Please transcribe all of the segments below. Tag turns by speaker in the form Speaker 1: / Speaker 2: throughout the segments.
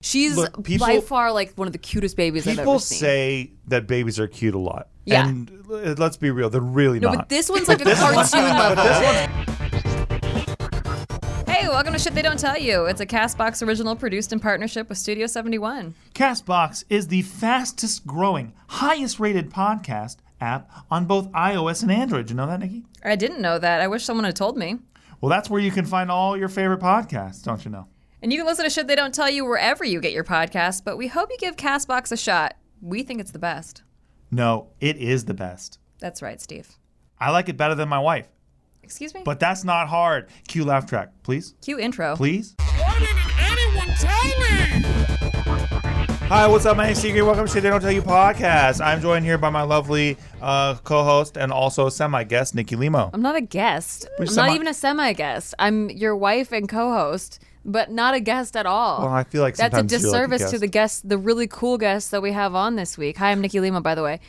Speaker 1: She's
Speaker 2: Look, people-
Speaker 1: by far like one of the cutest babies I've ever
Speaker 2: People
Speaker 1: seen.
Speaker 2: say that babies are cute a lot.
Speaker 1: Yeah.
Speaker 2: And l- let's be real, they're really
Speaker 1: no,
Speaker 2: not.
Speaker 1: but this one's like a cartoon level. Hey, welcome to Shit They Don't Tell You. It's a Castbox original produced in partnership with Studio 71.
Speaker 3: Castbox is the fastest growing, highest rated podcast app on both iOS and Android. Did you know that, Nikki?
Speaker 1: I didn't know that. I wish someone had told me.
Speaker 3: Well, that's where you can find all your favorite podcasts, don't you know?
Speaker 1: And you can listen to Shit They Don't Tell You wherever you get your podcast, but we hope you give Castbox a shot. We think it's the best.
Speaker 3: No, it is the best.
Speaker 1: That's right, Steve.
Speaker 3: I like it better than my wife,
Speaker 1: Excuse me?
Speaker 3: but that's not hard. Cue laugh track, please.
Speaker 1: Cue intro.
Speaker 3: Please.
Speaker 4: Why didn't anyone tell me?
Speaker 3: Hi, what's up? My name's Secret. Welcome to Shit They Don't Tell You podcast. I'm joined here by my lovely uh, co host and also semi guest, Nikki Limo.
Speaker 1: I'm not a guest. I'm
Speaker 3: semi-
Speaker 1: not even a semi guest. I'm your wife and co host, but not a guest at all.
Speaker 2: Well, I feel like
Speaker 1: That's a
Speaker 2: sometimes you're like a
Speaker 1: disservice to
Speaker 2: guest.
Speaker 1: the guests, the really cool guests that we have on this week. Hi, I'm Nikki Lima, by the way.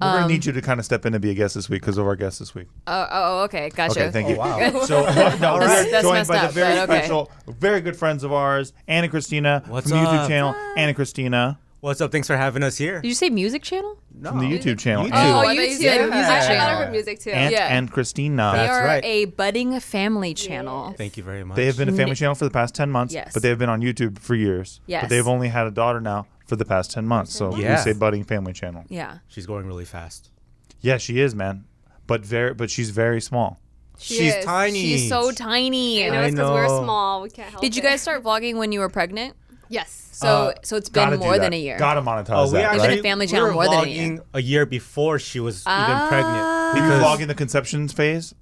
Speaker 2: We're going to need you to kind of step in and be a guest this week because of our guest this week.
Speaker 1: Um, Oh, oh okay. Gotcha.
Speaker 2: Okay, thank you.
Speaker 5: wow.
Speaker 2: So no, we're
Speaker 1: That's- that's
Speaker 2: joined
Speaker 1: messed
Speaker 2: by
Speaker 1: up,
Speaker 2: the very
Speaker 1: but okay.
Speaker 2: special, very good friends of ours, Anna Christina
Speaker 5: What's
Speaker 2: from the YouTube
Speaker 5: up?
Speaker 2: channel. Anna Christina
Speaker 5: What's up? Thanks for having us here.
Speaker 1: Did you say music channel?
Speaker 2: from the YouTube channel.
Speaker 5: YouTube.
Speaker 2: Ant,
Speaker 6: Oh,
Speaker 1: I
Speaker 6: you
Speaker 1: thought
Speaker 6: too.
Speaker 1: you said music
Speaker 6: I, I
Speaker 1: channel.
Speaker 6: thought I heard music too.
Speaker 2: Ant
Speaker 1: yeah.
Speaker 2: and Christina.
Speaker 1: They
Speaker 5: That's
Speaker 1: are
Speaker 5: right.
Speaker 1: a budding family channel.
Speaker 5: Thank you very much.
Speaker 2: They have been a family channel for the past 10 months,
Speaker 1: Yes.
Speaker 2: but they have been on YouTube for years.
Speaker 1: Yes.
Speaker 2: But they've only had a daughter now for the past 10 months. So we
Speaker 5: Yeah.
Speaker 2: say budding family channel.
Speaker 1: Yeah.
Speaker 5: She's going really fast.
Speaker 2: Yeah, she is, man. But very but she's very small.
Speaker 6: She
Speaker 5: She's
Speaker 6: is.
Speaker 5: tiny.
Speaker 1: She's so
Speaker 6: I
Speaker 1: tiny.
Speaker 6: know it's because we're
Speaker 5: know.
Speaker 6: small. We can't help
Speaker 1: Did you
Speaker 6: it.
Speaker 1: guys start vlogging when you were pregnant?
Speaker 6: Yes.
Speaker 1: So
Speaker 2: Uh,
Speaker 1: so it's
Speaker 2: Gotta
Speaker 1: been
Speaker 2: do
Speaker 1: more
Speaker 2: that.
Speaker 1: than a year.
Speaker 2: Gotta monetize
Speaker 5: Oh, we
Speaker 2: that,
Speaker 5: actually
Speaker 1: They've been
Speaker 2: right?
Speaker 1: a family
Speaker 5: we
Speaker 1: channel
Speaker 5: were
Speaker 1: more than a year.
Speaker 5: vlogging a year before she was even
Speaker 1: Ah.
Speaker 5: pregnant.
Speaker 2: Were you
Speaker 5: Because,
Speaker 2: vlogging the conception phase?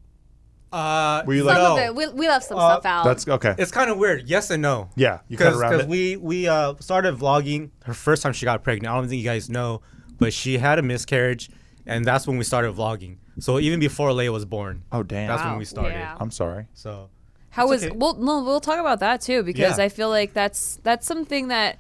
Speaker 5: uh,
Speaker 2: Were you
Speaker 6: Some
Speaker 2: like, "Oh."
Speaker 6: of it. We, we left some stuff
Speaker 1: Um,
Speaker 6: out.
Speaker 2: Uh, that's okay.
Speaker 5: It's kind of weird. Yes and no.
Speaker 2: Yeah, you cut around
Speaker 5: Because
Speaker 2: it.
Speaker 5: we we uh, started vlogging her first time she got pregnant. I don't think you guys know, but she had a miscarriage, and that's when we started vlogging. So even before Leia was born,
Speaker 2: Oh, damn.
Speaker 5: that's
Speaker 1: Wow.
Speaker 5: when we started.
Speaker 6: Yeah.
Speaker 2: I'm sorry.
Speaker 5: So
Speaker 1: How
Speaker 5: It's
Speaker 1: was
Speaker 5: okay.
Speaker 1: well? No, we'll talk about that too because
Speaker 5: Yeah.
Speaker 1: I feel like that's that's something that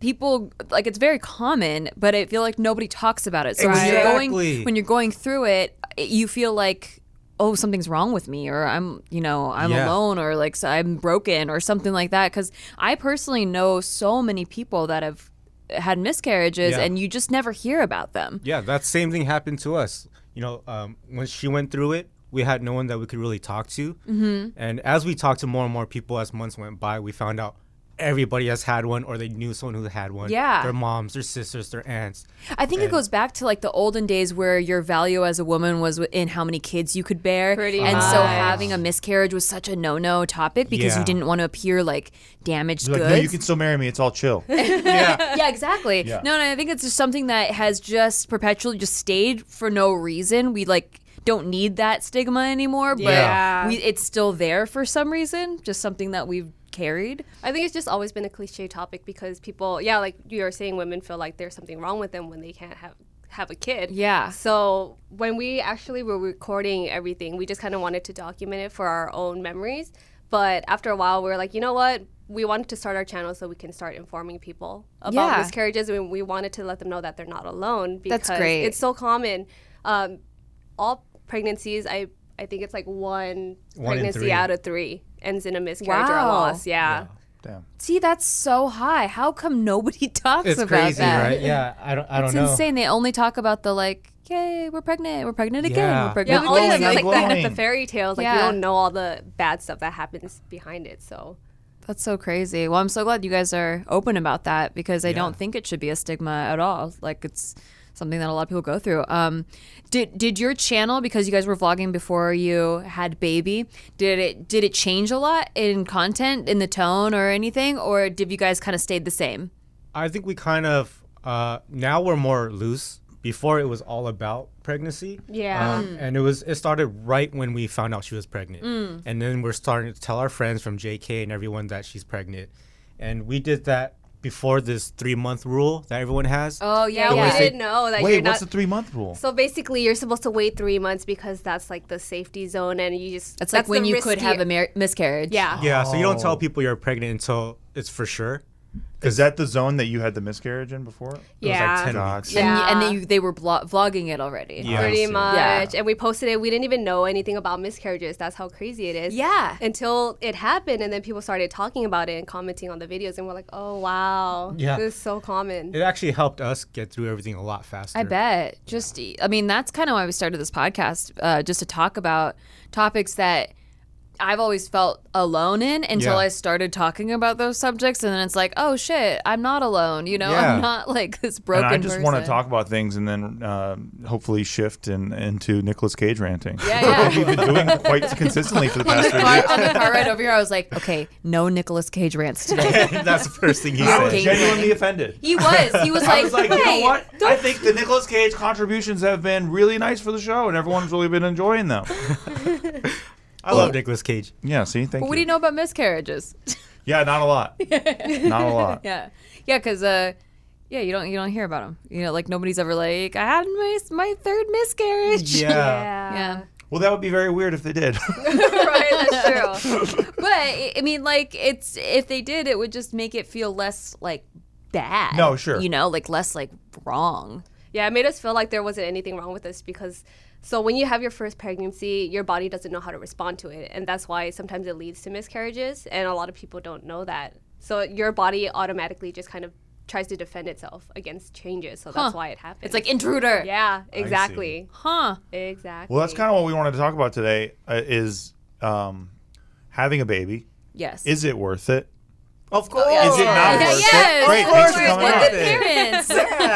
Speaker 1: people like. It's very common, but I feel like nobody talks about it. So when you're going
Speaker 5: Exactly.
Speaker 1: when you're going through it, it- you feel like oh something's wrong with me or i'm you know i'm
Speaker 5: Yeah.
Speaker 1: alone or like so i'm broken or something like that because i personally know so many people that have had miscarriages
Speaker 5: Yeah.
Speaker 1: and you just never hear about them
Speaker 5: Yeah, that same thing happened to us. You know, um, when she went through it, we had no one that we could really talk to. Mm-hmm. And as we talked to more and more people as months went by, we found out everybody has had one or they knew someone who had one.
Speaker 1: Yeah.
Speaker 5: Their moms, their sisters, their aunts.
Speaker 1: I think it goes back to like the olden days where your value as a woman was in how many kids you could bear.
Speaker 6: Pretty
Speaker 1: and so
Speaker 6: much.
Speaker 1: having a miscarriage was such a no no topic because you
Speaker 5: Yeah.
Speaker 1: didn't want to appear like damaged
Speaker 2: You're like,
Speaker 1: goods.
Speaker 2: no, you can still marry me. It's all chill.
Speaker 1: yeah, exactly. No, no, I think it's just something that has just perpetually just stayed for no reason. We like don't need that stigma anymore, but
Speaker 6: Yeah.
Speaker 1: we, it's still there for some reason. Just something that we've carried.
Speaker 6: I think it's just always been a cliche topic because people, yeah, like you are saying, women feel like there's something wrong with them when they can't have have a kid.
Speaker 1: Yeah.
Speaker 6: So when we actually were recording everything, we just kind of wanted to document it for our own memories. But after a while, we were like, you know what? We wanted to start our channel so we can start informing people about
Speaker 1: Yeah.
Speaker 6: miscarriages. and we wanted to let them know that they're not alone because
Speaker 1: That's great.
Speaker 6: it's so common. Um, all pregnancies, I I think it's like one,
Speaker 5: in
Speaker 6: pregnancy
Speaker 5: three.
Speaker 6: out of three ends in a miscarriage or a
Speaker 1: Wow.
Speaker 6: loss. yeah.
Speaker 2: Damn.
Speaker 1: See, that's so high. How come nobody talks
Speaker 5: It's
Speaker 1: about
Speaker 5: crazy,
Speaker 1: that?
Speaker 5: right? Yeah, I don't, I don't
Speaker 1: It's
Speaker 5: know.
Speaker 1: insane. They only talk about the like, yay, we're pregnant, we're pregnant again,
Speaker 5: Yeah.
Speaker 1: we're
Speaker 6: Yeah,
Speaker 1: pregnant
Speaker 6: all
Speaker 1: again.
Speaker 6: of
Speaker 2: Glowing,
Speaker 6: it's like that
Speaker 2: glowing.
Speaker 6: the fairy tales. Like you
Speaker 1: Yeah.
Speaker 6: don't know all the bad stuff that happens behind it. So
Speaker 1: That's so crazy. Well, I'm so glad you guys are open about that because I don't think it should be a stigma at all. Like it's something that a lot of people go through. Um, did did your channel because you guys were vlogging before you had baby? Did it did it change a lot in content, in the tone, or anything, or did you guys kind of stayed the same?
Speaker 5: I think we kind of, uh, now we're more loose. Before it was all about pregnancy.
Speaker 6: Yeah.
Speaker 1: Mm.
Speaker 5: Um, and it was it started right when we found out she was pregnant.
Speaker 1: Mm.
Speaker 5: And then we're starting to tell our friends from JK and everyone that she's pregnant. And we did that before this three month rule that everyone has.
Speaker 1: Oh
Speaker 6: yeah,
Speaker 5: way
Speaker 6: we
Speaker 5: they-
Speaker 6: didn't know that you're
Speaker 2: Wait,
Speaker 6: not.
Speaker 2: what's the three month rule?
Speaker 6: so basically, you're supposed to wait three months because that's like the safety zone, and you just
Speaker 1: That's like when
Speaker 6: the
Speaker 1: you could have
Speaker 6: riskier-
Speaker 1: a mar- miscarriage.
Speaker 6: yeah.
Speaker 5: Oh. yeah, so you don't tell people you're pregnant until it's for sure.
Speaker 3: Is that the zone that you had the miscarriage in before?
Speaker 6: yeah.
Speaker 5: It was like 10
Speaker 3: God.
Speaker 5: weeks.
Speaker 1: And,
Speaker 6: Yeah.
Speaker 1: y- and then you, they were blo- vlogging it already.
Speaker 5: Yeah.
Speaker 6: pretty
Speaker 5: I see.
Speaker 6: much.
Speaker 1: Yeah.
Speaker 6: And we posted it. We didn't even know anything about miscarriages. That's how crazy it is.
Speaker 1: Yeah.
Speaker 6: Until it happened, and then people started talking about it and commenting on the videos, and we're like, oh wow,
Speaker 5: Yeah.
Speaker 6: this is so common.
Speaker 5: It actually helped us get through everything a lot faster.
Speaker 1: I bet. Just, I mean, that's kind of why we started this podcast, uh, just to talk about topics that I've always felt alone in until
Speaker 5: Yeah.
Speaker 1: I started talking about those subjects, and then it's like, oh shit, I'm not alone. You know,
Speaker 5: Yeah.
Speaker 1: I'm not like this
Speaker 3: And
Speaker 1: broken.
Speaker 3: I just want to
Speaker 1: person.
Speaker 3: talk about things and then um hopefully shift in, into Nicolas Cage ranting.
Speaker 1: Yeah, yeah.
Speaker 3: We've been doing quite consistently for the
Speaker 1: on,
Speaker 3: past
Speaker 1: the
Speaker 3: three
Speaker 1: car,
Speaker 3: weeks.
Speaker 1: on the car ride over here, I was like, okay, no Nicolas Cage rants today.
Speaker 5: That's the first thing he
Speaker 3: I was
Speaker 1: Okay.
Speaker 5: said.
Speaker 3: genuinely offended.
Speaker 1: He was. He was like,
Speaker 3: I was like, you know
Speaker 1: hey,
Speaker 3: what? I think the Nicolas Cage contributions have been really nice for the show, and everyone's really been enjoying them.
Speaker 5: I love Nicolas Cage.
Speaker 3: Yeah, see, thank
Speaker 1: But
Speaker 3: you.
Speaker 1: what do you know about miscarriages?
Speaker 3: Yeah, not a lot. not a lot.
Speaker 1: yeah, yeah, because uh, yeah, you don't you don't hear about them. You know, like nobody's ever like, I had my my third miscarriage. Yeah.
Speaker 3: Well, that would be very weird if they did.
Speaker 6: right. That's true.
Speaker 1: But I I mean, like, it's if they did, it would just make it feel less like bad.
Speaker 3: No, sure.
Speaker 1: You know, like less like wrong.
Speaker 6: Yeah, it made us feel like there wasn't anything wrong with us because so when you have your first pregnancy, your body doesn't know how to respond to it, and that's why sometimes it leads to miscarriages, and a lot of people don't know that. So your body automatically just kind of tries to defend itself against changes, so
Speaker 1: Huh.
Speaker 6: that's why it happens.
Speaker 1: It's like intruder.
Speaker 6: yeah, exactly,
Speaker 1: Huh.
Speaker 6: exactly.
Speaker 3: well, that's kind of what we wanted to talk about today uh, is um, having a baby.
Speaker 1: Yes.
Speaker 3: Is it worth it?
Speaker 5: Of course.
Speaker 3: Is it not
Speaker 1: Yeah,
Speaker 3: worth
Speaker 1: yes.
Speaker 3: it? Great,
Speaker 1: Of
Speaker 3: thanks
Speaker 1: course.
Speaker 3: for coming
Speaker 1: What
Speaker 3: on.
Speaker 1: the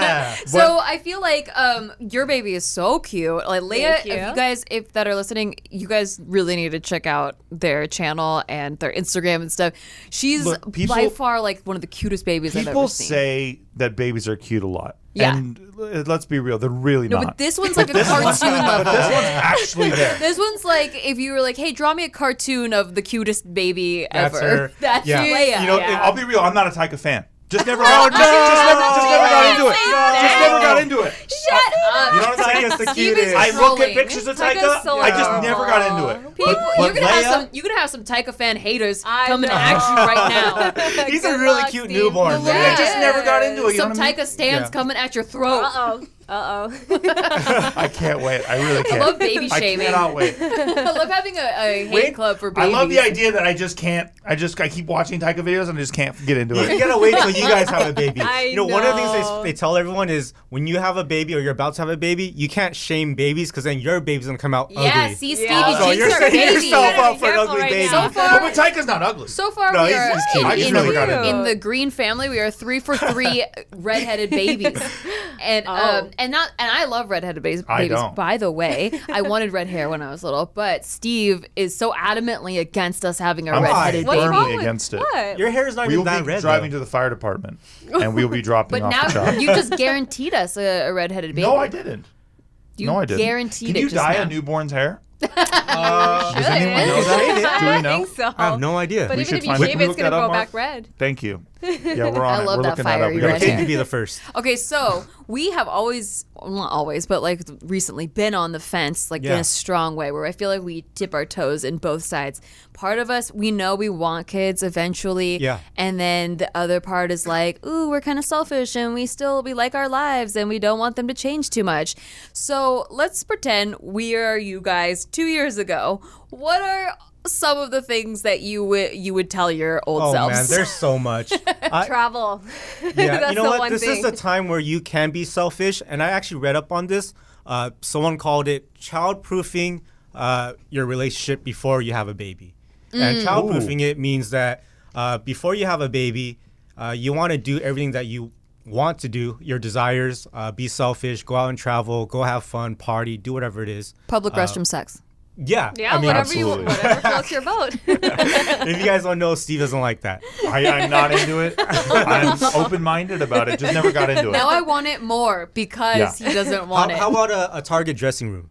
Speaker 1: parents? So I feel like um, your baby is so cute. Like Leah,
Speaker 6: Thank you.
Speaker 1: if you guys if that are listening, you guys really need to check out their channel and their Instagram and stuff. She's
Speaker 3: Look,
Speaker 1: by
Speaker 3: people-
Speaker 1: far like one of the cutest babies I've
Speaker 3: People
Speaker 1: ever seen.
Speaker 3: say that babies are cute a lot.
Speaker 1: Yeah.
Speaker 3: And uh, let's be real, they're really
Speaker 1: no,
Speaker 3: not.
Speaker 1: but this one's like a cartoon level.
Speaker 3: This one's actually there.
Speaker 1: This one's like if you were like, "Hey, draw me a cartoon of the cutest baby
Speaker 5: That's
Speaker 1: ever."
Speaker 5: her.
Speaker 1: That's
Speaker 5: Yeah.
Speaker 1: Leia.
Speaker 3: You know,
Speaker 6: Yeah.
Speaker 3: I'll be real, I'm not a Taika fan. Just never got, just, just never, just never got into it. Just never got into it.
Speaker 1: Shut up.
Speaker 3: You know what I'm saying?
Speaker 1: Steve is
Speaker 3: I look at
Speaker 1: trolling.
Speaker 3: pictures of
Speaker 6: Taika's
Speaker 3: Taika.
Speaker 6: so
Speaker 3: I just never
Speaker 6: adorable.
Speaker 3: got into it.
Speaker 1: People,
Speaker 3: But-
Speaker 1: you're
Speaker 3: but
Speaker 1: gonna have
Speaker 3: Leia-
Speaker 1: some. You're gonna have some Taika fan haters
Speaker 6: I
Speaker 1: coming
Speaker 6: know.
Speaker 1: at you right now.
Speaker 5: He's
Speaker 6: Good
Speaker 5: a really
Speaker 6: luck,
Speaker 5: cute
Speaker 6: Steve.
Speaker 5: newborn.
Speaker 1: Good
Speaker 5: man.
Speaker 1: luck.
Speaker 5: I just never got into it. You
Speaker 1: some
Speaker 5: know what I mean?
Speaker 1: Taika stands
Speaker 5: Yeah.
Speaker 1: coming at your throat.
Speaker 6: Uh oh. Uh oh.
Speaker 3: I can't wait. I really can't.
Speaker 1: love baby shaming.
Speaker 3: I cannot wait.
Speaker 1: I love having a, a hate
Speaker 3: Wait,
Speaker 1: club for
Speaker 3: I
Speaker 1: babies.
Speaker 3: love the idea that I just can't. I just I keep watching Taika videos and I just can't get into
Speaker 5: You
Speaker 3: it.
Speaker 5: gotta wait till you guys have a baby.
Speaker 6: I
Speaker 5: you know, one of the things they,
Speaker 6: know.
Speaker 5: s- they tell everyone is when you have a baby or you're about to have a baby, you can't shame babies because then your baby's gonna come out
Speaker 1: Yeah,
Speaker 5: ugly.
Speaker 1: see, Stevie
Speaker 6: Yeah.
Speaker 1: yeah.
Speaker 5: so you're
Speaker 1: her
Speaker 5: setting
Speaker 1: baby.
Speaker 5: yourself up for an
Speaker 6: careful
Speaker 5: ugly
Speaker 6: right
Speaker 5: baby.
Speaker 6: now.
Speaker 1: So far-
Speaker 3: but Taika's not ugly.
Speaker 1: So far,
Speaker 5: No,
Speaker 1: we
Speaker 5: he's-
Speaker 1: are
Speaker 5: he's cute.
Speaker 1: in,
Speaker 5: I
Speaker 3: just
Speaker 1: in
Speaker 3: never
Speaker 1: the,
Speaker 3: got into
Speaker 6: it.
Speaker 1: in the green family. We are three for three redheaded babies, and um,
Speaker 6: Oh.
Speaker 1: and not and I love redheaded babies.
Speaker 3: I
Speaker 1: babies,
Speaker 3: don't.
Speaker 1: By the way, I wanted red hair when I was little, but Steve is so adamantly against us having a
Speaker 3: I'm
Speaker 1: redheaded
Speaker 3: What's
Speaker 1: baby.
Speaker 3: wrong? firmly against it.
Speaker 6: What?
Speaker 5: Your hair is not
Speaker 3: we
Speaker 5: even
Speaker 3: will
Speaker 5: that
Speaker 3: be
Speaker 5: red.
Speaker 3: driving
Speaker 5: though.
Speaker 3: to the fire department and we will be dropping
Speaker 1: But
Speaker 3: off the
Speaker 1: now
Speaker 3: child.
Speaker 1: you just guaranteed us a, a redheaded baby.
Speaker 3: no, I didn't.
Speaker 1: You
Speaker 3: no, I didn't.
Speaker 1: guaranteed
Speaker 3: Can
Speaker 1: it
Speaker 3: you
Speaker 1: just
Speaker 3: dye
Speaker 1: now.
Speaker 3: a newborn's hair?
Speaker 5: Uh,
Speaker 3: Does anyone know that? Do we
Speaker 6: I
Speaker 3: know?
Speaker 6: think so.
Speaker 5: I have no idea.
Speaker 6: but
Speaker 3: We
Speaker 6: even
Speaker 3: should
Speaker 6: if you
Speaker 3: find-
Speaker 6: shave
Speaker 3: we
Speaker 6: it,
Speaker 3: look
Speaker 6: it's gonna
Speaker 3: that up,
Speaker 6: go
Speaker 3: Mark?
Speaker 6: back red.
Speaker 3: Thank you. Yeah, we're on
Speaker 1: I
Speaker 3: it.
Speaker 1: love
Speaker 3: we're
Speaker 1: that
Speaker 3: looking
Speaker 1: fire
Speaker 3: that up.
Speaker 1: you're
Speaker 3: We gotta
Speaker 5: your
Speaker 1: watching.
Speaker 5: kid
Speaker 3: change
Speaker 5: could be the first.
Speaker 1: Okay, so we have always, well, not always, but like recently been on the fence, like in
Speaker 5: Yeah.
Speaker 1: a strong way, where I feel like we dip our toes in both sides. Part of us, we know we want kids eventually.
Speaker 5: Yeah.
Speaker 1: And then the other part is like, ooh, we're kind of selfish and we still, we like our lives and we don't want them to change too much. So let's pretend we are you guys two years ago. What are some of the things that you would you would tell your old
Speaker 5: Oh
Speaker 1: selves?
Speaker 5: man, there's so much. Uh, I-
Speaker 6: Travel.
Speaker 5: Yeah,
Speaker 6: That's
Speaker 5: you know
Speaker 6: the
Speaker 5: what?
Speaker 6: one
Speaker 5: This is
Speaker 6: thing.
Speaker 5: the time where you can be selfish, and I actually read up on this. Uh, someone called it childproofing uh, your relationship before you have a baby.
Speaker 6: Mm.
Speaker 5: And childproofing it means that uh, before you have a baby, uh, you want to do everything that you want to do, your desires, uh, be selfish, go out and travel, go have fun, party, do whatever it is.
Speaker 1: Public restroom sex.
Speaker 5: Yeah,
Speaker 6: Yeah,
Speaker 5: I mean,
Speaker 6: whatever
Speaker 3: absolutely.
Speaker 6: you whatever floats your boat.
Speaker 5: if you guys don't know, Steve doesn't like that.
Speaker 3: I, I'm not into it. I'm open-minded about it. Just never got into it.
Speaker 1: Now I want it more because
Speaker 3: Yeah.
Speaker 1: he doesn't
Speaker 5: How,
Speaker 1: want it.
Speaker 5: how about a, a Target dressing room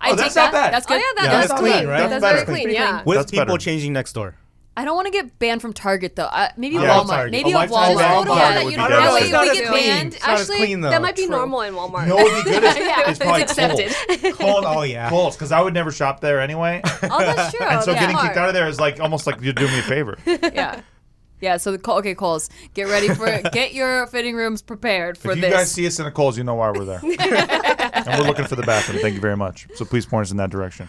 Speaker 1: I
Speaker 3: Oh,
Speaker 1: take
Speaker 3: that's
Speaker 1: that.
Speaker 3: not bad.
Speaker 1: That's
Speaker 6: oh
Speaker 1: good.
Speaker 6: yeah, that,
Speaker 5: that's
Speaker 6: that's,
Speaker 5: that's
Speaker 6: clean.
Speaker 5: clean, right?
Speaker 6: That's,
Speaker 3: That's
Speaker 6: very
Speaker 3: better.
Speaker 6: clean. Yeah.
Speaker 5: with
Speaker 3: That's
Speaker 5: people
Speaker 3: better.
Speaker 5: changing next door?
Speaker 1: I don't want to get banned from Target though. Uh, maybe
Speaker 3: Yeah,
Speaker 1: Walmart.
Speaker 5: Target.
Speaker 1: Maybe
Speaker 3: A
Speaker 1: a
Speaker 3: lifetime
Speaker 1: Walmart.
Speaker 3: ban on
Speaker 1: Yeah,
Speaker 3: Target
Speaker 1: that you
Speaker 3: would be
Speaker 1: know,
Speaker 3: better.
Speaker 1: that
Speaker 3: No,
Speaker 1: way
Speaker 3: it's
Speaker 1: if
Speaker 5: not
Speaker 1: we
Speaker 5: as
Speaker 1: get
Speaker 5: clean.
Speaker 1: banned.
Speaker 5: It's not as
Speaker 1: Actually,
Speaker 5: clean, though.
Speaker 6: That might be normal in Walmart.
Speaker 3: No, it'd be good is,
Speaker 1: Yeah,
Speaker 3: is probably
Speaker 1: it's accepted.
Speaker 3: Cold.
Speaker 5: Oh, yeah.
Speaker 3: Cold, because I would never shop there anyway.
Speaker 6: Oh, that's true.
Speaker 3: And so
Speaker 6: That's
Speaker 3: getting
Speaker 6: smart.
Speaker 3: kicked out of there is like almost like you're doing me a favor.
Speaker 1: yeah. Yeah. So the Col- okay, Coles, get ready for get your fitting rooms prepared for
Speaker 3: if you
Speaker 1: this.
Speaker 3: guys see us in the Coles, you know why we're there. and we're looking for the bathroom. Thank you very much. So please point us in that direction.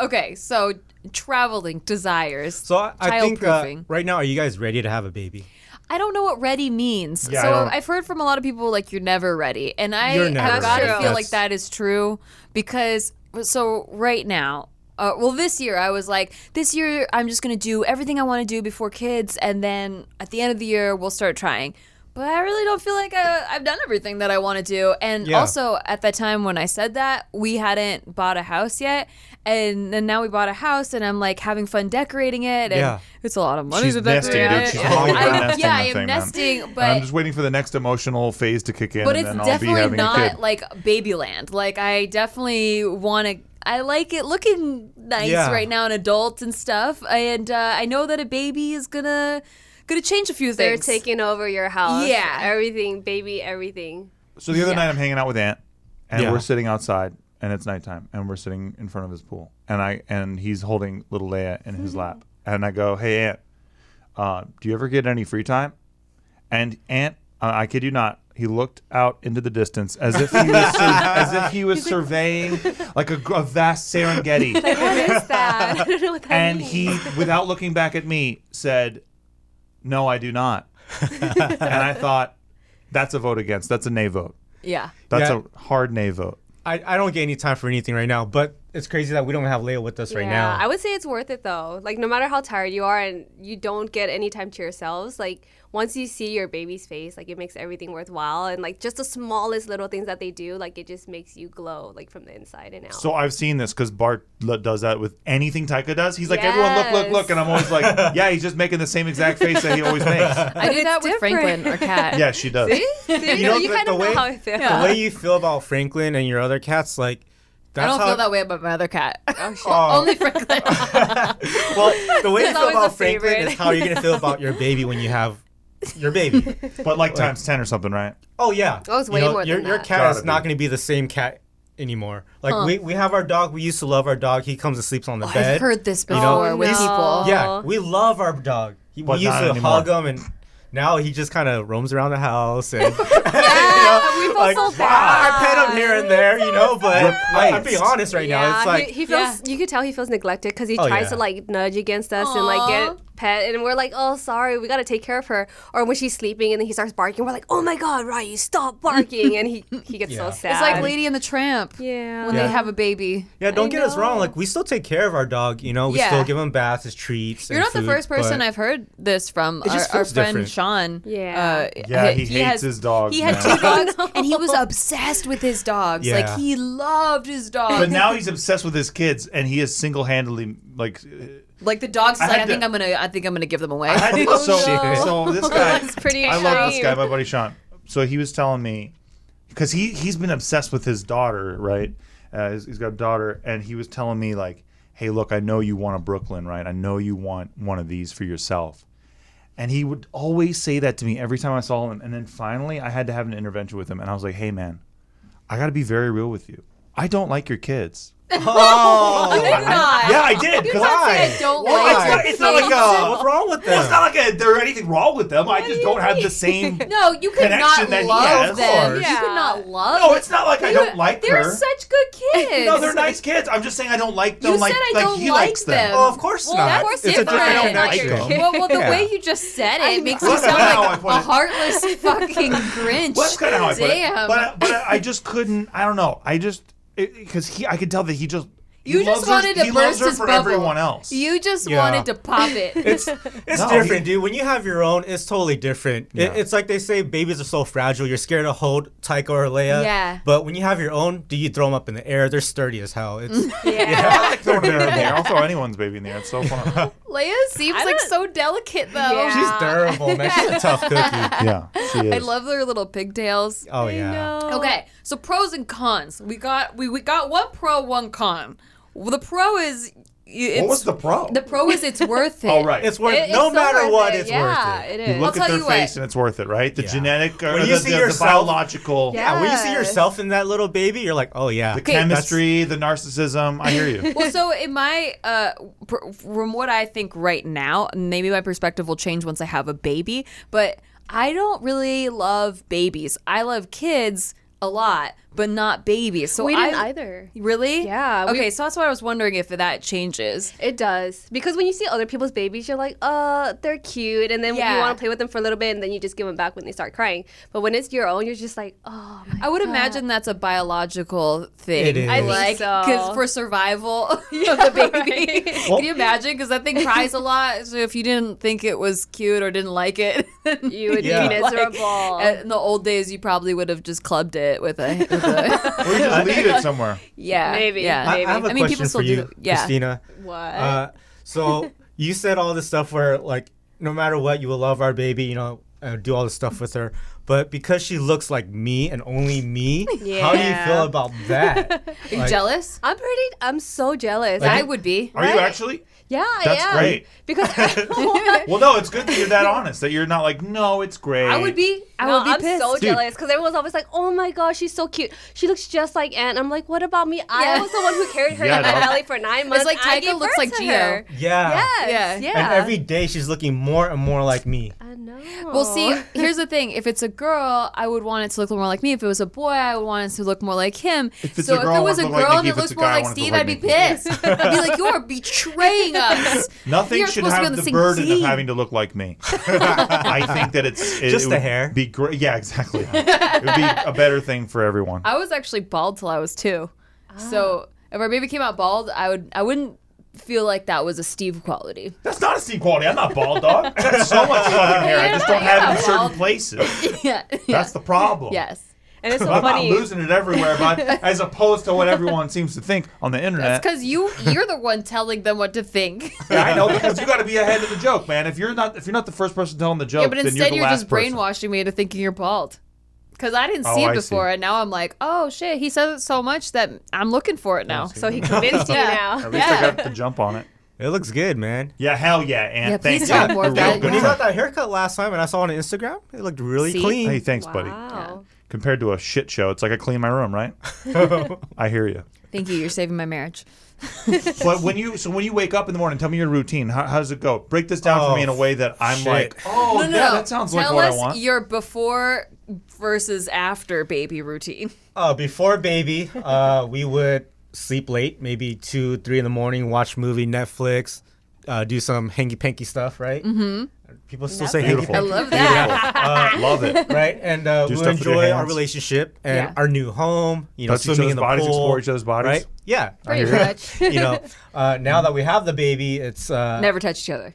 Speaker 1: okay. So traveling desires.
Speaker 5: So I, I think uh,
Speaker 1: childproofing.
Speaker 5: right now, are you guys ready to have a baby?
Speaker 1: I don't know what ready means.
Speaker 3: Yeah, I
Speaker 1: so
Speaker 3: don't-
Speaker 1: I've heard from a lot of people like you're never ready, and I
Speaker 5: You're never
Speaker 1: have got to
Speaker 6: ready.
Speaker 1: feel like
Speaker 5: That's-
Speaker 1: that is true because so right now. Uh, well, this year I was like, this year I'm just gonna do everything I want to do before kids, and then at the end of the year we'll start trying. But I really don't feel like I, I've done everything that I want to do. And
Speaker 5: Yeah.
Speaker 1: also at that time when I said that, we hadn't bought a house yet, and then now we bought a house, and I'm like having fun decorating it, and
Speaker 5: Yeah.
Speaker 1: it's a lot of money
Speaker 3: She's
Speaker 1: to decorate.
Speaker 3: nesting, dude.
Speaker 1: it.
Speaker 3: She's all about
Speaker 1: I-
Speaker 3: nesting
Speaker 1: yeah, I
Speaker 3: that
Speaker 1: am
Speaker 3: thing, man.
Speaker 1: nesting, but
Speaker 3: I'm just waiting for the next emotional phase to kick in,
Speaker 1: but
Speaker 3: and
Speaker 1: it's
Speaker 3: then I'll be
Speaker 1: definitely
Speaker 3: having a
Speaker 1: not
Speaker 3: kid.
Speaker 1: like Babyland. Like I definitely want to. I like it looking nice
Speaker 5: Yeah.
Speaker 1: right now, an adult and stuff. And uh, I know that a baby is gonna gonna change a few
Speaker 6: They're
Speaker 1: things.
Speaker 6: taking over your house.
Speaker 1: Yeah.
Speaker 6: Everything, baby, everything.
Speaker 3: So the other night I'm hanging out with Aunt, and
Speaker 5: Yeah.
Speaker 3: we're sitting outside, and it's nighttime, and we're sitting in front of his pool, and I and he's holding little Leia in his lap,
Speaker 6: Mm-hmm.
Speaker 3: and I go, "Hey Aunt, uh, do you ever get any free time?" And Aunt, uh, I kid you not, he looked out into the distance as if he was sur- as if he was surveying like a, gr- a vast Serengeti,
Speaker 6: What is that? I don't know what that
Speaker 3: and
Speaker 6: means.
Speaker 3: he, without looking back at me, said, "No, I do not," and I thought, "That's a vote against. That's a nay vote."
Speaker 1: yeah.
Speaker 3: That's
Speaker 5: Yeah.
Speaker 3: a hard nay vote.
Speaker 5: I, I don't get any time for anything right now, but it's crazy that we don't have Leia with us right now.
Speaker 6: I would say it's worth it though. Like no matter how tired you are and you don't get any time to yourselves, like once you see your baby's face, like it makes everything worthwhile and like just the smallest little things that they do, like it just makes you glow like from the inside and out.
Speaker 3: So I've seen this because Bart l- does that with anything Taika does. He's like, everyone, look, look, look, and I'm always like, yeah, he's just making the same exact face that he always makes.
Speaker 1: I do
Speaker 6: it's
Speaker 1: that with
Speaker 6: different.
Speaker 1: Franklin, our cat.
Speaker 3: Yeah, she does.
Speaker 6: you,
Speaker 5: know,
Speaker 6: you
Speaker 5: the-
Speaker 6: kind
Speaker 5: the
Speaker 6: of
Speaker 5: way-
Speaker 6: know how I feel.
Speaker 5: the way you feel about Franklin and your other cats, like
Speaker 1: I
Speaker 5: that's
Speaker 1: don't
Speaker 5: how,
Speaker 1: feel that way about my other cat. Oh, shit.
Speaker 5: Oh.
Speaker 1: Only Franklin.
Speaker 5: Well, the way you
Speaker 1: It's
Speaker 5: feel
Speaker 1: always
Speaker 5: about
Speaker 1: a
Speaker 5: Franklin
Speaker 1: favorite.
Speaker 5: is how you're gonna feel about your baby when you have your baby.
Speaker 3: But like times ten or something, right?
Speaker 5: Oh yeah.
Speaker 6: Oh, it's
Speaker 5: You
Speaker 6: way
Speaker 5: know,
Speaker 6: more
Speaker 5: your,
Speaker 6: than
Speaker 5: your
Speaker 6: that.
Speaker 5: cat
Speaker 3: Gotta
Speaker 5: is not
Speaker 3: be.
Speaker 5: going to be the same cat anymore. Like we, we have our dog. We used to love our dog. He comes and sleeps on the bed.
Speaker 1: Oh, I've heard this
Speaker 5: know-
Speaker 1: before with
Speaker 6: No.
Speaker 1: people.
Speaker 5: Yeah, we love our dog. He, we
Speaker 3: But
Speaker 5: used
Speaker 3: not
Speaker 5: to
Speaker 3: anymore.
Speaker 5: hug him, and now he just kind of roams around the house and
Speaker 6: we feel
Speaker 5: like
Speaker 6: so
Speaker 5: "Ah,
Speaker 6: bad.
Speaker 5: I pet him here and there, you know. But I, I'm being
Speaker 3: Replaced.
Speaker 5: honest right now. It's like
Speaker 6: he, he feels. You could tell he feels neglected because he
Speaker 5: Oh,
Speaker 6: tries
Speaker 5: yeah.
Speaker 6: to like nudge against us and like
Speaker 1: Aw.
Speaker 6: get pet, and we're like, oh, sorry, we gotta take care of her. Or when she's sleeping and then he starts barking, we're like, oh my god, Ryu, stop barking, and he he gets
Speaker 5: Yeah.
Speaker 6: so sad.
Speaker 1: It's like Lady and the Tramp.
Speaker 6: Yeah.
Speaker 1: When
Speaker 5: Yeah.
Speaker 1: they have a baby.
Speaker 5: yeah, don't get us wrong. Like we still take care of our dog. You know, we
Speaker 1: Yeah.
Speaker 5: still give him baths, his treats.
Speaker 1: You're
Speaker 5: and
Speaker 1: not the
Speaker 5: food,
Speaker 1: first person
Speaker 5: but-
Speaker 1: I've heard this from. Our,
Speaker 5: just
Speaker 1: our
Speaker 5: feels
Speaker 1: friend
Speaker 5: different.
Speaker 1: Sean.
Speaker 6: Yeah.
Speaker 1: uh,
Speaker 3: Yeah, he hates
Speaker 1: has-
Speaker 3: his dogs,
Speaker 1: He had
Speaker 3: man.
Speaker 1: two dogs, and he was obsessed with his dogs. Like
Speaker 5: Yeah.
Speaker 1: he loved his dogs.
Speaker 3: But now he's obsessed with his kids, and he is single-handedly like.
Speaker 1: like the dogs,
Speaker 3: I
Speaker 1: is like,
Speaker 3: had
Speaker 1: I think
Speaker 3: to-
Speaker 1: I'm gonna, I think I'm gonna give them away.
Speaker 3: I did so. So this guy,
Speaker 6: That's pretty
Speaker 3: I love this
Speaker 6: extreme.
Speaker 3: guy, my buddy Sean. So he was telling me because he he's been obsessed with his daughter, right? Uh, he's- he's got a daughter, and he was telling me like, "Hey, look, I know you want a Brooklyn, right? I know you want one of these for yourself." And he would always say that to me every time I saw him. And then finally, I had to have an intervention with him, and I was like, "Hey, man, I got to be very real with you. I don't like your kids."
Speaker 1: They're not.
Speaker 3: Yeah, I did. Because
Speaker 1: I
Speaker 3: I.
Speaker 1: don't
Speaker 3: Well,
Speaker 1: like uh,
Speaker 3: it's not, it's not like a.
Speaker 5: What's wrong with
Speaker 3: Well, it's
Speaker 5: them?
Speaker 3: not like a, there's anything wrong with them. I just don't have the same.
Speaker 1: No, you could
Speaker 3: Connection
Speaker 1: not
Speaker 3: that he
Speaker 1: love
Speaker 3: has, of
Speaker 1: them.
Speaker 3: course.
Speaker 1: You could
Speaker 6: Yeah.
Speaker 1: not love.
Speaker 5: Oh,
Speaker 3: No, it's not like I don't like
Speaker 1: They're
Speaker 3: her.
Speaker 1: such good kids.
Speaker 3: no, they're nice kids. I'm just saying I don't like them.
Speaker 1: You
Speaker 3: like,
Speaker 1: said I
Speaker 3: like
Speaker 1: don't
Speaker 3: he
Speaker 1: like
Speaker 3: likes them.
Speaker 1: them.
Speaker 5: Oh, of course
Speaker 1: Well,
Speaker 5: not.
Speaker 1: of course
Speaker 5: it's a
Speaker 1: different.
Speaker 5: different
Speaker 1: I don't
Speaker 3: like
Speaker 5: connection.
Speaker 3: them.
Speaker 1: Well, well, the
Speaker 5: Yeah.
Speaker 1: way you just said it makes you
Speaker 3: Well, that's
Speaker 1: sound
Speaker 3: kinda how I
Speaker 1: like
Speaker 3: put
Speaker 1: a
Speaker 3: it.
Speaker 1: heartless fucking Grinch.
Speaker 3: Well, that's kind of how I put
Speaker 1: Damn.
Speaker 3: it. But but I just couldn't. I don't know. I just because he I could tell that he just he
Speaker 1: You just
Speaker 3: loves her-
Speaker 1: wanted to
Speaker 3: he
Speaker 1: burst
Speaker 3: loves her
Speaker 1: his
Speaker 3: for
Speaker 1: bubble.
Speaker 3: everyone else.
Speaker 1: You just
Speaker 5: Yeah.
Speaker 1: wanted to pop it.
Speaker 5: It's it's
Speaker 3: No,
Speaker 5: different,
Speaker 3: he-
Speaker 5: dude. When you have your own, it's totally different. It-
Speaker 3: Yeah.
Speaker 5: it's like they say babies are so fragile. You're scared to hold Tycho or Leia.
Speaker 1: Yeah.
Speaker 5: But when you have your own, do you throw them up in the air? They're sturdy as hell. It's
Speaker 3: I like throwing her in there. I'll throw anyone's baby in there. It's so fun.
Speaker 1: Leia seems
Speaker 6: I
Speaker 1: like
Speaker 6: don't-
Speaker 1: so delicate though.
Speaker 6: Yeah.
Speaker 5: she's durable, man. She's a tough cookie.
Speaker 3: yeah, she is.
Speaker 1: I love their little pigtails.
Speaker 5: Oh yeah.
Speaker 1: Okay, so pros and cons. We got we, we got one pro, one con. Well, the pro is you-
Speaker 3: What
Speaker 1: it's,
Speaker 3: was the problem?
Speaker 1: the pro is it's worth it.
Speaker 3: oh right.
Speaker 5: It's worth
Speaker 6: It-
Speaker 5: no
Speaker 6: so
Speaker 5: matter
Speaker 6: worth
Speaker 5: what.
Speaker 6: it.
Speaker 5: It's
Speaker 6: yeah,
Speaker 5: worth it.
Speaker 6: it
Speaker 3: you
Speaker 6: is.
Speaker 3: look
Speaker 1: I'll
Speaker 3: at
Speaker 1: tell
Speaker 3: their
Speaker 1: you
Speaker 3: face
Speaker 1: what.
Speaker 3: and it's worth it, right? The
Speaker 5: Yeah.
Speaker 3: genetic or
Speaker 5: When
Speaker 3: the,
Speaker 5: you see
Speaker 3: the- the
Speaker 5: yourself-
Speaker 3: biological, uh,
Speaker 5: Yeah, when you see
Speaker 6: Yes.
Speaker 5: yourself in that little baby, you're like, oh yeah,
Speaker 3: the
Speaker 1: Okay.
Speaker 3: chemistry, the narcissism. I hear you.
Speaker 1: well, so in my uh, pr- from what I think right now, maybe my perspective will change once I have a baby. But I don't really love babies. I love kids a lot, but not babies. So
Speaker 6: We didn't
Speaker 1: I,
Speaker 6: either.
Speaker 1: Really?
Speaker 6: Yeah, we-
Speaker 1: okay, so that's why I was wondering if that changes.
Speaker 6: It does because when you see other people's babies, you're like, uh, they're cute, and then
Speaker 1: Yeah.
Speaker 6: you want to play with them for a little bit, and then you just give them back when they start crying. But when it's your own, you're just like, oh, my
Speaker 1: I would imagine that's a biological thing.
Speaker 5: It is. I think
Speaker 1: like,
Speaker 6: so.
Speaker 1: Cause for survival of the baby. Can you imagine? Because that thing cries a lot. So if you didn't think it was cute or didn't like it,
Speaker 6: you would
Speaker 5: Yeah.
Speaker 6: be
Speaker 1: like, uh,
Speaker 6: miserable.
Speaker 1: in the old days, you probably would have just clubbed it with a. With a
Speaker 3: Or you just leave it somewhere.
Speaker 1: yeah.
Speaker 6: Maybe,
Speaker 1: Yeah.
Speaker 5: I, I have a
Speaker 1: mean,
Speaker 5: question
Speaker 1: people still
Speaker 5: for you,
Speaker 1: do. Yeah.
Speaker 5: Christina.
Speaker 6: what?
Speaker 5: Uh, so you said all this stuff where like no matter what you will love our baby you know uh, do all this stuff with her but because she looks like me and only me how do you
Speaker 6: Yeah.
Speaker 5: feel about that
Speaker 1: Are you
Speaker 5: Like,
Speaker 1: jealous?
Speaker 6: I'm pretty. I'm so jealous.
Speaker 5: Like,
Speaker 1: I
Speaker 6: I,
Speaker 1: would be.
Speaker 3: Are you
Speaker 6: Right.
Speaker 3: actually?
Speaker 6: yeah,
Speaker 3: That's
Speaker 6: I am.
Speaker 3: great.
Speaker 6: Because
Speaker 3: Well, no. It's good that you're that honest. That you're not like, no, it's great.
Speaker 1: I would be. I
Speaker 6: no,
Speaker 1: would be
Speaker 6: I'm
Speaker 1: pissed.
Speaker 6: so
Speaker 3: Dude.
Speaker 6: jealous because everyone's always like, "Oh my gosh, she's so cute. She looks just like Anne." I'm like, "What about me? I
Speaker 1: Yeah.
Speaker 6: was the one who carried her
Speaker 3: Yeah,
Speaker 6: in my
Speaker 3: dog.
Speaker 6: belly for nine months.
Speaker 1: like
Speaker 6: I
Speaker 1: Tyga
Speaker 6: gave
Speaker 1: looks
Speaker 6: birth
Speaker 1: like
Speaker 6: to
Speaker 1: Gio.
Speaker 6: her.
Speaker 5: yeah
Speaker 1: Yeah.
Speaker 6: Yes, yeah.
Speaker 5: and every day she's looking more and more like me
Speaker 6: I know.
Speaker 1: Well, see, here's the thing. If it's a girl, I would want it to look more like me. If it was a boy, I would want it to look more like him.
Speaker 3: If it's
Speaker 1: so
Speaker 3: a girl,
Speaker 1: if
Speaker 3: I
Speaker 1: it was
Speaker 3: want
Speaker 1: a
Speaker 3: it to
Speaker 1: girl and
Speaker 3: look like Nikki.
Speaker 1: it
Speaker 3: If it's
Speaker 1: looked
Speaker 3: a
Speaker 1: more
Speaker 3: guy, I
Speaker 1: like
Speaker 3: want it to
Speaker 1: Steve,
Speaker 3: look
Speaker 1: I'd be
Speaker 3: like
Speaker 1: pissed. I'd be like, you're betraying us.
Speaker 3: Nothing
Speaker 1: You're
Speaker 3: should
Speaker 1: supposed to be
Speaker 3: have
Speaker 1: on
Speaker 3: the,
Speaker 1: the same
Speaker 3: burden
Speaker 1: team.
Speaker 3: of having to look like me. I think that it's it,
Speaker 5: Just
Speaker 3: it
Speaker 5: the
Speaker 3: would
Speaker 5: hair.
Speaker 3: Be great. Yeah, exactly. it would be a better thing for everyone.
Speaker 1: I was actually bald till I was two. So if our baby came out bald, I would I wouldn't feel like that was a Steve quality.
Speaker 3: That's not a C quality. I'm not bald, dog. I got so much fucking hair. I just don't have it
Speaker 1: Yeah,
Speaker 3: in certain
Speaker 1: bald.
Speaker 3: places.
Speaker 1: yeah.
Speaker 3: That's the problem.
Speaker 1: yes.
Speaker 6: and it's so
Speaker 3: I'm not
Speaker 6: funny.
Speaker 3: losing it everywhere, but as opposed to what everyone seems to think on the
Speaker 1: That's
Speaker 3: internet.
Speaker 1: because you you're the one telling them what to think.
Speaker 3: Yeah, I know because you got to be ahead of the joke, man. If you're not, if you're not the first person telling the joke,
Speaker 1: yeah, but
Speaker 3: Oh, then
Speaker 1: instead
Speaker 3: you're,
Speaker 1: you're,
Speaker 3: the last
Speaker 1: just
Speaker 3: person.
Speaker 1: brainwashing me into thinking you're bald. Because I didn't
Speaker 3: Oh,
Speaker 1: see
Speaker 3: I
Speaker 1: it
Speaker 3: see.
Speaker 1: before, and now I'm like, oh shit, he says it so much that I'm looking for it now.
Speaker 6: So he convinced you
Speaker 1: Yeah.
Speaker 6: now.
Speaker 3: At least
Speaker 1: Yeah.
Speaker 3: I got the jump on it.
Speaker 5: it looks good man
Speaker 3: Yeah, hell yeah, and
Speaker 1: Yeah,
Speaker 3: thank
Speaker 1: please
Speaker 3: you.
Speaker 1: talk more
Speaker 3: You're
Speaker 1: about
Speaker 3: real
Speaker 1: it.
Speaker 3: good
Speaker 5: when he
Speaker 3: friend.
Speaker 5: got that haircut last time and i saw it on instagram it looked really
Speaker 1: See?
Speaker 5: clean
Speaker 3: Hey, thanks, buddy.
Speaker 6: Wow.
Speaker 3: Compared to a shit show, it's like I clean my room, right? I hear you.
Speaker 1: Thank you, you're saving my marriage.
Speaker 3: But when you so when you wake up in the morning, tell me your routine. How, how does it go? Break this down
Speaker 5: Oh,
Speaker 3: for me in a way that I'm
Speaker 5: shit.
Speaker 3: like, oh
Speaker 1: No, no,
Speaker 3: yeah,
Speaker 1: no.
Speaker 3: that sounds
Speaker 1: Tell
Speaker 3: like what
Speaker 1: us
Speaker 3: I want.
Speaker 1: your before versus after baby routine.
Speaker 5: Uh, before baby, uh, we would sleep late, maybe two, three in the morning, watch movie, Netflix, uh, do some hanky panky stuff, right? Mm-hmm. People still say hanky
Speaker 3: Beautiful.
Speaker 1: I love that.
Speaker 3: Uh, Love it.
Speaker 5: right? And uh,
Speaker 3: Do
Speaker 5: we
Speaker 3: stuff with your
Speaker 5: enjoy our
Speaker 3: hands.
Speaker 5: relationship and
Speaker 1: Yeah.
Speaker 5: our new home. You know,
Speaker 3: Touch each
Speaker 5: swimming
Speaker 3: other's
Speaker 5: in the
Speaker 3: bodies,
Speaker 5: pool,
Speaker 3: explore each other's bodies.
Speaker 5: right? Yeah,
Speaker 1: Pretty much.
Speaker 5: you know, uh, now that we have the baby, it's uh,
Speaker 1: Never touch each other.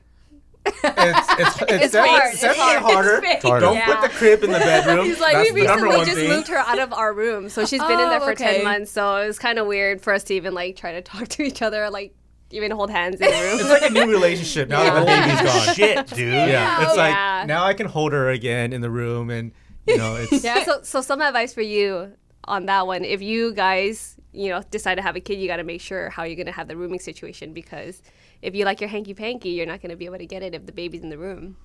Speaker 5: it's it's, it's,
Speaker 1: It's hard.
Speaker 5: definitely-
Speaker 1: It's
Speaker 5: definitely
Speaker 1: hard. It's
Speaker 5: harder.
Speaker 1: fake.
Speaker 3: harder.
Speaker 5: Don't put the crib in the bedroom.
Speaker 6: He's like,
Speaker 5: That's
Speaker 6: we
Speaker 5: the number
Speaker 6: recently
Speaker 5: one
Speaker 6: just
Speaker 5: thing.
Speaker 6: moved her out of our room, so she's been in there
Speaker 1: Oh,
Speaker 6: for
Speaker 1: okay.
Speaker 6: ten months. So it was kind of weird for us to even like try to talk to each other, like even hold hands in the
Speaker 5: It's
Speaker 6: room.
Speaker 5: like a new relationship now that the baby's gone.
Speaker 3: Shit, dude.
Speaker 5: Yeah, it's like
Speaker 6: Yeah.
Speaker 5: now I can hold her again in the room, and you know, it's
Speaker 6: yeah. So, so some advice for you on that one: if you guys, you know, decide to have a kid, you got to make sure how you're gonna have the rooming situation because if you like your hanky panky, you're not gonna be able to get it if the baby's in the room.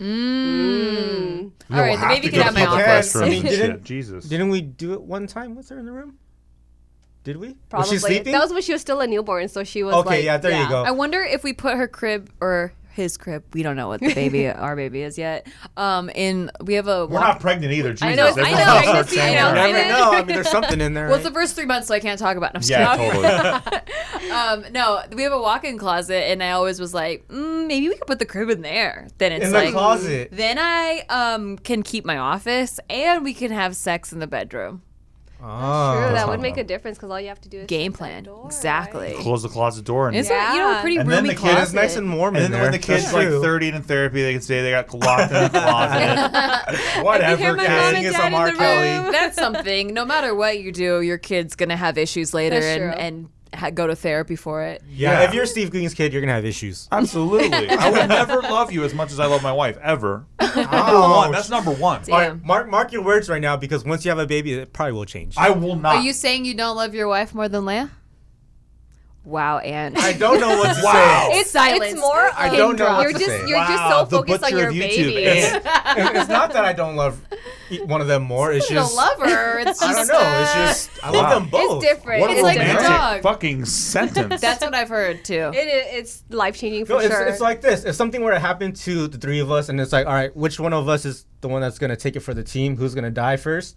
Speaker 1: Mm. All right, the baby can have my
Speaker 5: public
Speaker 1: office.
Speaker 5: office.
Speaker 3: restroom.
Speaker 5: I mean, didn't-
Speaker 3: shit. Jesus.
Speaker 5: Didn't we do it one time with her in the room? Did we? Was
Speaker 6: Probably
Speaker 5: she sleeping?
Speaker 6: that was when she was still a newborn, so she was
Speaker 5: okay,
Speaker 6: like,
Speaker 5: yeah, there you go.
Speaker 1: I wonder if we put her crib or his crib. We don't know what the baby, our baby is yet. Um, in we have a.
Speaker 3: We're not pregnant either. Jesus.
Speaker 1: I know,
Speaker 3: Everyone
Speaker 1: I know,
Speaker 3: else
Speaker 1: I
Speaker 3: starts
Speaker 1: see, I
Speaker 3: saying
Speaker 1: know.
Speaker 5: you
Speaker 3: that.
Speaker 5: never
Speaker 1: I
Speaker 5: know. I mean, there's something in there.
Speaker 1: well, it's
Speaker 5: right?
Speaker 1: the first three months, so I can't talk about. It. I'm just
Speaker 3: Yeah,
Speaker 1: kidding.
Speaker 3: totally.
Speaker 1: Um, no, we have a walk-in closet, and I always was like, mm, maybe we could put the crib in there. Then it's
Speaker 5: In the
Speaker 1: like,
Speaker 5: closet.
Speaker 1: Then I um can keep my office, and we can have sex in the bedroom.
Speaker 5: Oh.
Speaker 6: True, that
Speaker 3: not
Speaker 6: would make
Speaker 3: wrong.
Speaker 6: a difference because all you have to do is
Speaker 1: Game
Speaker 6: shut the
Speaker 1: plan,
Speaker 6: door, right?
Speaker 1: exactly.
Speaker 3: Close the closet door and.
Speaker 1: It's a, you know a
Speaker 6: Yeah.
Speaker 1: pretty
Speaker 3: And then
Speaker 1: roomy
Speaker 3: the kid
Speaker 5: It's
Speaker 3: is
Speaker 1: closet.
Speaker 5: nice and warm
Speaker 3: and then
Speaker 5: in there.
Speaker 3: when the kid's
Speaker 5: That's
Speaker 3: like
Speaker 5: true.
Speaker 3: 30 and in therapy, they can say they got locked in the closet. Whatever,
Speaker 1: my mom and
Speaker 5: kissing is a
Speaker 1: dad in
Speaker 5: Mark
Speaker 1: the
Speaker 5: Kelly.
Speaker 1: room. That's something. No matter what you do, your kid's gonna have issues later
Speaker 6: That's
Speaker 1: and
Speaker 6: true.
Speaker 1: and ha- go to therapy for it.
Speaker 5: yeah,
Speaker 3: Yeah.
Speaker 5: if you're Steve Green's kid, you're gonna have issues.
Speaker 3: Absolutely. I would never love you as much as I love my wife, ever. Number
Speaker 5: Oh.
Speaker 3: one. That's number one.
Speaker 1: Damn.
Speaker 5: Mark, mark your words right now because once you have a baby, it probably will change.
Speaker 3: I will not.
Speaker 1: Are you saying you don't love your wife more than Leia? Wow, and
Speaker 2: I don't know what to
Speaker 3: Wow.
Speaker 2: say.
Speaker 6: It's
Speaker 1: Silence.
Speaker 6: It's more.
Speaker 1: I
Speaker 6: of-
Speaker 5: don't know what
Speaker 6: You're
Speaker 5: to
Speaker 6: just
Speaker 5: say.
Speaker 6: you're just
Speaker 3: Wow,
Speaker 6: so
Speaker 3: the
Speaker 6: focused on
Speaker 3: butcher
Speaker 6: your
Speaker 3: of YouTube.
Speaker 6: baby.
Speaker 3: It's-
Speaker 5: It- it's not that I don't love e- one of them more. It's
Speaker 7: You don't
Speaker 5: just
Speaker 7: love her. It's just,
Speaker 5: I don't know. Oh, It's
Speaker 7: uh,
Speaker 5: just I love
Speaker 3: Wow.
Speaker 5: them
Speaker 6: It's
Speaker 5: both.
Speaker 6: different.
Speaker 3: What a
Speaker 6: it's like
Speaker 3: romantic
Speaker 6: it,
Speaker 1: dog.
Speaker 3: fucking sentence.
Speaker 7: That's what I've heard too.
Speaker 6: i- it's life changing for
Speaker 5: No, it's,
Speaker 6: sure.
Speaker 5: it's like this. If something were to happen to the three of us, and it's like, all right, which one of us is the one that's gonna take it for the team? Who's gonna die first?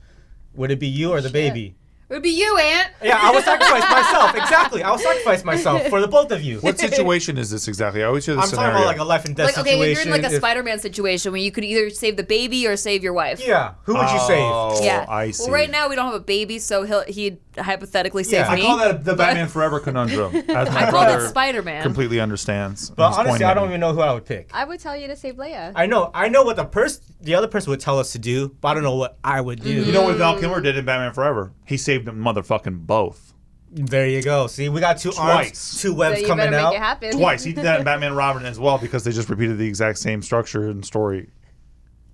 Speaker 5: Would it be you or the baby?
Speaker 7: It would be you, Aunt.
Speaker 5: Yeah, I will sacrifice myself. Exactly, I will sacrifice myself for the both of you.
Speaker 3: what situation is this exactly? I always hear the
Speaker 5: I'm
Speaker 3: scenario.
Speaker 5: talking about like a life and death
Speaker 7: Like okay,
Speaker 5: situation.
Speaker 7: when you're in like a
Speaker 5: If-
Speaker 7: Spider-Man situation where you could either save the baby or save your wife.
Speaker 5: Yeah, who would you save?
Speaker 3: Oh,
Speaker 7: Yeah.
Speaker 3: I see.
Speaker 7: Well, right now we don't have a baby, so he'll he'd hypothetically save
Speaker 5: Yeah.
Speaker 3: I
Speaker 7: me.
Speaker 3: call that the Batman Forever conundrum. As my
Speaker 7: I call
Speaker 3: brother
Speaker 7: that Spider-Man.
Speaker 3: completely understands.
Speaker 5: But
Speaker 3: He's
Speaker 5: honestly,
Speaker 3: pointing
Speaker 5: I
Speaker 3: at
Speaker 5: don't
Speaker 3: me.
Speaker 5: even know who I would pick.
Speaker 6: I would tell you to save Leia.
Speaker 5: I know, I know what the person, the other person would tell us to do, but I don't know what I would do.
Speaker 3: You know what Val Kilmer did in Batman Forever? He saved them motherfucking both.
Speaker 5: There you go. See, we got two
Speaker 3: Twice.
Speaker 5: arms, two
Speaker 6: so
Speaker 5: webs
Speaker 6: you better
Speaker 5: coming
Speaker 6: make
Speaker 5: out.
Speaker 6: it happen.
Speaker 3: Twice. He did that in Batman and Robin as well because they just repeated the exact same structure and story in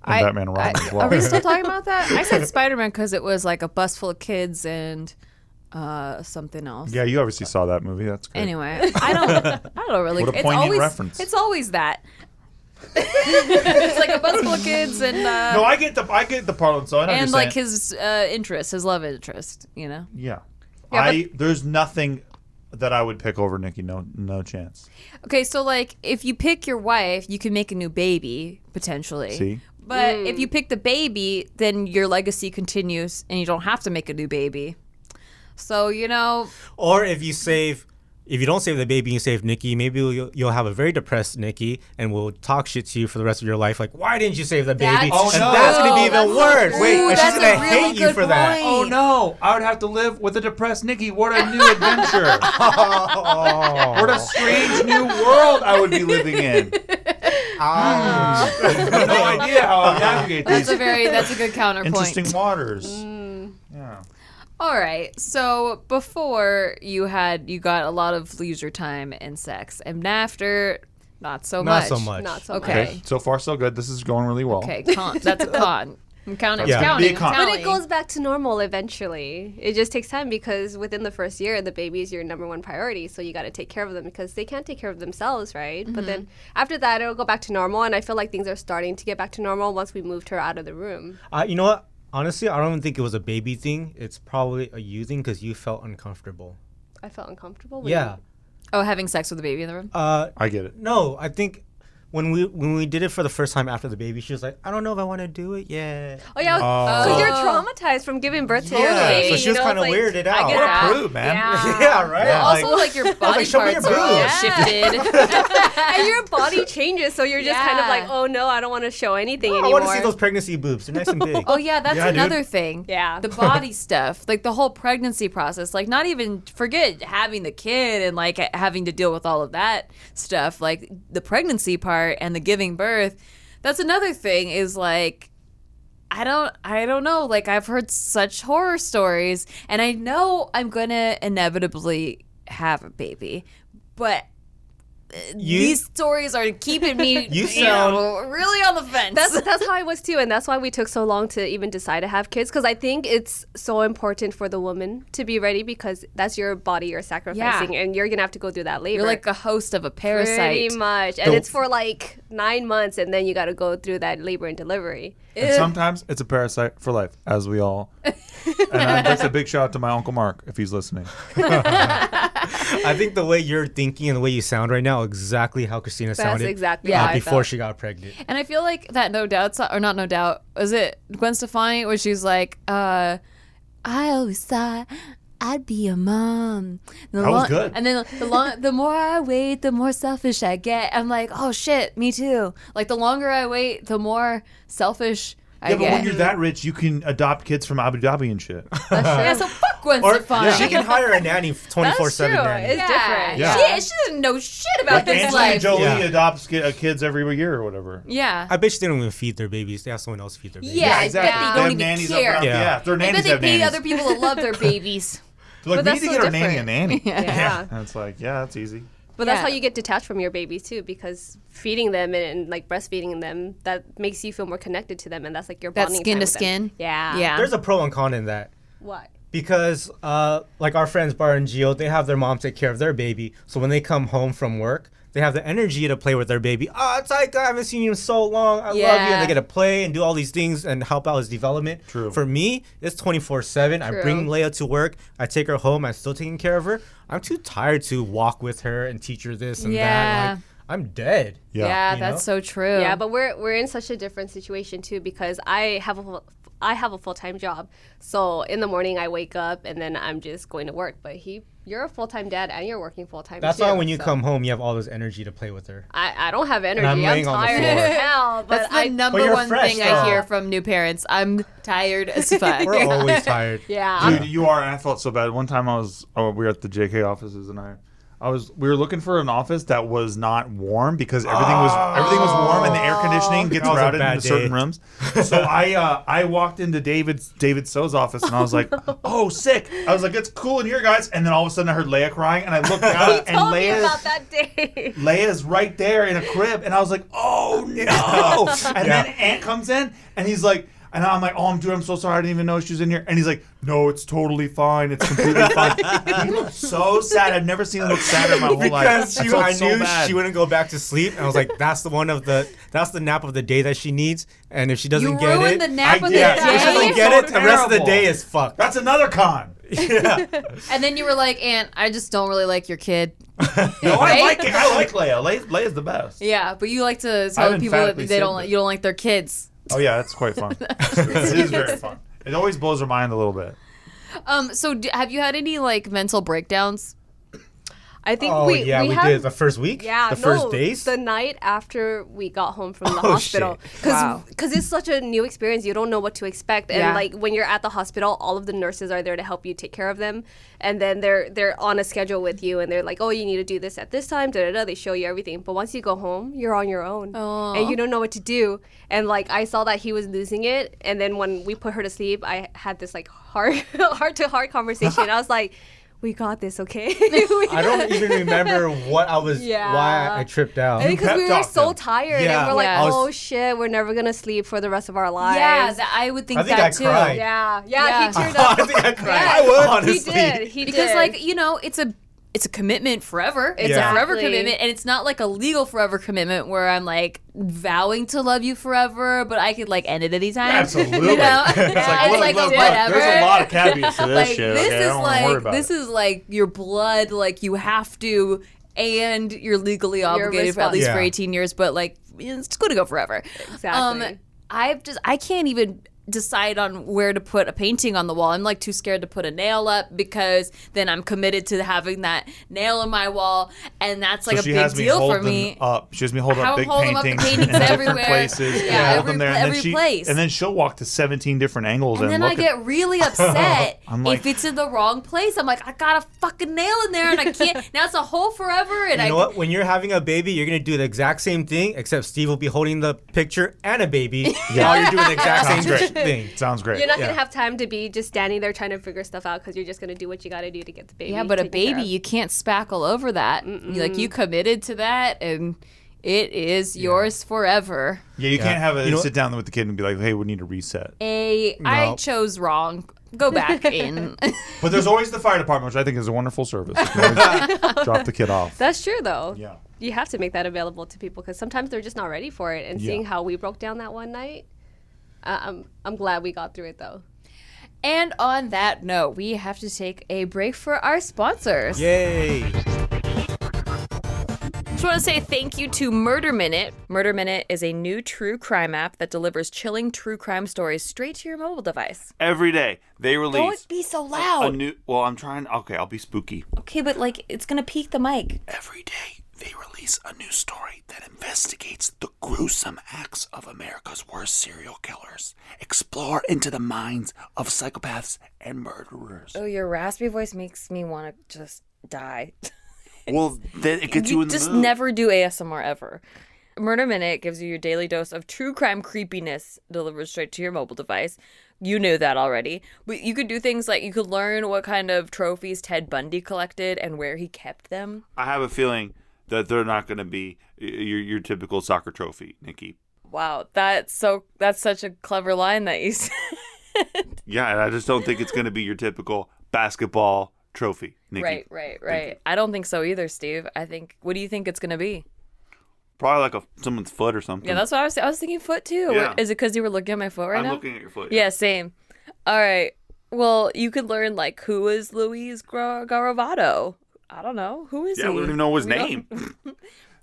Speaker 1: I-
Speaker 3: Batman and Robin
Speaker 1: I-
Speaker 3: as
Speaker 1: Are we still
Speaker 3: well.
Speaker 1: talking about that? I said Spider Man because it was like a bus full of kids and uh, something else.
Speaker 3: yeah, you obviously saw that movie. That's good.
Speaker 1: Anyway, I don't. I don't really.
Speaker 3: What a
Speaker 1: it's
Speaker 3: poignant
Speaker 1: always
Speaker 3: reference.
Speaker 1: it's always that. it's like a bus full of kids and uh,
Speaker 3: No, I get the I get the parlance. So I know what
Speaker 1: and
Speaker 3: you're
Speaker 1: like
Speaker 3: saying.
Speaker 1: his uh, interest, his love interest. You know.
Speaker 3: yeah. I there's nothing that I would pick over Nikki. No, no chance.
Speaker 1: Okay, so like if you pick your wife, you can make a new baby potentially.
Speaker 3: See?
Speaker 1: But if you pick the baby, then your legacy continues, and you don't have to make a new baby. So you know,
Speaker 5: Or if you save, if you don't save the baby, you save Nikki. Maybe you'll, you'll have a very depressed Nikki, and will talk shit to you for the rest of your life. Like, why didn't you save the baby?
Speaker 7: That's
Speaker 1: Oh,
Speaker 5: and
Speaker 2: true.
Speaker 5: that's gonna be
Speaker 7: That's
Speaker 5: even
Speaker 7: so
Speaker 5: worse.
Speaker 7: true.
Speaker 5: Wait,
Speaker 1: Ooh,
Speaker 5: and she's
Speaker 1: that's
Speaker 5: gonna
Speaker 1: a really
Speaker 5: hate you
Speaker 1: good
Speaker 5: for that.
Speaker 1: point.
Speaker 3: Oh no! I would have to live with a depressed Nikki. What a new adventure! What a strange new world I would be living in. Ah. I have no idea how I navigate
Speaker 1: that's a
Speaker 3: these
Speaker 1: very that's a good Mm. counterpoint.
Speaker 3: interesting waters. Yeah.
Speaker 1: All right. So before you had you got a lot of leisure time and sex, and after not so
Speaker 5: Not
Speaker 1: much.
Speaker 5: so much.
Speaker 6: Not so
Speaker 1: Okay.
Speaker 6: much.
Speaker 3: Okay. So far, so good. This is going really well.
Speaker 1: Okay, con. That's a con. I'm counting.
Speaker 5: Yeah.
Speaker 1: I'm
Speaker 3: Be
Speaker 1: counting.
Speaker 3: a con.
Speaker 1: I'm
Speaker 6: But
Speaker 1: counting.
Speaker 6: it goes back to normal eventually. It just takes time because within the first year, the baby is your number one priority. So you got to take care of them because they can't take care of themselves, right? But then after that, it'll go back to normal. And I feel like things are starting to get back to normal once we moved her out of the room.
Speaker 5: Uh, you know what? Honestly, I don't even think it was a baby thing. It's probably a you thing because you felt uncomfortable.
Speaker 6: I felt uncomfortable. when-
Speaker 5: Yeah.
Speaker 1: Oh, having sex with a baby in the room.
Speaker 5: Uh,
Speaker 3: I get it.
Speaker 5: no, I think when we when we did it for the first time after the baby, she was like, I don't know if I want to do it yet.
Speaker 6: Oh, yeah.
Speaker 3: Oh.
Speaker 6: Because you're traumatized from giving birth to your
Speaker 5: Yeah, so
Speaker 6: baby.
Speaker 5: she was
Speaker 6: you know,
Speaker 5: kind of
Speaker 6: like,
Speaker 5: weirded out.
Speaker 1: get that.
Speaker 3: What a prude, man.
Speaker 5: yeah, right.
Speaker 3: Yeah.
Speaker 5: Like,
Speaker 1: also, like your body
Speaker 5: show me your
Speaker 1: parts are all
Speaker 5: boobs.
Speaker 1: shifted.
Speaker 6: And your body changes. So you're just kind of
Speaker 1: Yeah.
Speaker 6: like, oh, no, I don't want to show anything
Speaker 5: I
Speaker 6: anymore.
Speaker 5: want to see those pregnancy boobs. They're nice and big.
Speaker 1: oh yeah, that's
Speaker 3: Yeah, dude.
Speaker 1: another thing.
Speaker 6: Yeah.
Speaker 1: the body stuff, like the whole pregnancy process, like not even forget having the kid and like having to deal with all of that stuff, like the pregnancy part and the giving birth. That's another thing is like I don't I don't know, like I've heard such horror stories and I know I'm going to inevitably have a baby. But uh,
Speaker 5: You-
Speaker 1: these stories are keeping me
Speaker 5: You
Speaker 1: you
Speaker 5: sound-
Speaker 1: know, really on the fence.
Speaker 6: That's that's how I was too, and that's why we took so long to even decide to have kids. Because I think it's so important for the woman to be ready because that's your body you're sacrificing, and you're gonna have to go through that labor.
Speaker 1: You're like a host of a
Speaker 6: pretty
Speaker 1: parasite.
Speaker 6: much, and it's for like nine months, and then you got to go through that labor and delivery.
Speaker 3: And sometimes it's a parasite for life, as we all. And uh, that's a big shout out to my uncle Mark if he's listening.
Speaker 5: I think the way you're thinking and the way you sound right now, exactly how Christina sounded
Speaker 6: exactly
Speaker 5: uh,
Speaker 1: how I
Speaker 5: before
Speaker 1: felt.
Speaker 5: she got pregnant.
Speaker 1: And I feel like that No Doubt song, or not No Doubt, was it Gwen Stefani where she's like, uh, I always thought I'd be a mom. The
Speaker 3: That was
Speaker 1: lo-
Speaker 3: good.
Speaker 1: And then the long, the more I wait, the more selfish I get. I'm like, oh shit, me too. Like the longer I wait, the more selfish I
Speaker 3: Yeah, but
Speaker 1: get.
Speaker 3: when you're that rich, you can adopt kids from Abu Dhabi and shit.
Speaker 1: yeah, so fuck Gwen
Speaker 5: Or
Speaker 1: Stefani.
Speaker 5: she can hire a nanny, 24 7
Speaker 6: true.
Speaker 5: nanny.
Speaker 6: It's different.
Speaker 3: Yeah.
Speaker 1: She, she doesn't know shit about this
Speaker 3: Angelina
Speaker 1: life.
Speaker 3: Jolie
Speaker 5: Yeah.
Speaker 3: adopts ki- uh, kids every year or whatever.
Speaker 1: Yeah.
Speaker 5: I bet you they don't even feed their babies. They have someone else feed their babies.
Speaker 1: Yeah, I bet
Speaker 3: They
Speaker 1: they
Speaker 3: have
Speaker 1: don't even
Speaker 3: nannies up
Speaker 1: care.
Speaker 3: around-
Speaker 5: Yeah.
Speaker 3: Yeah. their
Speaker 1: I
Speaker 3: nannies
Speaker 1: bet they
Speaker 3: have
Speaker 1: pay
Speaker 3: nannies.
Speaker 1: other people to love their babies.
Speaker 3: They're like,
Speaker 6: But
Speaker 3: we need to
Speaker 6: that's
Speaker 3: get
Speaker 6: so
Speaker 3: our nanny a
Speaker 6: different.
Speaker 3: nanny.
Speaker 6: Yeah.
Speaker 3: And it's like, yeah, that's easy.
Speaker 6: But
Speaker 1: Yeah.
Speaker 6: that's how you get detached from your babies too, because feeding them and, and, like breastfeeding them that makes you feel more connected to them, and that's like your
Speaker 1: That's
Speaker 6: bonding
Speaker 1: skin
Speaker 6: time
Speaker 1: to
Speaker 6: with them.
Speaker 1: skin?
Speaker 6: Yeah.
Speaker 1: Yeah.
Speaker 5: There's a pro and con in that.
Speaker 6: What?
Speaker 5: because uh, like our friends Bar and Gio, they have their mom take care of their baby. So when they come home from work, they have the energy to play with their baby. Ah, Taika, I haven't seen you in so long. I love you.
Speaker 7: Yeah.
Speaker 5: And they get to play and do all these things and help out his development. True. For me, it's 24 7. I bring Leia to work. I take her home. I'm still taking care of her. I'm too tired to walk with her and teach her this and that.
Speaker 1: Yeah.
Speaker 5: Like, I'm dead.
Speaker 3: Yeah.
Speaker 1: yeah,
Speaker 5: You
Speaker 1: that's so true.
Speaker 6: Yeah, but we're we're in such a different situation too because I have a full- I have a full time job. So in the morning I wake up and then I'm just going to work. But he, you're a full time dad and you're working full time.
Speaker 5: That's
Speaker 6: too,
Speaker 5: why when you
Speaker 6: so-
Speaker 5: come home, you have all this energy to play with her.
Speaker 6: I, I don't have energy.
Speaker 5: I'm
Speaker 6: I'm,
Speaker 5: laying on the
Speaker 6: tired
Speaker 5: floor.
Speaker 6: as hell. But
Speaker 1: That's the
Speaker 6: I
Speaker 1: number
Speaker 5: you're
Speaker 1: one
Speaker 5: fresh,
Speaker 1: thing
Speaker 5: though.
Speaker 1: I hear from new parents. I'm tired as fuck.
Speaker 5: We're always tired.
Speaker 6: yeah. I'm-
Speaker 3: Dude, you are. And I felt so bad. One time I was, oh, we were at the JK offices, and I, I was, we were looking for an office that was not warm because everything was, everything was warm, and the air conditioning gets
Speaker 5: was a
Speaker 3: routed
Speaker 5: bad
Speaker 3: into certain
Speaker 5: day.
Speaker 3: rooms. So I, uh, I walked into David's, David So's office, and I was like, oh, sick. I was like, it's cool in here, guys. And then all of a sudden, I heard Leia crying, and I looked out, and
Speaker 6: Tell me
Speaker 3: Leia.
Speaker 6: about that day.
Speaker 3: Leia's right there in a crib, and I was like, "Oh no!" And
Speaker 5: Yeah.
Speaker 3: then Ant comes in, and he's like, and I'm like, "Oh, I'm dude, I'm so sorry, I didn't even know she was in here." And he's like, "No, it's totally fine. It's completely fine." he looked so sad. I've never seen him look sadder in my whole
Speaker 5: because
Speaker 3: life.
Speaker 5: she,
Speaker 3: felt
Speaker 5: I
Speaker 3: so
Speaker 5: knew
Speaker 3: bad.
Speaker 5: she wouldn't go back to sleep. And I was like, that's the one of the that's the nap of the day that she needs. And if she doesn't
Speaker 7: You
Speaker 5: get
Speaker 7: ruined
Speaker 5: it,
Speaker 7: the nap
Speaker 3: I-
Speaker 7: of
Speaker 5: yeah,
Speaker 3: day.
Speaker 5: if she
Speaker 7: the
Speaker 5: doesn't
Speaker 7: day.
Speaker 5: get
Speaker 3: So
Speaker 5: it, the rest of the
Speaker 3: terrible.
Speaker 5: day is fucked.
Speaker 3: That's another con.
Speaker 5: yeah.
Speaker 7: And then you were like, Aunt, I just don't really like your kid.
Speaker 3: No, I
Speaker 7: Right?
Speaker 3: like it. I like Leia. Leia Leia's the best.
Speaker 7: Yeah, but you like to tell
Speaker 3: I've
Speaker 7: people that
Speaker 3: emphatically
Speaker 7: they don't
Speaker 3: said
Speaker 7: like
Speaker 3: that.
Speaker 7: you don't like their kids.
Speaker 3: Oh yeah, that's quite fun. it is very fun. It always blows her mind a little bit.
Speaker 1: Um. So d- have you had any like mental breakdowns?
Speaker 6: I think
Speaker 5: Oh
Speaker 6: we
Speaker 5: yeah, we,
Speaker 6: we, have,
Speaker 5: did the first week.
Speaker 6: Yeah,
Speaker 5: the first
Speaker 6: no,
Speaker 5: days.
Speaker 6: The night after we got home from the
Speaker 5: Oh,
Speaker 6: hospital, because
Speaker 7: Wow.
Speaker 6: it's such a new experience, you don't know what to expect, and
Speaker 1: Yeah.
Speaker 6: like when you're at the hospital, all of the nurses are there to help you take care of them, and then they're they're on a schedule with you, and they're like, oh, you need to do this at this time, da da da. They show you everything, but once you go home, you're on your own, and you don't know what to do. And like I saw that he was losing it, and then when we put her to sleep, I had this like heart heart to heart conversation. I was like. We got this, okay? We
Speaker 5: I don't even remember what I was
Speaker 6: Yeah.
Speaker 5: why I tripped out.
Speaker 6: I think because
Speaker 3: pep
Speaker 6: we were
Speaker 3: talked
Speaker 6: so
Speaker 3: him.
Speaker 6: tired
Speaker 5: Yeah.
Speaker 6: and we're like,
Speaker 5: Yeah. I was-
Speaker 6: oh shit, we're never gonna sleep for the rest of our lives.
Speaker 7: Yeah, that, I would think,
Speaker 5: I think
Speaker 7: that
Speaker 5: I
Speaker 7: too.
Speaker 5: cried.
Speaker 6: yeah, yeah,
Speaker 7: Yeah.
Speaker 6: He teared
Speaker 5: I
Speaker 6: up.
Speaker 5: think I cried.
Speaker 6: Yeah.
Speaker 5: I would
Speaker 6: he
Speaker 5: honestly.
Speaker 6: did. He
Speaker 1: Because
Speaker 6: did.
Speaker 1: like you know, it's a it's a commitment forever. It's
Speaker 5: Yeah.
Speaker 1: a forever
Speaker 6: Exactly.
Speaker 1: commitment, and it's not like a legal forever commitment where I'm like vowing to love you forever, but I could like end it anytime.
Speaker 3: Absolutely.
Speaker 1: You know,
Speaker 3: It's like,
Speaker 1: it's
Speaker 3: look,
Speaker 1: like
Speaker 3: look,
Speaker 1: a
Speaker 3: look,
Speaker 1: whatever.
Speaker 3: There's a lot of caveats to this
Speaker 1: like
Speaker 3: shit.
Speaker 1: this
Speaker 3: okay? I
Speaker 1: is
Speaker 3: don't wanna worry
Speaker 1: like
Speaker 3: about
Speaker 1: this
Speaker 3: it.
Speaker 1: is like your blood. Like you have to, and you're legally obligated for at least for
Speaker 5: responsible.
Speaker 1: 18 years. But like it's going to go forever.
Speaker 6: Exactly.
Speaker 1: Um, I've just I can't even decide on where to put a painting on the wall. I'm like too scared to put a nail up because then I'm committed to having that nail in my wall, and that's like
Speaker 3: so
Speaker 1: a
Speaker 3: she
Speaker 1: big
Speaker 3: has me
Speaker 1: deal
Speaker 3: holding
Speaker 1: for me.
Speaker 3: up. She has me hold
Speaker 1: How
Speaker 3: up big
Speaker 1: hold them up, the
Speaker 3: paintings,
Speaker 1: paintings
Speaker 3: in different
Speaker 1: everywhere. Yeah,
Speaker 3: places. and hold
Speaker 1: every
Speaker 3: them there,
Speaker 1: pla-
Speaker 3: and
Speaker 1: every
Speaker 3: then she,
Speaker 1: place.
Speaker 3: and then she'll walk to 17 different angles and,
Speaker 1: and then I
Speaker 3: look at.
Speaker 1: get really upset
Speaker 3: I'm like-
Speaker 1: if it's in the wrong place. I'm like, I got a fucking nail in there, and I can't. now it's a hole forever, and
Speaker 5: You
Speaker 1: I
Speaker 5: know what? When you're having a baby, you're gonna do the exact same thing, except Steve will be holding the picture and a baby. Now you're doing the exact
Speaker 3: Sounds
Speaker 5: same
Speaker 3: great.
Speaker 5: thing.
Speaker 3: Sounds great.
Speaker 6: you're not
Speaker 5: Yeah.
Speaker 6: gonna have time to be just standing there trying to figure stuff out because you're just gonna do what you gotta do to get the baby.
Speaker 1: Yeah, but a
Speaker 6: taken care
Speaker 1: baby,
Speaker 6: of.
Speaker 1: you can't spackle over that. You- Like you committed to that, and it is yours forever.
Speaker 3: yeah, you can't have a
Speaker 5: You know-
Speaker 3: sit down with the kid and be like, "Hey, we need to reset."
Speaker 1: A, I
Speaker 5: No.
Speaker 1: chose wrong. Go back in.
Speaker 3: But there's always the fire department, which I think is a wonderful service. You can always drop the kid off.
Speaker 6: That's true though.
Speaker 3: yeah.
Speaker 6: You have to make that available to people because sometimes they're just not ready for it. And
Speaker 3: Yeah.
Speaker 6: seeing how we broke down that one night, uh, I'm I'm glad we got through it though.
Speaker 1: and on that note, we have to take a break for our sponsors.
Speaker 5: Yay.
Speaker 1: Just want to say thank you to Murder Minute. Murder Minute is a new true crime app that delivers chilling true crime stories straight to your mobile device.
Speaker 8: Every day they release
Speaker 1: Don't be so
Speaker 8: a
Speaker 1: loud.
Speaker 8: new. Well, I'm trying. Okay, I'll be spooky.
Speaker 1: Okay, but like it's gonna peak the mic.
Speaker 8: Every day they release a new story that investigates the gruesome acts of America's worst serial killers. Explore into the minds of psychopaths and murderers.
Speaker 9: Oh, your raspy voice makes me want to just die.
Speaker 8: Well, then it gets you, in the
Speaker 9: just
Speaker 8: mood.
Speaker 9: never do ASMR ever. Murder Minute gives you your daily dose of true crime creepiness delivered straight to your mobile device. You knew that already. But you could do things like you could learn what kind of trophies Ted Bundy collected and where he kept them.
Speaker 8: I have a feeling that they're not going to be y- your your typical soccer trophy, Nikki.
Speaker 9: Wow, that's so that's such a clever line that you said.
Speaker 10: Yeah, and I just don't think it's going to be your typical basketball trophy, Nikki.
Speaker 1: Right, right, right. I don't think so either, Steve. I think. What do you think it's gonna be?
Speaker 10: Probably like a someone's foot or something.
Speaker 8: Um,
Speaker 1: Yeah, that's what I was. I was thinking foot too. What-
Speaker 10: Yeah.
Speaker 1: Is it because you were looking at my foot right
Speaker 10: I'm
Speaker 1: now?
Speaker 10: looking at your foot.
Speaker 1: Yeah, same. All right. Well, you could learn like who is Luis Gra- Garavado. I don't know who is
Speaker 10: Yeah,
Speaker 1: he.
Speaker 10: we don't even know his
Speaker 1: We don't-
Speaker 10: name.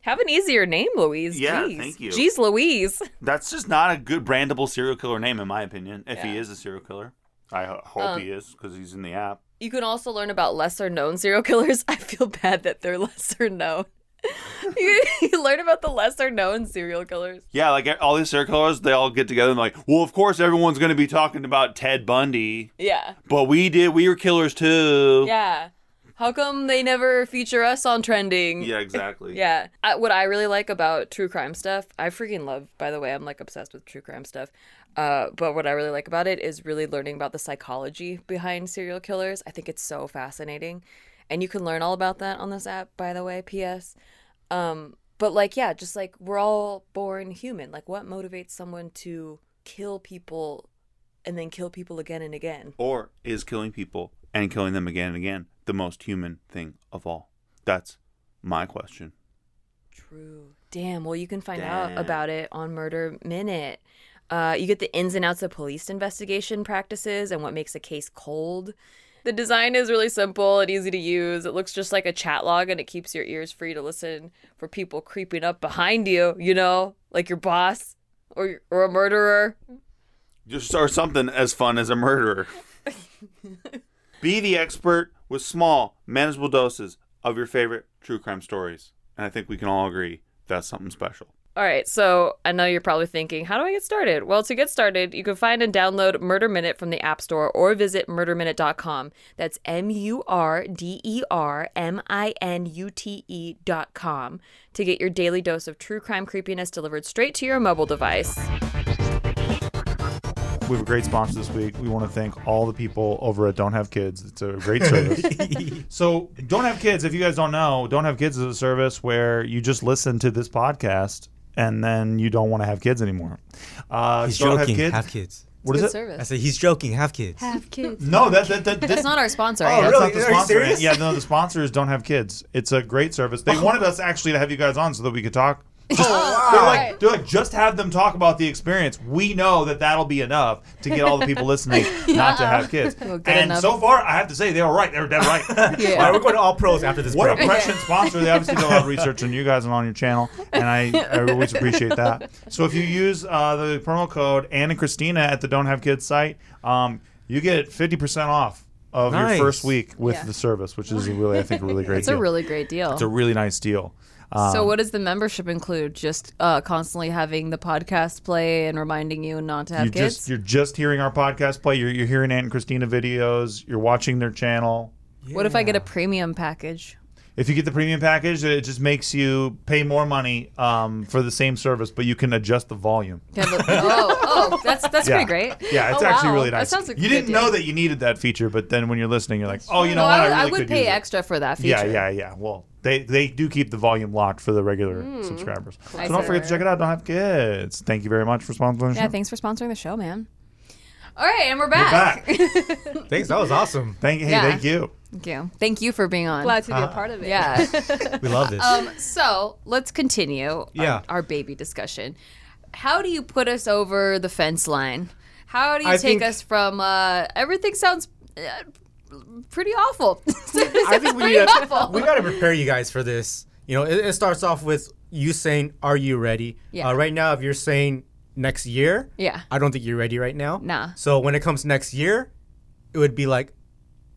Speaker 1: Have an easier name, Louise.
Speaker 10: Yeah,
Speaker 1: Jeez.
Speaker 10: thank you.
Speaker 1: Jeez, Louise.
Speaker 10: That's just not a good brandable serial killer name, in my opinion. If he is a serial killer, I ho- hope
Speaker 1: Um,
Speaker 10: he is because he's in the app.
Speaker 1: You can also learn about lesser known serial killers. I feel bad that they're lesser known. you, you learn about the lesser known serial killers.
Speaker 10: Yeah, like e, all these serial killers, they all get together and like, well, of course everyone's going to be talking about Ted Bundy,
Speaker 1: Yeah.
Speaker 10: but we did, we were killers too.
Speaker 1: Yeah. How come they never feature us on trending?
Speaker 10: Yeah, exactly.
Speaker 1: Yeah. I, what I really like about true crime stuff, I freaking love, by the way, I'm like obsessed with true crime stuff. Uh, but what I really like about it is really learning about the psychology behind serial killers. I think it's so fascinating. And you can learn all about that on this app, by the way, PS. Um, but like, yeah, just like we're all born human. Like, what motivates someone to kill people and then kill people again and again?
Speaker 10: Or is killing people and killing them again and again the most human thing of all? That's my question.
Speaker 1: True. Damn. Well, you can find out about it on Murder Minute. Uh, you get the ins and outs of police investigation practices and what makes a case cold. The design is really simple and easy to use. It looks just like a chat log and it keeps your ears free to listen for people creeping up behind you, you know, like your boss or, or a murderer.
Speaker 10: Just or something as fun as a murderer. Be the expert with small, manageable doses of your favorite true crime stories. And I think we can all agree that's something special.
Speaker 1: All right, so I know you're probably thinking, how do I get started? Well, to get started, you can find and download Murder Minute from the App Store or visit murderminute.com. That's M U R D E R M I N U T E.com to get your daily dose of true crime creepiness delivered straight to your mobile device.
Speaker 3: We have a great sponsor this week. We want to thank all the people over at Don't Have Kids. It's a great service. so, Don't Have Kids, if you guys don't know, Don't Have Kids is a service where you just listen to this podcast and then you don't want to have kids anymore. Uh,
Speaker 5: He's
Speaker 3: don't
Speaker 5: joking.
Speaker 3: have kids.
Speaker 5: Have kids.
Speaker 3: What is it?
Speaker 5: I said he's joking. Have kids.
Speaker 3: No, that, that, that,
Speaker 11: That's not our sponsor.
Speaker 3: Oh,
Speaker 11: yeah.
Speaker 3: that's not
Speaker 5: really?
Speaker 3: the
Speaker 5: Are you
Speaker 3: sponsor.
Speaker 5: serious? Oh.
Speaker 3: Yeah, no, the sponsors don't have kids. It's a great service. They wanted us actually to have you guys on so that we could talk. Just- they're, like, they're like, just have them talk about the experience. We know that that'll be enough to get all the people listening not to have kids.
Speaker 11: good
Speaker 3: and
Speaker 11: enough.
Speaker 3: so far, I have to say they were right. They were dead right.
Speaker 5: All right, we're going to all pros after this.
Speaker 3: What a
Speaker 5: break.
Speaker 3: prescient sponsor. They obviously do a lot of research on you guys and on your channel, and I, I always appreciate that. So if you use uh, the promo code Anna Christina at the Don't Have Kids site, um, you get 50% off of
Speaker 5: Nice.
Speaker 3: your first week with the service, which is a really, I think, a really great
Speaker 11: It's
Speaker 3: deal.
Speaker 11: a really great deal.
Speaker 3: it's a really nice deal. Um,
Speaker 11: so, what does the membership include? Just uh, constantly having the podcast play and reminding you not to have
Speaker 3: you
Speaker 11: kids.
Speaker 3: just you're just hearing our podcast play. You're, you're hearing Aunt Christina videos. You're watching their channel.
Speaker 11: What if I get a premium package?
Speaker 3: If you get the premium package, it just makes you pay more money um, for the same service, but you can adjust the volume.
Speaker 11: Can I have a- oh, oh, that's that's
Speaker 3: Yeah.
Speaker 11: pretty great.
Speaker 3: Yeah, it's
Speaker 11: Oh,
Speaker 3: actually
Speaker 11: wow.
Speaker 3: really
Speaker 11: That
Speaker 3: nice.
Speaker 11: sounds like a
Speaker 3: you
Speaker 11: good
Speaker 3: didn't
Speaker 11: deal.
Speaker 3: know that you needed that feature, but then when you're listening, you're like, oh, you know
Speaker 11: no,
Speaker 3: what?
Speaker 11: I,
Speaker 3: I,
Speaker 11: would-
Speaker 3: really
Speaker 11: I
Speaker 3: could
Speaker 11: would
Speaker 3: use
Speaker 11: pay
Speaker 3: it.
Speaker 11: extra for that feature.
Speaker 3: Yeah, yeah, yeah. Well, they they do keep the volume locked for the regular
Speaker 11: Hmm.
Speaker 3: subscribers. So don't forget to check it out. Don't have kids. Thank you very much for sponsoring. the
Speaker 11: Yeah,
Speaker 3: show.
Speaker 11: thanks for sponsoring the show, man. All right, and we're
Speaker 3: We're
Speaker 11: back.
Speaker 3: back.
Speaker 5: Thanks. That was awesome.
Speaker 3: thank hey,
Speaker 11: Yeah.
Speaker 3: thank you.
Speaker 11: Thank you. Thank you for being on.
Speaker 6: Glad to be
Speaker 3: Uh-huh.
Speaker 6: a part of it.
Speaker 11: yeah.
Speaker 5: We love this.
Speaker 11: Um, so let's continue our-
Speaker 5: Yeah.
Speaker 11: our, baby discussion. How do you put us over the fence line? How do you
Speaker 5: I
Speaker 11: take
Speaker 5: think-
Speaker 11: us from uh, everything sounds uh, pretty awful?
Speaker 5: I think we
Speaker 11: pretty
Speaker 5: got,
Speaker 11: awful.
Speaker 5: we got to prepare you guys for this. You know, it, it starts off with you saying, "Are you ready?"
Speaker 11: Yeah.
Speaker 5: Uh, right now, if you're saying next year,
Speaker 11: Yeah.
Speaker 5: I don't think you're ready right now.
Speaker 11: Nah.
Speaker 5: So when it comes next year, it would be like,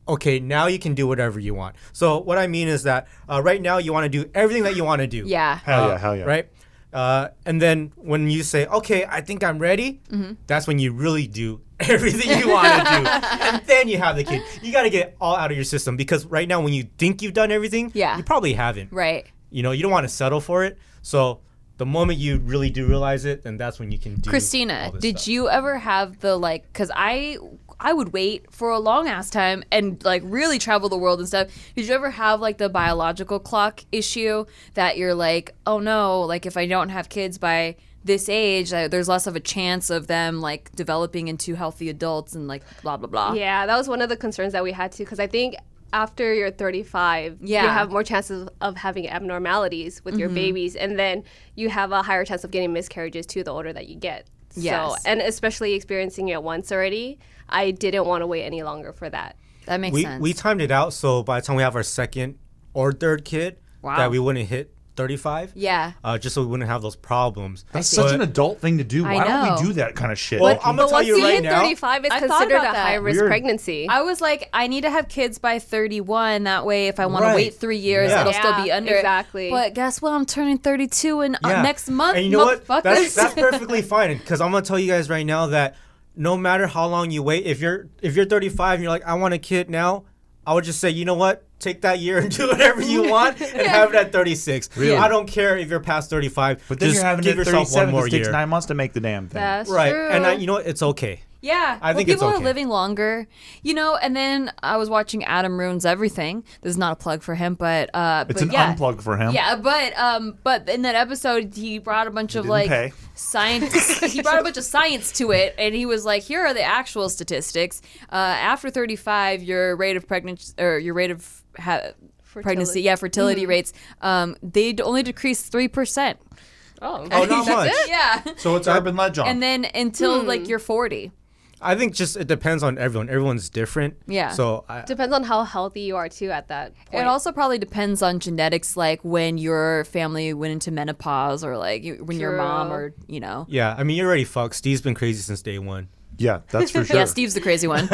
Speaker 5: okay, now you can do whatever you want. So what I mean is that uh, right now you want to do everything that you want to do.
Speaker 11: yeah.
Speaker 3: Hell yeah, hell yeah.
Speaker 5: Right. Uh, and then when you say, "Okay, I think I'm ready," that's when you really do everything you want to do, and then you have the kid. You got to get it all out of your system because right now, when you think you've done everything,
Speaker 11: Yeah.
Speaker 5: you probably haven't.
Speaker 11: Right.
Speaker 5: You know, you don't want to settle for it. So the moment you really do realize it, then that's when you can do.
Speaker 11: Christina, did you ever have the like? Because I I would wait for a long ass time and like really travel the world and stuff. Did you ever have like the biological clock issue that you're like, oh no, like if I don't have kids by
Speaker 1: this age, uh, there's less of a chance of them like developing into healthy adults and like blah blah blah.
Speaker 6: Yeah, that was one of the concerns that we had too, because I think after you're 35, you
Speaker 1: Yeah.
Speaker 6: have more chances of having abnormalities with your babies, and then you have a higher chance of getting miscarriages too the older that you get. So,
Speaker 1: Yes.
Speaker 6: and especially experiencing it once already, I didn't want to wait any longer for that.
Speaker 1: That makes
Speaker 5: we,
Speaker 1: sense.
Speaker 5: we timed it out so by the time we have our second or third kid,
Speaker 1: Wow.
Speaker 5: that we wouldn't hit 35.
Speaker 1: yeah.
Speaker 5: Uh, just so we wouldn't have those problems.
Speaker 3: That's such an adult thing to do.
Speaker 1: I
Speaker 3: Why don't
Speaker 1: know.
Speaker 3: we do that kind of shit?
Speaker 5: Well, I'm gonna tell
Speaker 6: Once
Speaker 5: you
Speaker 6: you
Speaker 5: right
Speaker 6: hit
Speaker 5: now.
Speaker 6: 35, it's
Speaker 1: I thought
Speaker 6: considered a
Speaker 1: about that.
Speaker 6: high risk
Speaker 3: Weird.
Speaker 6: pregnancy.
Speaker 1: I was like, I need to have kids by 31. That way, if I want
Speaker 5: Right.
Speaker 1: to wait three years,
Speaker 5: Yeah.
Speaker 1: it'll
Speaker 6: Yeah,
Speaker 1: still be under. it.
Speaker 6: exactly.
Speaker 1: But guess what? I'm turning 32 in uh,
Speaker 5: Yeah.
Speaker 1: next month.
Speaker 5: And you know what?
Speaker 1: motherfuckers.
Speaker 5: That's, that's perfectly fine because I'm gonna tell you guys right now that no matter how long you wait, if you're if you're 35 and you're like I want a kid now, I would just say you know what, take that year and do whatever you want and have it at 36.
Speaker 3: Really?
Speaker 5: I don't care if you're past 35.
Speaker 3: but then
Speaker 5: just
Speaker 3: you're having
Speaker 5: give
Speaker 3: it at
Speaker 5: yourself
Speaker 3: 37,
Speaker 5: one more
Speaker 3: this takes
Speaker 5: year.
Speaker 3: nine months to make the damn thing.
Speaker 6: That's
Speaker 5: right,
Speaker 6: true.
Speaker 5: and I, you know what? It's okay.
Speaker 1: Yeah,
Speaker 5: I
Speaker 1: well,
Speaker 5: think it's
Speaker 1: people
Speaker 5: okay.
Speaker 1: are living longer, you know. And then I was watching Adam ruins everything. This is not a plug for him, but uh,
Speaker 3: It's
Speaker 1: but
Speaker 3: an
Speaker 1: yeah.
Speaker 3: unplug for him.
Speaker 1: Yeah, but um, but in that episode, he brought a bunch of
Speaker 3: didn't
Speaker 1: like
Speaker 3: pay.
Speaker 1: science. he brought a bunch of science to it, and he was like, "Here are the actual statistics. Uh, after 35, your rate of pregnancy or your rate of ha- pregnancy, yeah, fertility rates, um, they d- only decrease three percent.
Speaker 6: oh,
Speaker 5: Oh, not much.
Speaker 1: Yeah,
Speaker 3: So it's urban legend.
Speaker 1: and then until like you're 40.
Speaker 5: I think just it depends on everyone. Everyone's different.
Speaker 1: Yeah.
Speaker 5: So I,
Speaker 6: depends on how healthy you are too at that point.
Speaker 1: It also probably depends on genetics, like when your family went into menopause, or like you- when your mom,
Speaker 6: True.
Speaker 1: or you know.
Speaker 5: yeah, I mean you're already fucked. Steve's been crazy since day one.
Speaker 3: yeah, that's for sure.
Speaker 1: Yeah, Steve's the crazy one.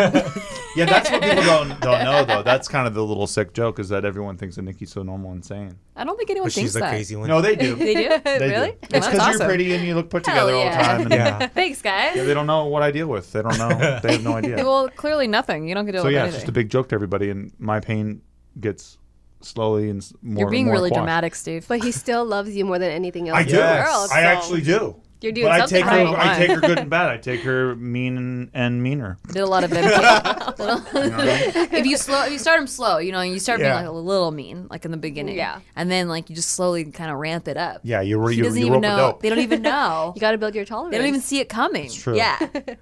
Speaker 3: Yeah, that's what people don't don't know though. That's kind of the little sick joke is that everyone thinks that Nikki's so normal and sane.
Speaker 1: I don't think anyone
Speaker 5: But
Speaker 1: thinks
Speaker 5: she's the
Speaker 1: that.
Speaker 5: crazy one.
Speaker 3: No, they do.
Speaker 1: They do?
Speaker 3: They
Speaker 1: really?
Speaker 3: Do. It's because you're pretty and you look put together all the
Speaker 1: yeah.
Speaker 3: time. And
Speaker 5: Yeah.
Speaker 1: Thanks, guys.
Speaker 3: yeah, they don't know what I deal with. They don't know. They have no idea.
Speaker 1: Well, clearly nothing. You don't get to do
Speaker 3: so yeah, it's
Speaker 1: anything.
Speaker 3: just a big joke to everybody, and my pain gets slowly and s- more.
Speaker 1: you're being
Speaker 3: more
Speaker 1: really
Speaker 3: quashed.
Speaker 1: dramatic, Steve.
Speaker 6: but he still loves you more than anything else.
Speaker 3: I
Speaker 6: in
Speaker 3: do.
Speaker 6: the
Speaker 5: Yes.
Speaker 6: world,
Speaker 3: I
Speaker 6: so-
Speaker 3: actually do.
Speaker 6: You're doing
Speaker 3: But I
Speaker 6: something
Speaker 3: take her.
Speaker 1: right.
Speaker 3: I take her good and bad. I take her mean and, and meaner.
Speaker 1: Did a lot of MK. if you slow, if you start them slow, you know, and you start
Speaker 3: Yeah.
Speaker 1: being like a little mean, like in the beginning,
Speaker 6: Yeah.
Speaker 1: and then like you just slowly kind of ramp it up.
Speaker 3: Yeah, you were.
Speaker 1: He
Speaker 3: You,
Speaker 1: doesn't
Speaker 3: you
Speaker 1: even
Speaker 3: rope a
Speaker 1: know.
Speaker 3: dope.
Speaker 1: They don't even know.
Speaker 6: You got to build your tolerance.
Speaker 1: They don't even see it coming. It's
Speaker 3: true.
Speaker 1: Yeah.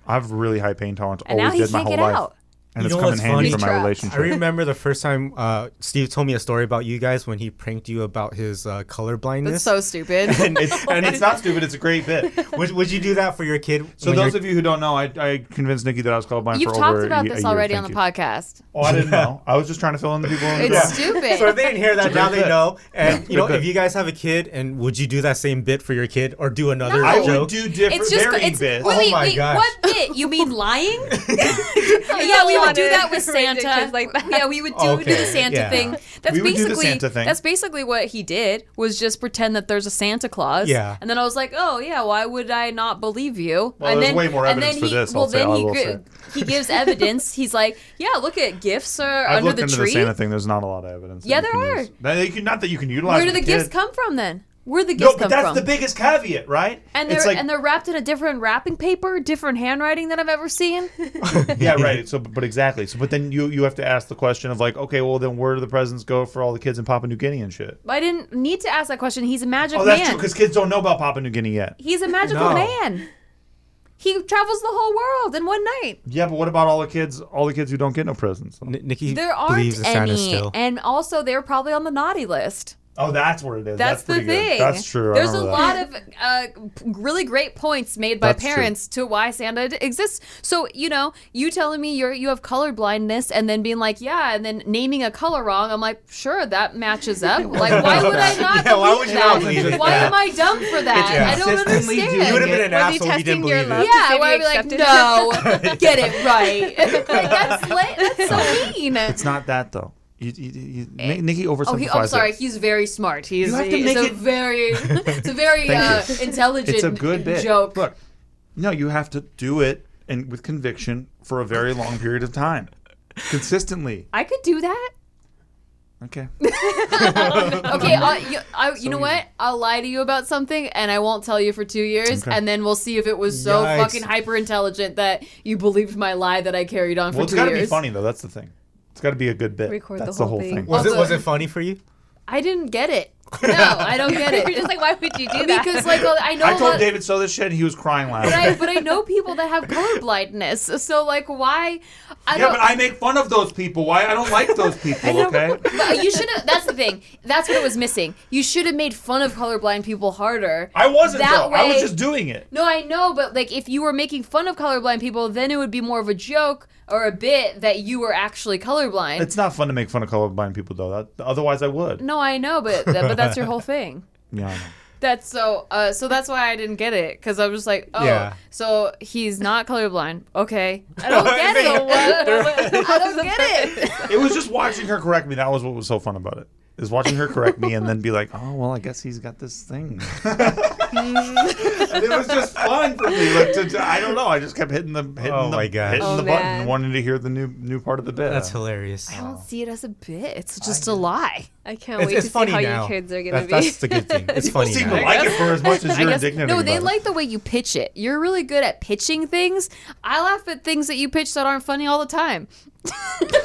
Speaker 3: I have really high pain tolerance.
Speaker 1: And now
Speaker 3: Always
Speaker 1: he
Speaker 3: did my
Speaker 1: can't
Speaker 3: whole
Speaker 1: get
Speaker 3: life,
Speaker 1: out.
Speaker 3: and
Speaker 5: You
Speaker 3: it's
Speaker 5: know
Speaker 3: coming
Speaker 5: what's
Speaker 3: handy for
Speaker 5: funny?
Speaker 3: my
Speaker 6: Trapped.
Speaker 5: I
Speaker 3: relationship.
Speaker 5: remember the first time uh, Steve told me a story about you guys when he pranked you about his uh, color blindness.
Speaker 1: That's so stupid.
Speaker 3: It's, and it's not stupid. It's a great bit.
Speaker 5: would, would you do that for your kid?
Speaker 3: So those of you who don't know, I, I convinced Nikki that I was colorblind
Speaker 1: You've
Speaker 3: for
Speaker 1: talked
Speaker 3: over a
Speaker 1: about
Speaker 3: ye- a
Speaker 1: this
Speaker 3: year.
Speaker 1: already on the
Speaker 3: Thank you.
Speaker 1: podcast.
Speaker 3: Oh, I didn't know. I was just trying to fill in the people. In the
Speaker 1: It's
Speaker 3: yeah.
Speaker 1: stupid.
Speaker 5: so if they didn't hear that, now they
Speaker 3: bit.
Speaker 5: know. And you know,
Speaker 3: bit.
Speaker 5: if you guys have a kid, and would you do that same bit for your kid or do another
Speaker 1: No. I
Speaker 5: joke?
Speaker 3: do different
Speaker 1: it's just it's wait,
Speaker 5: Oh
Speaker 1: wait,
Speaker 5: my
Speaker 1: wait,
Speaker 5: gosh.
Speaker 1: what bit? You mean lying? yeah, we would do that with Santa.
Speaker 6: Ridiculous like that.
Speaker 1: Yeah, we would do,
Speaker 5: Okay,
Speaker 1: do the Santa
Speaker 5: yeah.
Speaker 1: thing. That's
Speaker 3: We would do the
Speaker 1: basically
Speaker 3: Santa thing.
Speaker 1: that's basically what he did was just pretend that there's a Santa Claus.
Speaker 5: Yeah.
Speaker 1: and then I was like, oh yeah, why would I not believe you?
Speaker 3: Well,
Speaker 1: and
Speaker 3: there's
Speaker 1: then,
Speaker 3: way more
Speaker 1: and
Speaker 3: evidence
Speaker 1: then
Speaker 3: for
Speaker 1: he,
Speaker 3: this, I'll
Speaker 1: Well,
Speaker 3: say-
Speaker 1: then
Speaker 3: I
Speaker 1: he
Speaker 3: will
Speaker 1: gi-
Speaker 3: say.
Speaker 1: he gives evidence. He's like, yeah, look at gifts are
Speaker 3: I've
Speaker 1: under
Speaker 3: looked
Speaker 1: the
Speaker 3: into
Speaker 1: tree.
Speaker 3: the Santa thing. There's not a lot of evidence. that
Speaker 1: Yeah,
Speaker 3: you
Speaker 1: there
Speaker 3: can
Speaker 1: are.
Speaker 3: use. That you can- not that you can utilize.
Speaker 1: Where do
Speaker 3: with
Speaker 1: the
Speaker 3: a
Speaker 1: gifts
Speaker 3: kid.
Speaker 1: come from then? Where the gifts
Speaker 3: No,
Speaker 1: come
Speaker 3: but that's
Speaker 1: from?
Speaker 3: the biggest caveat, right?
Speaker 1: and
Speaker 3: It's
Speaker 1: they're
Speaker 3: like-
Speaker 1: and they're wrapped in a different wrapping paper, different handwriting than I've ever seen.
Speaker 3: yeah, right. So, but exactly. So, but then you you have to ask the question of like, okay, well, then where do the presents go for all the kids in Papua New Guinea and shit?
Speaker 1: I didn't need to ask that question. He's a magic
Speaker 3: Oh, that's
Speaker 1: man.
Speaker 3: true because kids don't know about Papua New Guinea yet.
Speaker 1: He's a magical
Speaker 5: No.
Speaker 1: man. He travels the whole world in one night.
Speaker 3: Yeah, but what about all the kids? All the kids who don't get no presents.
Speaker 5: N- Nikki
Speaker 1: There
Speaker 5: believes
Speaker 1: aren't
Speaker 5: in Santa
Speaker 1: any,
Speaker 5: still.
Speaker 1: and also they're probably on the naughty list.
Speaker 3: Oh, that's what it is.
Speaker 1: That's, the
Speaker 3: pretty good.
Speaker 1: thing.
Speaker 3: That's true. I
Speaker 1: There's a
Speaker 3: remember that.
Speaker 1: lot of uh, p- really great points made by
Speaker 3: That's true.
Speaker 1: parents to why Santa d- exists. So you know, you telling me you're you have color blindness, and then being like, yeah, and then naming a color wrong. I'm like, sure, that matches up. Like, why would I not?
Speaker 5: Yeah, why
Speaker 1: believe
Speaker 5: would you
Speaker 1: that?
Speaker 5: not believe
Speaker 1: Why
Speaker 5: that?
Speaker 1: am I dumb for that? I don't
Speaker 5: Consistently
Speaker 1: understand.
Speaker 5: You would have been an
Speaker 6: Was he
Speaker 5: asshole if you didn't
Speaker 6: testing your
Speaker 5: believe
Speaker 6: love?
Speaker 5: it.
Speaker 1: Yeah,
Speaker 6: Did
Speaker 1: where I'd
Speaker 6: you
Speaker 1: be like,
Speaker 6: accept it?
Speaker 1: no, get it right. like, that's, lit. that's so mean.
Speaker 3: It's not that though. You, you, you, Ni- Nikki oversimplifies
Speaker 1: Oh, he, I'm
Speaker 3: it.
Speaker 1: sorry. He's very smart. He's,
Speaker 3: You have to
Speaker 1: he's
Speaker 3: make
Speaker 1: a
Speaker 3: it-
Speaker 1: very, it's a very uh,
Speaker 3: Thank you.
Speaker 1: intelligent
Speaker 3: It's a good bit.
Speaker 1: joke.
Speaker 3: Look, no, you have to do it and with conviction for a very long period of time, consistently.
Speaker 1: I could do that.
Speaker 3: Okay.
Speaker 1: Okay, I'll, you, I, you know what? I'll lie to you about something, and I won't tell you for two years,
Speaker 3: Okay.
Speaker 1: and then we'll see if it was so
Speaker 5: Yikes.
Speaker 1: fucking hyper intelligent that you believed my lie that I carried on for
Speaker 3: Well, it's
Speaker 1: two
Speaker 3: got to
Speaker 1: years.
Speaker 3: be funny though. That's the thing. It's got to be a good bit.
Speaker 6: Record the
Speaker 3: That's
Speaker 6: whole
Speaker 3: the whole
Speaker 6: thing.
Speaker 3: thing.
Speaker 5: Was it,
Speaker 1: Also-
Speaker 5: was it funny for you?
Speaker 1: I didn't get it. No, I don't get
Speaker 6: You're
Speaker 1: it.
Speaker 6: just like, why would you do that?
Speaker 1: because like I know
Speaker 3: I
Speaker 1: a lot,
Speaker 3: told David so this shit, and he was crying
Speaker 1: but
Speaker 3: laughing.
Speaker 1: I, but I know people that have color blindness. So like why? I
Speaker 3: Yeah,
Speaker 1: don't.
Speaker 3: but I make fun of those people. Why I don't like those people? Okay.
Speaker 1: but you should have. That's the thing. That's what it was missing. You should have made fun of colorblind people harder.
Speaker 3: I wasn't
Speaker 1: That
Speaker 3: though. I was
Speaker 1: way-
Speaker 3: just doing it.
Speaker 1: No, I know, but like if you were making fun of colorblind people, then it would be more of a joke or a bit that you were actually colorblind.
Speaker 3: It's not fun to make fun of colorblind people though. That, otherwise, I would.
Speaker 1: no, I know, but but that's your whole thing.
Speaker 3: Yeah. I know.
Speaker 1: That's so. Uh, so that's why I didn't get it because I was just like, oh,
Speaker 5: Yeah.
Speaker 1: so he's not colorblind. Okay, I don't get it. I don't get it.
Speaker 3: It was just watching her correct me. That was what was so fun about it. Is watching her correct me and then be like, oh well, I guess he's got this thing. And it was just fun for me. Like to, to- I don't know. I just kept hitting the hitting
Speaker 5: Oh
Speaker 3: the
Speaker 5: my gosh.
Speaker 3: hitting
Speaker 6: Oh,
Speaker 3: the
Speaker 6: man.
Speaker 3: button, wanting to hear the new new part of the bit.
Speaker 5: That's hilarious.
Speaker 1: I
Speaker 3: Oh.
Speaker 1: don't see it as a bit. It's just a lie.
Speaker 6: I can't
Speaker 5: It's,
Speaker 6: wait
Speaker 5: it's
Speaker 6: to see
Speaker 5: funny
Speaker 6: how
Speaker 5: now.
Speaker 6: your kids are gonna
Speaker 5: that's,
Speaker 6: be.
Speaker 5: that's the good thing. It's
Speaker 3: People
Speaker 5: funny
Speaker 3: seem
Speaker 5: now.
Speaker 3: to like it for as much as you're indignant.
Speaker 1: no,
Speaker 3: about
Speaker 1: they
Speaker 3: it.
Speaker 1: like the way you pitch it. You're really good at pitching things. I laugh at things that you pitch that aren't funny all the time.
Speaker 6: That's a good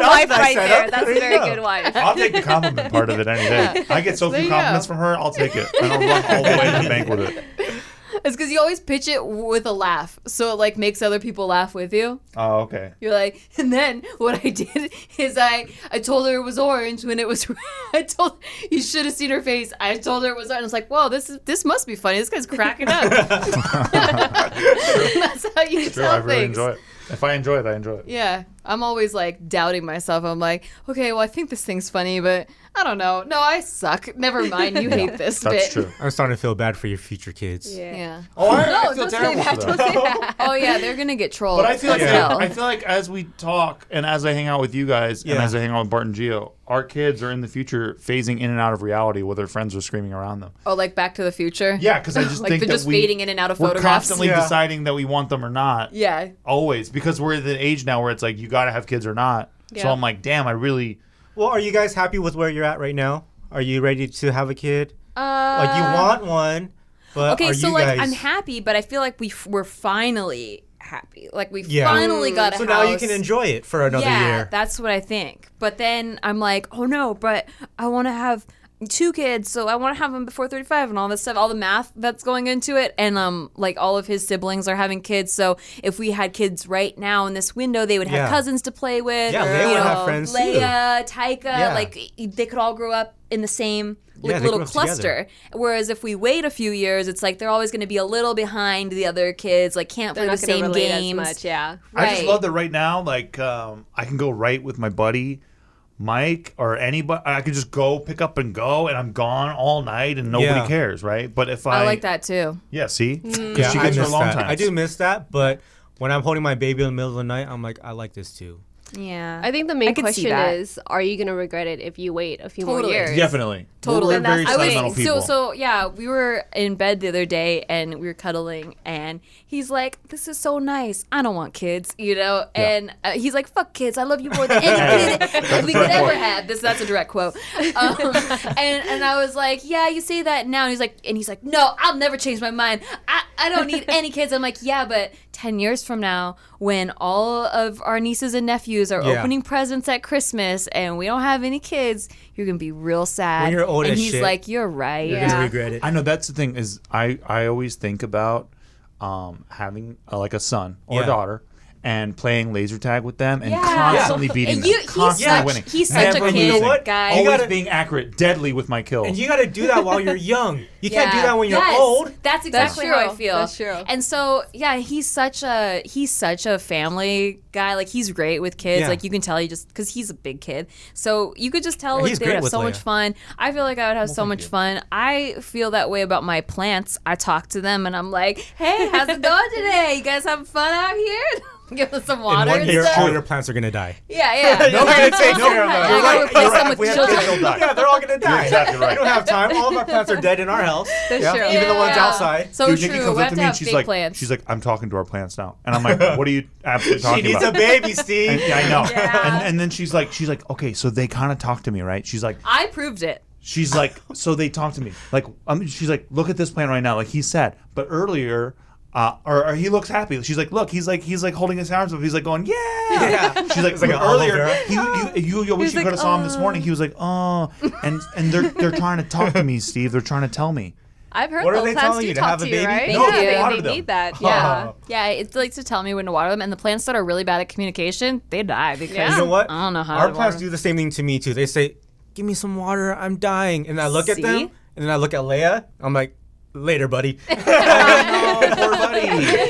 Speaker 6: wife right there. That's a very good wife.
Speaker 3: I'll take the compliment part of it any day. I get so
Speaker 1: There
Speaker 3: few
Speaker 1: you go.
Speaker 3: compliments from her, I'll take it. And I'll run all the way to the bank with it.
Speaker 1: It's because you always pitch it with a laugh, so it like makes other people laugh with you.
Speaker 3: Oh, okay.
Speaker 1: You're like, and then what I did is I I told her it was orange when it was red. I told you should have seen her face. I told her it was orange. I was like, whoa, this is this must be funny. This guy's cracking up. That's how you
Speaker 3: True,
Speaker 1: tell
Speaker 3: I really
Speaker 1: things.
Speaker 3: enjoy it. If I enjoy it, I enjoy it.
Speaker 1: Yeah, I'm always like doubting myself. I'm like, okay, well, I think this thing's funny, but I don't know. No, I suck. Never mind. You hate this bit.
Speaker 3: That's true.
Speaker 5: I'm starting to feel bad for your future kids.
Speaker 1: Yeah.
Speaker 3: Oh, I, I
Speaker 6: don't say that,
Speaker 3: for
Speaker 6: don't
Speaker 3: them.
Speaker 1: Oh yeah, they're gonna get trolled.
Speaker 3: But I feel like
Speaker 1: as
Speaker 5: Yeah.
Speaker 1: hell.
Speaker 3: I feel like as we talk and as I hang out with you guys and
Speaker 5: Yeah.
Speaker 3: as I hang out with Bart and Geo, our kids are in the future phasing in and out of reality while their friends are screaming around them.
Speaker 1: Oh, like Back to the Future.
Speaker 3: Yeah, because I just
Speaker 1: Like
Speaker 3: think
Speaker 1: they're
Speaker 3: that
Speaker 1: just
Speaker 3: we,
Speaker 1: fading in and out of
Speaker 3: we're
Speaker 1: photographs.
Speaker 3: constantly
Speaker 5: Yeah.
Speaker 3: deciding that we want them or not.
Speaker 1: Yeah.
Speaker 3: Always because we're at the age now where it's like you got to have kids or not. So
Speaker 6: Yeah.
Speaker 3: I'm like, damn, I really.
Speaker 5: Well, are you guys happy with where you're at right now? Are you ready to have a kid?
Speaker 9: Uh,
Speaker 5: like you want one, but
Speaker 9: Okay,
Speaker 5: are
Speaker 9: so
Speaker 5: you
Speaker 9: like
Speaker 5: guys...
Speaker 9: I'm happy, but I feel like we f- we're finally happy. Like we
Speaker 5: Yeah.
Speaker 9: finally got a
Speaker 5: So
Speaker 9: house.
Speaker 5: now you can enjoy it for another
Speaker 9: yeah,
Speaker 5: year.
Speaker 9: that's what I think. But then I'm like, oh no, but I want to have two kids, so I want to have them before 35 and all this stuff, all the math that's going into it, and um, like all of his siblings are having kids, so if we had kids right now in this window, they would have
Speaker 5: Yeah.
Speaker 9: cousins to play with.
Speaker 5: Yeah, they
Speaker 9: you
Speaker 5: would
Speaker 9: know,
Speaker 5: have friends too.
Speaker 9: Leia, Taika,
Speaker 5: Yeah.
Speaker 9: like e, they could all grow up in the same
Speaker 5: Yeah,
Speaker 9: like
Speaker 5: they
Speaker 9: little
Speaker 5: grew up together.
Speaker 9: cluster. Whereas if we wait a few years, it's like they're always going to be a little behind the other kids. Like can't
Speaker 6: They're
Speaker 9: play the
Speaker 6: not gonna
Speaker 9: same
Speaker 6: relate
Speaker 9: games.
Speaker 6: as much. Yeah.
Speaker 3: I just
Speaker 9: Right.
Speaker 3: love that right now. Like, um, I can go right with my buddy, Mike, or anybody. I could just go pick up and go, and I'm gone all night, and nobody
Speaker 5: Yeah.
Speaker 3: cares, right? But if I,
Speaker 1: I like that too.
Speaker 3: yeah, see,
Speaker 9: Mm.
Speaker 3: because
Speaker 5: Yeah,
Speaker 3: she
Speaker 5: I
Speaker 3: gets her
Speaker 5: miss
Speaker 3: alone
Speaker 5: that.
Speaker 3: time.
Speaker 5: I do miss that, but when I'm holding my baby in the middle of the night, I'm like, I like this too.
Speaker 9: Yeah.
Speaker 6: I think the main
Speaker 9: could see
Speaker 6: question
Speaker 9: that.
Speaker 6: is, are you gonna regret it if you wait a few
Speaker 9: Totally.
Speaker 6: more years?
Speaker 3: Definitely,
Speaker 9: Totally.
Speaker 3: We're very
Speaker 9: I was-
Speaker 3: sentimental people.
Speaker 9: So so yeah, we were in bed the other day and we were cuddling and he's like, "This is so nice. I don't want kids," you know. And uh, he's like, "Fuck kids. I love you more than any kid we could ever have." This that's a direct quote. Um, and and I was like, "Yeah, you say that now." And he's like, and he's like, "No, I'll never change my mind. I I don't need any kids." I'm like, "Yeah, but." 10 years from now, when all of our nieces and nephews are
Speaker 5: Yeah.
Speaker 9: opening presents at Christmas and we don't have any kids, you're going to be real sad.
Speaker 5: When you're old
Speaker 9: and
Speaker 5: as
Speaker 9: he's
Speaker 5: shit.
Speaker 9: like, you're right.
Speaker 5: You're gonna regret it.
Speaker 3: I know that's the thing is I I always think about um, having uh, like a son or a
Speaker 5: Yeah.
Speaker 3: daughter and playing laser tag with them and
Speaker 9: Yeah.
Speaker 3: constantly beating
Speaker 9: And
Speaker 3: them,
Speaker 9: you- he's
Speaker 3: constantly
Speaker 5: such-
Speaker 3: winning,
Speaker 9: he's such a
Speaker 3: never
Speaker 9: kid
Speaker 3: losing,
Speaker 5: You know what? guy. You
Speaker 3: always
Speaker 5: gotta-
Speaker 3: being accurate, deadly with my kill.
Speaker 5: And you got to do that while you're young. You can't do
Speaker 9: Yeah.
Speaker 5: that when you're
Speaker 9: Yes.
Speaker 5: old.
Speaker 9: That's exactly
Speaker 6: true.
Speaker 9: how I feel.
Speaker 6: That's true.
Speaker 9: And so, yeah, he's such a he's such a family guy. Like he's great with kids.
Speaker 5: Yeah.
Speaker 9: Like you can tell he just because he's a big kid. So you could just tell like
Speaker 5: he's
Speaker 9: they would
Speaker 5: great
Speaker 9: have
Speaker 5: with
Speaker 9: so much
Speaker 5: Leia.
Speaker 9: fun. I feel like I would have so much fun. I feel that way about my plants. I talk to them and I'm like, hey, how's it going today? You guys having fun out here? Give us some
Speaker 5: In
Speaker 9: water.
Speaker 5: one
Speaker 9: and
Speaker 5: year,
Speaker 9: stuff.
Speaker 5: all your plants are gonna die.
Speaker 9: Yeah, yeah.
Speaker 5: Nobody takes care
Speaker 9: of them. I gotta replace them with
Speaker 5: we have
Speaker 9: children.
Speaker 5: kids, they'll die. Yeah, they're all gonna die.
Speaker 3: exactly right.
Speaker 5: We don't have time. All of our plants are dead in our house. Yeah,
Speaker 6: true.
Speaker 5: Even the ones
Speaker 9: Yeah.
Speaker 5: outside.
Speaker 9: So
Speaker 3: Dude,
Speaker 9: true.
Speaker 3: Nikki
Speaker 9: We
Speaker 3: comes
Speaker 9: have
Speaker 3: up to
Speaker 9: to
Speaker 3: me and
Speaker 9: have
Speaker 3: she's
Speaker 9: big
Speaker 3: like,
Speaker 9: plants.
Speaker 3: she's like, I'm talking to our plants now, and I'm like, what are you absolutely
Speaker 5: She
Speaker 3: talking
Speaker 5: needs a
Speaker 3: about?
Speaker 5: baby, Steve.
Speaker 3: And- yeah, I know. And, and then she's like, she's like, okay, so they kind of talk to me, right? She's like,
Speaker 9: I proved it.
Speaker 3: She's like, so they talk to me. Like, um, she's like, look at this plan right now. Like, he's sad. But earlier, Uh, or, or he looks happy. She's like, look, he's like, he's like holding his arms up. He's like going, yeah. She's like,
Speaker 5: like a
Speaker 3: earlier,
Speaker 5: aloe
Speaker 3: he, you, you, you wish you could have saw him this morning. He was like, oh, and and they're they're trying to talk to me, Steve. They're trying to tell me.
Speaker 6: I've heard
Speaker 5: What are
Speaker 6: those
Speaker 5: they
Speaker 6: plants
Speaker 5: telling
Speaker 6: do
Speaker 5: you, to
Speaker 6: talk
Speaker 5: have a
Speaker 6: to you,
Speaker 5: baby?
Speaker 6: right?
Speaker 3: No,
Speaker 6: yeah,
Speaker 3: they
Speaker 6: they,
Speaker 3: water
Speaker 6: they
Speaker 3: them.
Speaker 6: need that. Yeah.
Speaker 5: Uh-huh.
Speaker 1: Yeah, it's like to tell me when to water them, and the plants that are really bad at communication, they die because
Speaker 5: You know what?
Speaker 1: I don't know how
Speaker 5: Our
Speaker 1: to
Speaker 5: plants
Speaker 1: water.
Speaker 5: do the same thing to me too. They say, "Give me some water, I'm dying," and I look at them,
Speaker 1: See?
Speaker 5: and then I look at Leia. I'm like, "Later, buddy." Oh,
Speaker 3: Poor buddy.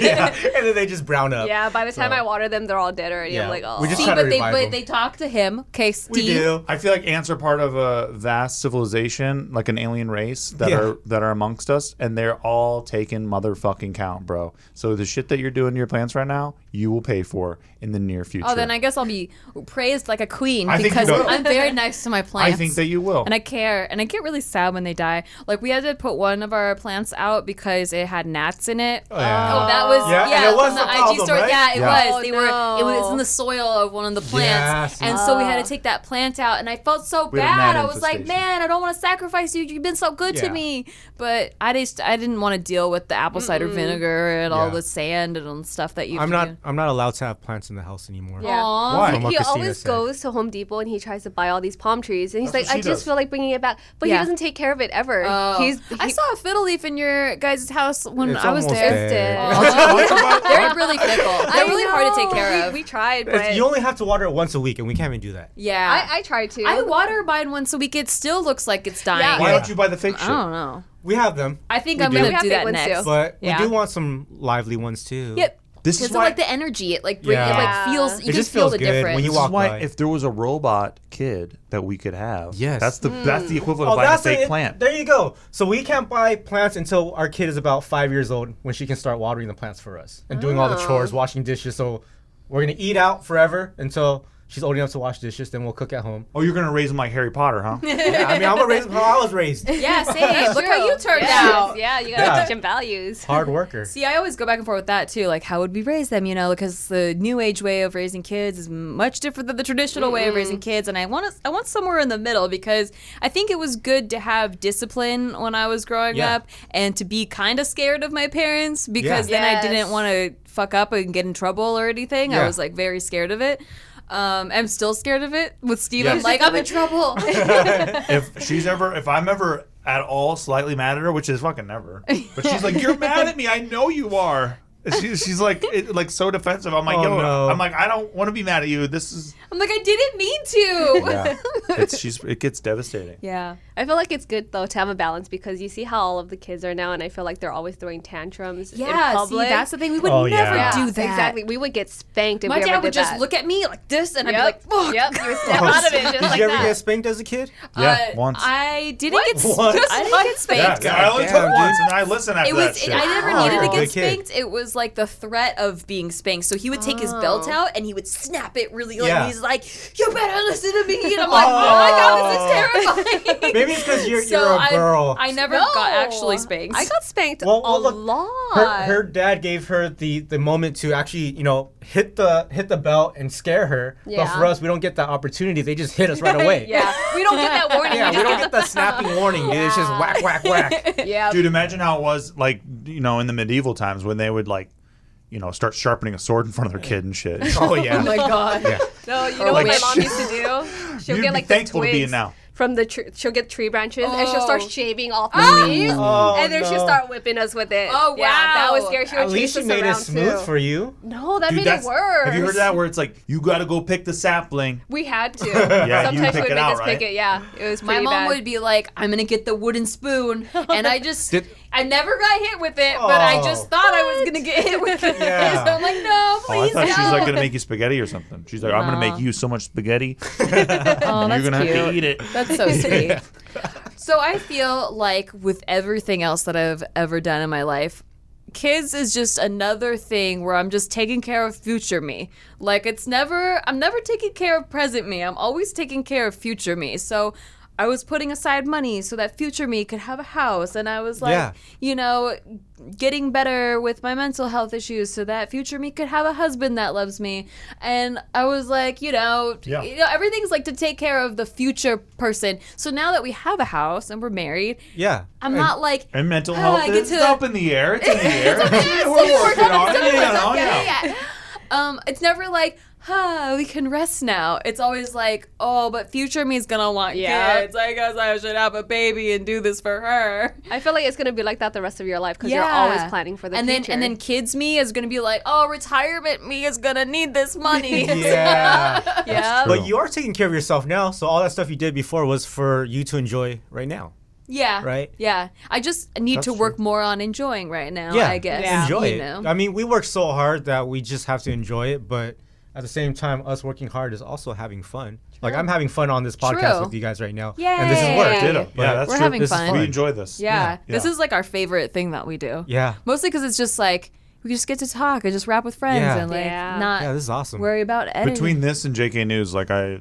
Speaker 5: yeah. And then they just brown up.
Speaker 6: Yeah, by the time I water them, they're all dead already.
Speaker 5: Yeah.
Speaker 6: I'm like, oh.
Speaker 5: We just
Speaker 1: See,
Speaker 5: try to
Speaker 1: but they
Speaker 5: revive
Speaker 1: but
Speaker 5: them.
Speaker 1: they talk to him. Okay, Steve.
Speaker 5: We do.
Speaker 3: I feel like ants are part of a vast civilization, like an alien race that
Speaker 5: Yeah.
Speaker 3: are that are amongst us, and they're all taking motherfucking count, bro. So the shit that you're doing to your plants right now, you will pay for in the near future.
Speaker 1: Oh, then I guess I'll be praised like a queen
Speaker 3: I think you
Speaker 1: because
Speaker 3: will.
Speaker 1: I'm very nice to my
Speaker 3: I
Speaker 1: plants.
Speaker 3: think that you will.
Speaker 1: and I care. And I get really sad when they die. Like we had to put one of our plants out because it had gnats in it. Oh,
Speaker 5: yeah.
Speaker 1: that was
Speaker 5: Yeah,
Speaker 1: yeah,
Speaker 5: and it was
Speaker 1: from
Speaker 5: the problem, right?
Speaker 1: Yeah, it
Speaker 3: Yeah.
Speaker 1: was. They were it was in the soil of one of the plants.
Speaker 5: Yes. Ah.
Speaker 1: And so we had to take that plant out and I felt so
Speaker 3: had a
Speaker 1: bad.
Speaker 3: gnat
Speaker 1: I was like,
Speaker 3: infestation.
Speaker 1: "Man, I don't want to sacrifice you. You've been so good
Speaker 5: Yeah.
Speaker 1: to me." But I just I didn't want to deal with the apple cider vinegar and all
Speaker 5: Yeah.
Speaker 1: the sand and stuff that you have
Speaker 5: I'm
Speaker 1: to
Speaker 5: not.
Speaker 1: do.
Speaker 5: I'm not allowed to have plants in the house anymore.
Speaker 6: Yeah.
Speaker 1: Aw.
Speaker 5: Why?
Speaker 6: He,
Speaker 5: What
Speaker 6: he
Speaker 5: Christina
Speaker 6: always
Speaker 5: said.
Speaker 6: goes to Home Depot and he tries to buy all these palm trees, and he's
Speaker 3: That's
Speaker 6: like,
Speaker 3: what
Speaker 6: I
Speaker 3: she
Speaker 6: just
Speaker 3: does.
Speaker 6: feel like bringing it back, but
Speaker 1: Yeah.
Speaker 6: he doesn't take care of it ever.
Speaker 1: Oh.
Speaker 6: He's
Speaker 1: I
Speaker 6: he-
Speaker 1: saw a fiddle leaf in your guys' house when
Speaker 5: It's
Speaker 1: I was
Speaker 5: almost
Speaker 1: there.
Speaker 5: dead.
Speaker 1: They're really fickle. They're really hard to take care of.
Speaker 6: We, we tried, but
Speaker 5: It's- you only have to water it once a week, and we can't even do that.
Speaker 1: yeah.
Speaker 6: I, I tried to.
Speaker 1: I, water mine once a week. It still looks like it's dying.
Speaker 6: Yeah.
Speaker 3: Why don't you buy the fake
Speaker 1: I
Speaker 3: shit?
Speaker 1: don't know.
Speaker 5: We have them,
Speaker 1: I think I'm
Speaker 6: do.
Speaker 1: gonna
Speaker 6: We have
Speaker 1: do
Speaker 6: fake
Speaker 1: that
Speaker 6: ones
Speaker 1: next.
Speaker 6: too.
Speaker 5: but
Speaker 1: Yeah.
Speaker 5: we do want some lively ones too.
Speaker 1: Yep.
Speaker 3: This
Speaker 1: Because
Speaker 3: is
Speaker 1: of
Speaker 3: why.
Speaker 1: like the energy, it like bring, it
Speaker 5: Yeah.
Speaker 1: like feels. You
Speaker 5: It
Speaker 1: can
Speaker 5: just
Speaker 1: feel
Speaker 5: feels
Speaker 1: the
Speaker 5: good
Speaker 1: difference.
Speaker 5: when you
Speaker 3: this
Speaker 5: walk
Speaker 3: is why
Speaker 5: by.
Speaker 3: if there was a robot kid that we could have,
Speaker 5: Yes.
Speaker 3: that's the that's the equivalent
Speaker 5: Oh,
Speaker 3: of buying a
Speaker 5: that's
Speaker 3: fake
Speaker 5: it.
Speaker 3: plant.
Speaker 5: There you go. So we can't buy plants until our kid is about five years old, when she can start watering the plants for us and doing all the
Speaker 6: Oh.
Speaker 5: chores, washing dishes. So we're gonna eat out forever until she's old enough to wash dishes. Then we'll cook at home.
Speaker 3: Oh, you're gonna raise them like Harry Potter, huh?
Speaker 5: Yeah, I mean, I'm gonna raise them how I was raised.
Speaker 1: yeah, same. Look how you turned out.
Speaker 6: Yeah, you gotta
Speaker 5: Yeah.
Speaker 6: teach him values.
Speaker 5: Hard worker.
Speaker 1: See, I always go back and forth with that too. Like, how would we raise them? You know, because the new age way of raising kids is much different than the traditional way of raising kids. And I want to, I want somewhere in the middle because I think it was good to have discipline when I was growing
Speaker 5: Yeah.
Speaker 1: up and to be kind of scared of my parents because
Speaker 5: Yeah.
Speaker 1: then I
Speaker 6: Yes.
Speaker 1: didn't want to fuck up and get in trouble or anything. I
Speaker 5: Yeah.
Speaker 1: was like very scared of it. Um, I'm still scared of it with Steve. I'm like, I'm in trouble.
Speaker 3: if she's ever, if I'm ever at all slightly mad at her, which is fucking never, but she's like, "You're mad at me. I know you are." She, she's like, it, like so defensive. I'm like,
Speaker 5: Oh,
Speaker 3: yo,
Speaker 5: no.
Speaker 3: I'm like, I don't want to be mad at you. This is,
Speaker 1: I'm like, I didn't mean to.
Speaker 3: yeah, it's she's, it gets devastating.
Speaker 1: yeah.
Speaker 6: I feel like it's good though to have a balance because you see how all of the kids are now, and I feel like they're always throwing tantrums in
Speaker 1: Yeah, see,
Speaker 6: public.
Speaker 1: that's the thing. We would
Speaker 5: Oh,
Speaker 1: never
Speaker 5: yeah.
Speaker 1: do that.
Speaker 6: Exactly. We would get spanked if
Speaker 1: My
Speaker 6: we
Speaker 1: dad
Speaker 6: ever
Speaker 1: would
Speaker 6: did
Speaker 1: just
Speaker 6: that.
Speaker 1: look at me like this, and I'd
Speaker 6: Yep.
Speaker 1: be like, "Fuck."
Speaker 6: Yep. You would step out of it just
Speaker 5: Did
Speaker 6: like
Speaker 5: you ever
Speaker 6: that.
Speaker 5: get spanked as a kid?
Speaker 3: Yeah,
Speaker 1: Uh,
Speaker 3: once.
Speaker 1: I didn't
Speaker 6: What?
Speaker 1: get s-
Speaker 5: What?
Speaker 1: I didn't get
Speaker 3: yeah,
Speaker 1: spanked.
Speaker 3: yeah, I only took
Speaker 5: Damn, dude.
Speaker 3: once, and I listen after
Speaker 1: It
Speaker 3: that
Speaker 1: was.
Speaker 3: shit.
Speaker 1: It, I never
Speaker 5: Wow.
Speaker 1: needed to
Speaker 5: You're a
Speaker 1: get
Speaker 5: good Oh, kid.
Speaker 1: spanked. It was like the threat of being spanked. So he would take his belt
Speaker 6: Oh.
Speaker 1: out and he would snap it really. Like
Speaker 5: Yeah.
Speaker 1: he's like, "You better listen to me," and I'm like, "Oh my god, this is terrifying."
Speaker 5: Maybe it's because you're,
Speaker 1: so
Speaker 5: you're a
Speaker 1: I-
Speaker 5: girl.
Speaker 1: I, never
Speaker 6: No.
Speaker 1: got actually spanked.
Speaker 6: I got spanked
Speaker 5: Well, well,
Speaker 6: a
Speaker 5: look,
Speaker 6: lot.
Speaker 5: her, her dad gave her the, the moment to actually you know hit the hit the belt and scare her. But
Speaker 6: Yeah.
Speaker 5: for us, we don't get that opportunity. They just hit us right away.
Speaker 6: yeah, we don't get that warning.
Speaker 5: Yeah, we don't get the snapping warning, dude. It's just whack, whack, whack.
Speaker 6: yeah,
Speaker 3: Dude, imagine how it was like, you know, in the medieval times when they would like, you know, start sharpening a sword in front of their kid and shit.
Speaker 5: Oh yeah.
Speaker 1: god.
Speaker 6: No, you know what
Speaker 3: like
Speaker 6: my
Speaker 3: sh-
Speaker 6: mom used to do? She'll
Speaker 3: You'd be
Speaker 6: get like
Speaker 3: thankful
Speaker 6: the
Speaker 3: to be
Speaker 6: twigs
Speaker 3: in now.
Speaker 6: from the tr- she'll get tree branches and she'll
Speaker 1: Oh. Ah,
Speaker 6: start shaving off the leaves
Speaker 5: Oh,
Speaker 6: and then she'll
Speaker 5: no.
Speaker 6: start whipping us with it.
Speaker 1: Oh,
Speaker 6: Yeah, that was
Speaker 1: wow.
Speaker 6: scary. She would
Speaker 5: At least
Speaker 6: chase
Speaker 5: she
Speaker 6: us
Speaker 5: made it
Speaker 6: around,
Speaker 5: smooth
Speaker 6: too.
Speaker 5: for you.
Speaker 6: No, that
Speaker 3: Dude,
Speaker 6: made it
Speaker 3: that's-
Speaker 6: worse.
Speaker 3: Have you heard of that? Where it's like, you got to go pick the sapling.
Speaker 6: We had to.
Speaker 3: you
Speaker 6: Sometimes
Speaker 3: pick
Speaker 6: she would
Speaker 3: it
Speaker 6: make
Speaker 3: out,
Speaker 6: us
Speaker 3: right?
Speaker 6: pick it. Yeah, it was
Speaker 1: My
Speaker 6: pretty
Speaker 1: mom
Speaker 6: bad.
Speaker 1: would be like, "I'm gonna get the wooden spoon," and I just,
Speaker 5: Did-
Speaker 1: I never got hit with it, but I
Speaker 5: Oh.
Speaker 1: just thought I was gonna get hit with it.
Speaker 5: Yeah.
Speaker 1: So I'm like, "No,
Speaker 3: Oh, I
Speaker 1: please
Speaker 3: thought
Speaker 1: no."
Speaker 3: she was like gonna make you spaghetti or something. She's like, I'm gonna make you so much spaghetti,
Speaker 1: oh,
Speaker 3: you're gonna have to eat it.
Speaker 1: That's so sweet. So I feel like with everything else that I've ever done in my life, kids is just another thing where I'm just taking care of future me. Like it's never I'm never taking care of present me. I'm always taking care of future me. So I was putting aside money so that future me could have a house, and I was like,
Speaker 5: Yeah.
Speaker 1: you know, getting better with my mental health issues so that future me could have a husband that loves me, and I was like, you know,
Speaker 3: Yeah.
Speaker 1: you know, everything's like to take care of the future person. So now that we have a house and we're married,
Speaker 5: Yeah.
Speaker 1: I'm
Speaker 5: And-
Speaker 1: not like
Speaker 3: And mental
Speaker 1: "Oh, I
Speaker 3: health
Speaker 1: get
Speaker 3: is
Speaker 1: to-
Speaker 3: it's up in the air. It's in the air. We're
Speaker 1: Yes, we're
Speaker 3: working
Speaker 1: coming
Speaker 3: on it,
Speaker 1: down,
Speaker 3: you know,
Speaker 1: okay,
Speaker 3: yeah.
Speaker 1: yeah. Um, it's never like, huh, we can rest now. It's always like, oh, but future me's gonna want
Speaker 6: Yeah.
Speaker 1: kids. I guess I should have a baby and do this for her.
Speaker 6: I feel like it's gonna be like that the rest of your life because
Speaker 1: Yeah.
Speaker 6: you're always planning for the
Speaker 1: and
Speaker 6: future.
Speaker 1: then and then kids me is gonna be like, oh, retirement me is gonna need this money.
Speaker 5: Yeah.
Speaker 1: yeah.
Speaker 5: but you are taking care of yourself now, so all that stuff you did before was for you to enjoy right now.
Speaker 1: Yeah.
Speaker 5: Right?
Speaker 1: Yeah. I just need to work more on enjoying right now. I guess.
Speaker 5: Enjoy
Speaker 1: you
Speaker 5: it.
Speaker 1: know?
Speaker 5: I mean, we work so hard that we just have to enjoy it, but at the same time, us working hard is also having fun. Like I'm having fun on this podcast
Speaker 1: True.
Speaker 5: with you guys right now, and this is work.
Speaker 1: Yay.
Speaker 3: Ditto. Yeah,
Speaker 5: Yeah.
Speaker 3: that's
Speaker 1: We're
Speaker 3: true.
Speaker 1: having
Speaker 5: This is
Speaker 1: fun.
Speaker 3: We
Speaker 5: fun.
Speaker 3: enjoy this.
Speaker 1: Yeah. This
Speaker 3: Yeah.
Speaker 1: is like our favorite thing that we do.
Speaker 5: Yeah,
Speaker 1: Mostly because it's just like we just get to talk and just rap with friends
Speaker 5: Yeah.
Speaker 1: and like
Speaker 6: Yeah.
Speaker 1: not
Speaker 5: yeah, this is awesome.
Speaker 1: worry about editing.
Speaker 3: Between this and JK News, like I,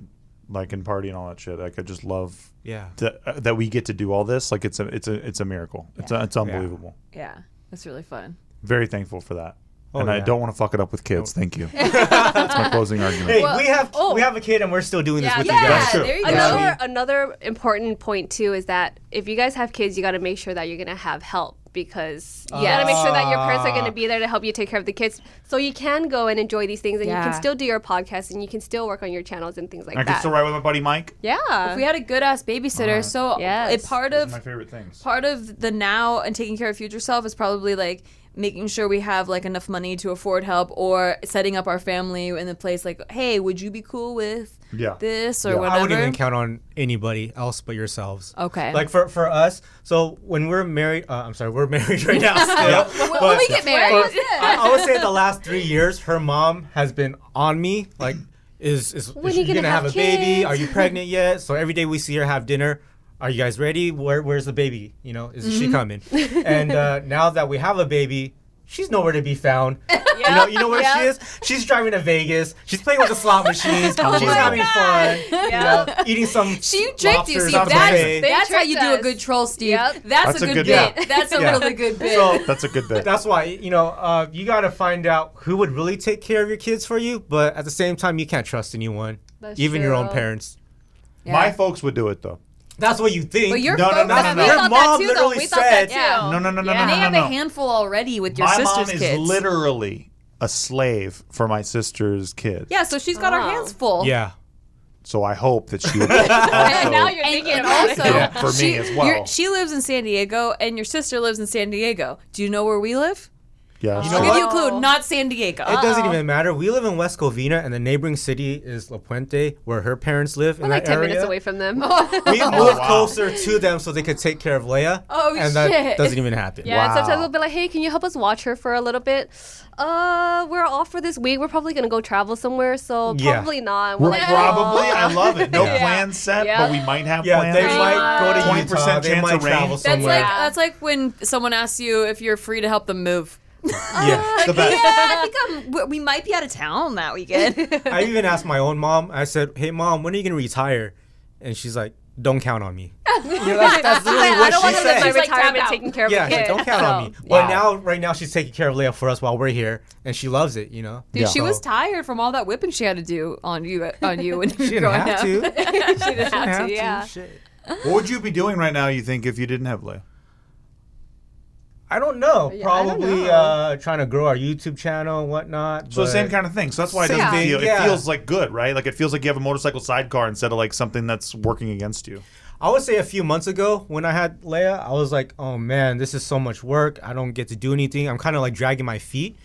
Speaker 3: like in party and all that shit, like I just love
Speaker 5: yeah,
Speaker 3: that, uh, that we get to do all this. Like it's a it's a it's a miracle. It's a, it's unbelievable.
Speaker 1: yeah, it's really fun.
Speaker 3: Very thankful for that. and I
Speaker 5: Oh, yeah.
Speaker 3: don't want to fuck it up with kids. Thank you. that's my closing argument.
Speaker 5: Hey, we have
Speaker 1: oh.
Speaker 5: we have a kid, and we're still doing this with you guys.
Speaker 3: That's true.
Speaker 1: there you go.
Speaker 3: That's
Speaker 6: another another important point too is that if you guys have kids, you got to make sure that you're gonna have help because you got to make sure that your parents are gonna be there to help you take care of the kids, so you can go and enjoy these things, and you
Speaker 1: Yeah.
Speaker 6: can still do your podcast, and you can still work on your channels and things like
Speaker 3: I can
Speaker 6: that. Uh,
Speaker 3: still ride with my buddy Mike.
Speaker 6: yeah,
Speaker 1: If we had a good ass babysitter,
Speaker 5: Uh-huh.
Speaker 1: so
Speaker 6: Yes.
Speaker 1: it part
Speaker 3: It's my
Speaker 1: of
Speaker 3: favorite things.
Speaker 1: part of the now and taking care of future self is probably like making sure we have like enough money to afford help or setting up our family in the place like, hey, would you be cool with
Speaker 3: Yeah.
Speaker 1: this or
Speaker 5: I wouldn't
Speaker 1: whatever?
Speaker 5: even count on anybody else but yourselves.
Speaker 1: Okay.
Speaker 5: Like for for us, so when we're married, uh, I'm sorry, we're married right now. Still,
Speaker 1: when we get married,
Speaker 5: I, I would say the last three years, her mom has been on me. Like, is is,
Speaker 6: When
Speaker 5: is
Speaker 6: are you
Speaker 5: she
Speaker 6: gonna
Speaker 5: gonna have,
Speaker 6: have
Speaker 5: a baby?
Speaker 6: kids?
Speaker 5: Are you pregnant yet? So every day we see her have dinner. Are you guys ready? Where where's the baby? You know, is
Speaker 6: Mm-hmm.
Speaker 5: she coming? and uh, now that we have a baby. She's nowhere to be found. You know, you know where she is. She's driving to Vegas. She's playing with the slot machines.
Speaker 6: Oh
Speaker 5: She's having fun. you know, eating some.
Speaker 1: She tricked you.
Speaker 5: lobsters
Speaker 1: See,
Speaker 5: off
Speaker 1: that's,
Speaker 5: the buffet.
Speaker 6: They
Speaker 1: that's how
Speaker 6: tricked
Speaker 1: you do a
Speaker 6: us.
Speaker 1: good troll, Steve.
Speaker 6: Yep.
Speaker 1: That's, a, good,
Speaker 3: bit.
Speaker 1: bit. That's a
Speaker 5: Yeah.
Speaker 1: really good bit.
Speaker 5: So-
Speaker 3: That's a good bit.
Speaker 5: That's why you know uh, you got to find out who would really take care of your kids for you, but at the same time, you can't trust anyone,
Speaker 6: That's
Speaker 5: even your own
Speaker 6: true.
Speaker 5: parents.
Speaker 3: My folks would do it though.
Speaker 5: That's what you think.
Speaker 1: But your
Speaker 3: No, no,
Speaker 1: folks,
Speaker 3: no, no, no.
Speaker 1: we
Speaker 5: Your
Speaker 1: thought that
Speaker 5: mom
Speaker 1: too, though.
Speaker 5: literally
Speaker 1: We thought that
Speaker 5: said-
Speaker 1: too.
Speaker 3: No, no, no, no,
Speaker 1: And they
Speaker 3: no, no,
Speaker 1: have
Speaker 3: no.
Speaker 1: a handful already with your
Speaker 3: my
Speaker 1: sister's
Speaker 3: mom is
Speaker 1: kids.
Speaker 3: literally a slave for my sister's kids.
Speaker 1: yeah, so she's got her
Speaker 6: Oh.
Speaker 1: hands full.
Speaker 5: yeah,
Speaker 3: So I hope that she would also
Speaker 6: now you're thinking about it.
Speaker 1: also,
Speaker 3: Yeah, for me
Speaker 1: she,
Speaker 3: as well.
Speaker 1: you're- She lives in San Diego, and your sister lives in San Diego. Do you know where we live?
Speaker 3: Yeah,
Speaker 5: know
Speaker 1: I'll
Speaker 3: sure.
Speaker 1: give
Speaker 5: what?
Speaker 1: you a clue. Not San Diego.
Speaker 5: it doesn't even matter. We live in West Covina, and the neighboring city is La Puente, where her parents live in
Speaker 6: we're like
Speaker 5: that
Speaker 6: ten
Speaker 5: area.
Speaker 6: minutes away from them.
Speaker 5: We moved
Speaker 3: wow.
Speaker 5: closer to them so they could take care of Leia.
Speaker 1: Oh,
Speaker 5: and that
Speaker 1: shit.
Speaker 5: doesn't even happen.
Speaker 6: Yeah, and sometimes we'll be like, "Hey, can you help us watch her for a little bit?" Uh, we're off for this week. We're probably gonna go travel somewhere, so
Speaker 5: Yeah.
Speaker 6: probably not.
Speaker 3: We're
Speaker 6: like,
Speaker 3: probably.
Speaker 6: "Oh."
Speaker 3: I love it. No
Speaker 5: Yeah.
Speaker 3: plans set,
Speaker 6: Yeah.
Speaker 3: but we might have
Speaker 5: Yeah,
Speaker 3: plans.
Speaker 5: they might go to
Speaker 3: Twenty
Speaker 5: 20% Utah.
Speaker 3: percent
Speaker 5: They
Speaker 3: chance
Speaker 5: might
Speaker 3: of rain.
Speaker 5: travel
Speaker 1: That's
Speaker 5: somewhere.
Speaker 1: like that's like when someone asks you if you're free to help them move.
Speaker 5: yeah.
Speaker 1: uh,
Speaker 3: It's the best.
Speaker 1: I think I'm, we- we might be out of town that weekend.
Speaker 5: I even asked my own mom. I said, "Hey, mom, when are you gonna retire?" And she's like, "Don't count on me." You know, that's, that's literally
Speaker 6: I
Speaker 5: what
Speaker 6: don't
Speaker 5: she
Speaker 6: want to live
Speaker 5: said.
Speaker 6: my
Speaker 1: She's like,
Speaker 6: retirement
Speaker 1: tap out.
Speaker 6: taking care of
Speaker 5: yeah,
Speaker 6: the
Speaker 5: she's like,
Speaker 6: kids.
Speaker 5: don't count on me.
Speaker 6: so-
Speaker 5: But now, right now, she's taking care of Leia for us while we're here, and she loves it. You know,
Speaker 1: Dude, she was tired from all that whipping she had to do on you on you when you
Speaker 5: she
Speaker 1: were
Speaker 5: didn't
Speaker 1: growing
Speaker 5: have
Speaker 1: up.
Speaker 5: to. she didn't
Speaker 6: have
Speaker 5: have
Speaker 6: to, yeah.
Speaker 5: Shit.
Speaker 3: What would you be doing right now? You think if you didn't have Leia?
Speaker 5: I don't know.
Speaker 6: I don't
Speaker 5: Probably
Speaker 6: know.
Speaker 5: Uh, trying to grow our YouTube channel and whatnot.
Speaker 3: So the
Speaker 5: but-
Speaker 3: same kind of thing. So that's why it doesn't
Speaker 5: Same thing,
Speaker 3: feel. It
Speaker 5: yeah.
Speaker 3: feels like good, right? Like it feels like you have a motorcycle sidecar instead of like something that's working against you.
Speaker 5: I would say a few months ago when I had Leia, I was like, oh man, this is so much work. I don't get to do anything. I'm kind of like dragging my feet.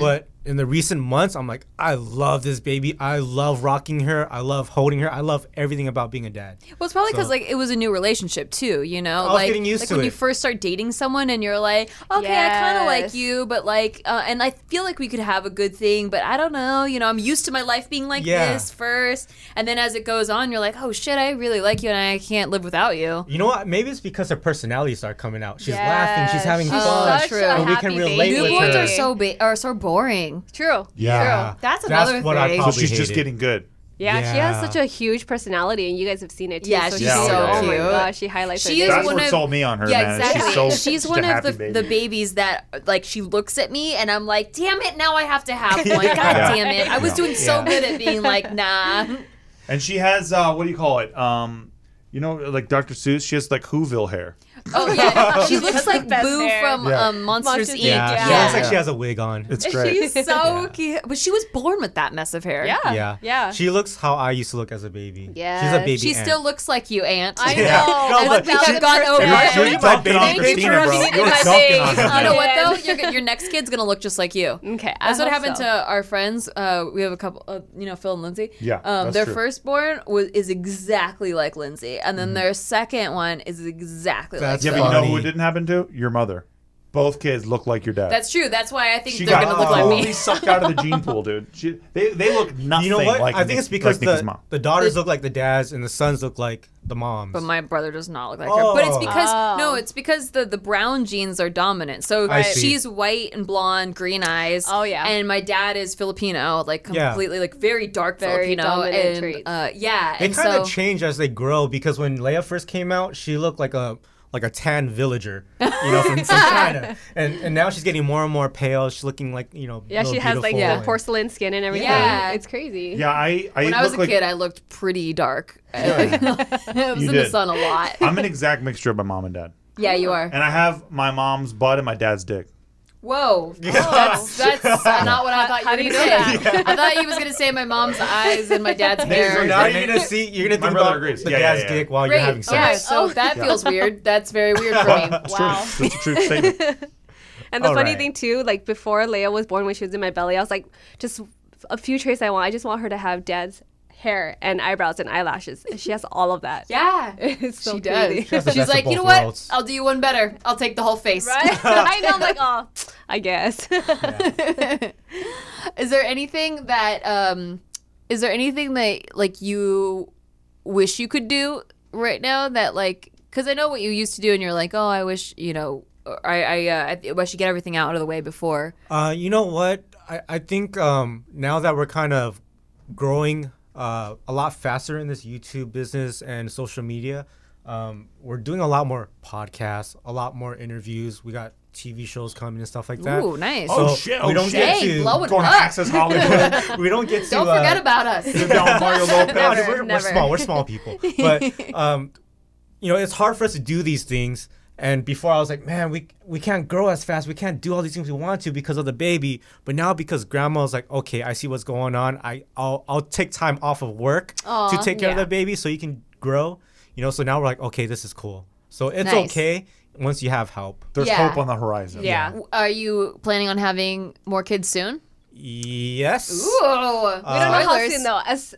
Speaker 5: But in the recent months, I'm like, I love this baby. I love rocking her. I love holding her. I love everything about being a dad.
Speaker 1: Well, it's probably because
Speaker 5: So-
Speaker 1: like it was a new relationship too, you know.
Speaker 5: was
Speaker 1: like,
Speaker 5: getting used
Speaker 1: like
Speaker 5: to
Speaker 1: when
Speaker 5: it.
Speaker 1: you first start dating someone and you're like, okay, I kind of like
Speaker 6: Yes.
Speaker 1: you, but like, uh, and I feel like we could have a good thing, but I don't know, you know. I'm used to my life being like
Speaker 5: Yeah.
Speaker 1: this first, and then as it goes on, you're like, oh shit, I really like you, and I can't live without you.
Speaker 5: You know what? Maybe it's because her personalities start coming out. She's laughing. She's having
Speaker 1: She's
Speaker 5: fun.
Speaker 1: such a
Speaker 5: and we can
Speaker 6: happy
Speaker 5: relate
Speaker 6: baby.
Speaker 5: with
Speaker 1: Newborns
Speaker 5: her.
Speaker 1: are so ba- are so boring.
Speaker 6: True.
Speaker 5: yeah.
Speaker 1: That's another
Speaker 5: what I
Speaker 1: thing.
Speaker 5: probably
Speaker 3: She's just
Speaker 5: hated.
Speaker 3: getting good.
Speaker 6: Yeah, she has
Speaker 5: Yeah.
Speaker 6: such a huge personality, and you guys have seen it too.
Speaker 1: Yeah,
Speaker 6: so
Speaker 1: she's
Speaker 3: so
Speaker 6: oh my
Speaker 1: cute.
Speaker 6: gosh, she highlights.
Speaker 1: She
Speaker 6: her
Speaker 1: is
Speaker 6: day.
Speaker 3: That's
Speaker 1: one
Speaker 3: what
Speaker 1: of-
Speaker 3: sold me on her, man. She's so
Speaker 1: She's
Speaker 3: such
Speaker 1: one
Speaker 3: a
Speaker 1: of
Speaker 3: happy
Speaker 1: the,
Speaker 3: baby.
Speaker 1: the babies that like she looks at me and I'm like, damn it, now I have to have one. God damn it. I was doing so
Speaker 3: Yeah.
Speaker 1: good at being like, nah.
Speaker 3: And she has uh, what do you call it? Um, you know, like Dr. Seuss, she has like Whoville hair.
Speaker 1: Oh yeah. She looks like
Speaker 9: best
Speaker 1: Boo
Speaker 9: hair.
Speaker 1: from
Speaker 3: Yeah.
Speaker 1: um, Monsters Inc.
Speaker 5: Yeah,
Speaker 1: Yeah.
Speaker 5: she looks like
Speaker 3: Yeah.
Speaker 5: she has a wig on.
Speaker 3: It's great.
Speaker 1: She's so cute. But she was born with that mess of hair.
Speaker 9: Yeah.
Speaker 5: yeah,
Speaker 6: Yeah.
Speaker 5: She looks how I used to look as a baby. she's
Speaker 6: Yes.
Speaker 5: a baby.
Speaker 1: She
Speaker 5: ant.
Speaker 1: still looks like you, Aunt. I
Speaker 5: know. Yeah. No,
Speaker 1: I've
Speaker 5: but
Speaker 1: now
Speaker 5: she-
Speaker 1: gone over
Speaker 3: You're-
Speaker 1: it.
Speaker 3: You're dunking on
Speaker 5: Thank you
Speaker 3: Christina,
Speaker 9: for
Speaker 3: bro.
Speaker 9: repeating
Speaker 3: You're
Speaker 9: my
Speaker 3: dunking
Speaker 9: thing.
Speaker 3: on her.
Speaker 1: You know what
Speaker 9: Yeah.
Speaker 1: though? Your, your next kid's gonna look just like you.
Speaker 6: Okay, I
Speaker 1: That's what
Speaker 6: hope
Speaker 1: happened
Speaker 6: so.
Speaker 1: to our friends. Uh, we have a couple, uh, you know, Phil and Lindsay.
Speaker 3: Yeah,
Speaker 1: Um,
Speaker 3: that's
Speaker 1: their
Speaker 3: true.
Speaker 1: firstborn was is exactly like Lindsay, and then their second one is exactly
Speaker 5: Mm-hmm. That's
Speaker 1: like.
Speaker 3: Yeah,
Speaker 1: Phil.
Speaker 3: but you know who
Speaker 5: Funny.
Speaker 3: it didn't happen to? Your mother. Both kids look like your dad.
Speaker 1: That's true. That's why I think
Speaker 3: she
Speaker 1: they're
Speaker 3: got
Speaker 1: gonna look like
Speaker 3: totally
Speaker 1: me.
Speaker 3: sucked out of the gene pool, dude. She, they, they look nothing
Speaker 5: You know what?
Speaker 3: like
Speaker 5: I think
Speaker 3: Nick-
Speaker 5: it's because
Speaker 3: like Nicky's
Speaker 5: the,
Speaker 3: mom.
Speaker 5: the daughters look like the dads and the sons look like the moms.
Speaker 1: But my brother does not look like her. But it's
Speaker 5: Oh.
Speaker 1: because no, it's because the the brown genes are dominant. So
Speaker 5: I see.
Speaker 1: she's white and blonde, green eyes.
Speaker 6: Oh, yeah.
Speaker 1: And my dad is Filipino, like
Speaker 5: Yeah.
Speaker 1: completely like very dark
Speaker 6: Very
Speaker 1: Filipino.
Speaker 6: dominant
Speaker 1: and,
Speaker 6: traits.
Speaker 1: Uh, yeah.
Speaker 5: they
Speaker 1: and
Speaker 5: kind
Speaker 1: so
Speaker 5: of change as they grow because when Leia first came out, she looked like a like a tan villager, you know, from, from China, and and now she's getting more and more pale. She's looking like you know.
Speaker 6: Yeah,
Speaker 5: little
Speaker 6: she has like
Speaker 5: beautiful
Speaker 6: the
Speaker 5: and-
Speaker 6: porcelain skin and everything.
Speaker 1: Yeah.
Speaker 6: it's crazy.
Speaker 3: yeah, I, I
Speaker 1: when I was
Speaker 3: look
Speaker 1: a
Speaker 3: like,
Speaker 1: kid, I looked pretty dark. I was
Speaker 3: You
Speaker 1: in the
Speaker 3: did.
Speaker 1: sun a lot.
Speaker 3: I'm an exact mixture of my mom and dad.
Speaker 1: Yeah, you are.
Speaker 3: And I have my mom's butt and my dad's dick.
Speaker 1: Whoa, that's that's not what I thought
Speaker 6: How
Speaker 1: you
Speaker 6: do
Speaker 1: were gonna
Speaker 6: you
Speaker 1: say.
Speaker 6: know
Speaker 1: I thought you was gonna say my mom's eyes and my dad's
Speaker 5: So
Speaker 1: hair.
Speaker 5: now you're gonna see. You're gonna
Speaker 3: My
Speaker 5: think
Speaker 3: brother
Speaker 5: about
Speaker 3: agrees.
Speaker 5: the
Speaker 3: Yeah, yeah,
Speaker 5: dad's
Speaker 3: yeah.
Speaker 5: dick while
Speaker 1: Great.
Speaker 5: you're having
Speaker 1: Yeah,
Speaker 5: sex.
Speaker 1: so that feels weird. That's very weird for me.
Speaker 3: It's true. That's a true statement.
Speaker 6: And the
Speaker 5: All
Speaker 6: funny
Speaker 5: right.
Speaker 6: thing too, like before Leia was born, when she was in my belly, I was like, just a few traits I want. I just want her to have dad's hair and eyebrows and eyelashes. She has all of that.
Speaker 1: Yeah,
Speaker 6: it's so
Speaker 1: she
Speaker 6: crazy.
Speaker 1: does.
Speaker 5: has the
Speaker 1: She's
Speaker 5: best of
Speaker 1: like, you know
Speaker 5: both
Speaker 1: what?
Speaker 5: worlds."
Speaker 1: I'll do you one better. I'll take the whole face.
Speaker 6: Right? I know, I'm like, oh, I guess.
Speaker 1: Is there anything that um, is there anything that like you wish you could do right now that like because I know what you used to do and you're like, oh, I wish you know, or I I uh, I wish you get everything out of the way before.
Speaker 5: Uh, you know what? I, I think um, now that we're kind of growing uh, a lot faster in this YouTube business and social media, um, we're doing a lot more podcasts, a lot more interviews. We got TV shows coming and stuff like that.
Speaker 1: Ooh, nice.
Speaker 3: Oh,
Speaker 5: So
Speaker 3: shit,
Speaker 5: we
Speaker 3: oh,
Speaker 5: don't
Speaker 3: shit.
Speaker 5: get
Speaker 1: Hey,
Speaker 5: to
Speaker 1: blow it
Speaker 3: Going to
Speaker 1: up.
Speaker 3: access Hollywood.
Speaker 5: we don't get to
Speaker 1: Don't
Speaker 5: uh,
Speaker 1: forget about us.
Speaker 3: Down Mario Lopez.
Speaker 5: I mean,
Speaker 6: Never,
Speaker 5: we're, we're
Speaker 6: never.
Speaker 5: small. We're small people. But um, you know, it's hard for us to do these things. And before I was like, man, we we can't grow as fast. We can't do all these things we want to because of the baby. But now because grandma's like, okay, I see what's going on. I I'll I'll take time off of work to take care of the baby so you can grow. You know, so now we're like, okay, this is cool. So it's
Speaker 1: Nice.
Speaker 5: okay once you have help.
Speaker 3: There's
Speaker 1: Yeah.
Speaker 3: hope on the horizon.
Speaker 6: yeah.
Speaker 1: Are you planning on having more kids soon?
Speaker 5: Yes.
Speaker 1: Ooh,
Speaker 3: Uh,
Speaker 1: we
Speaker 6: I don't know how soon though. As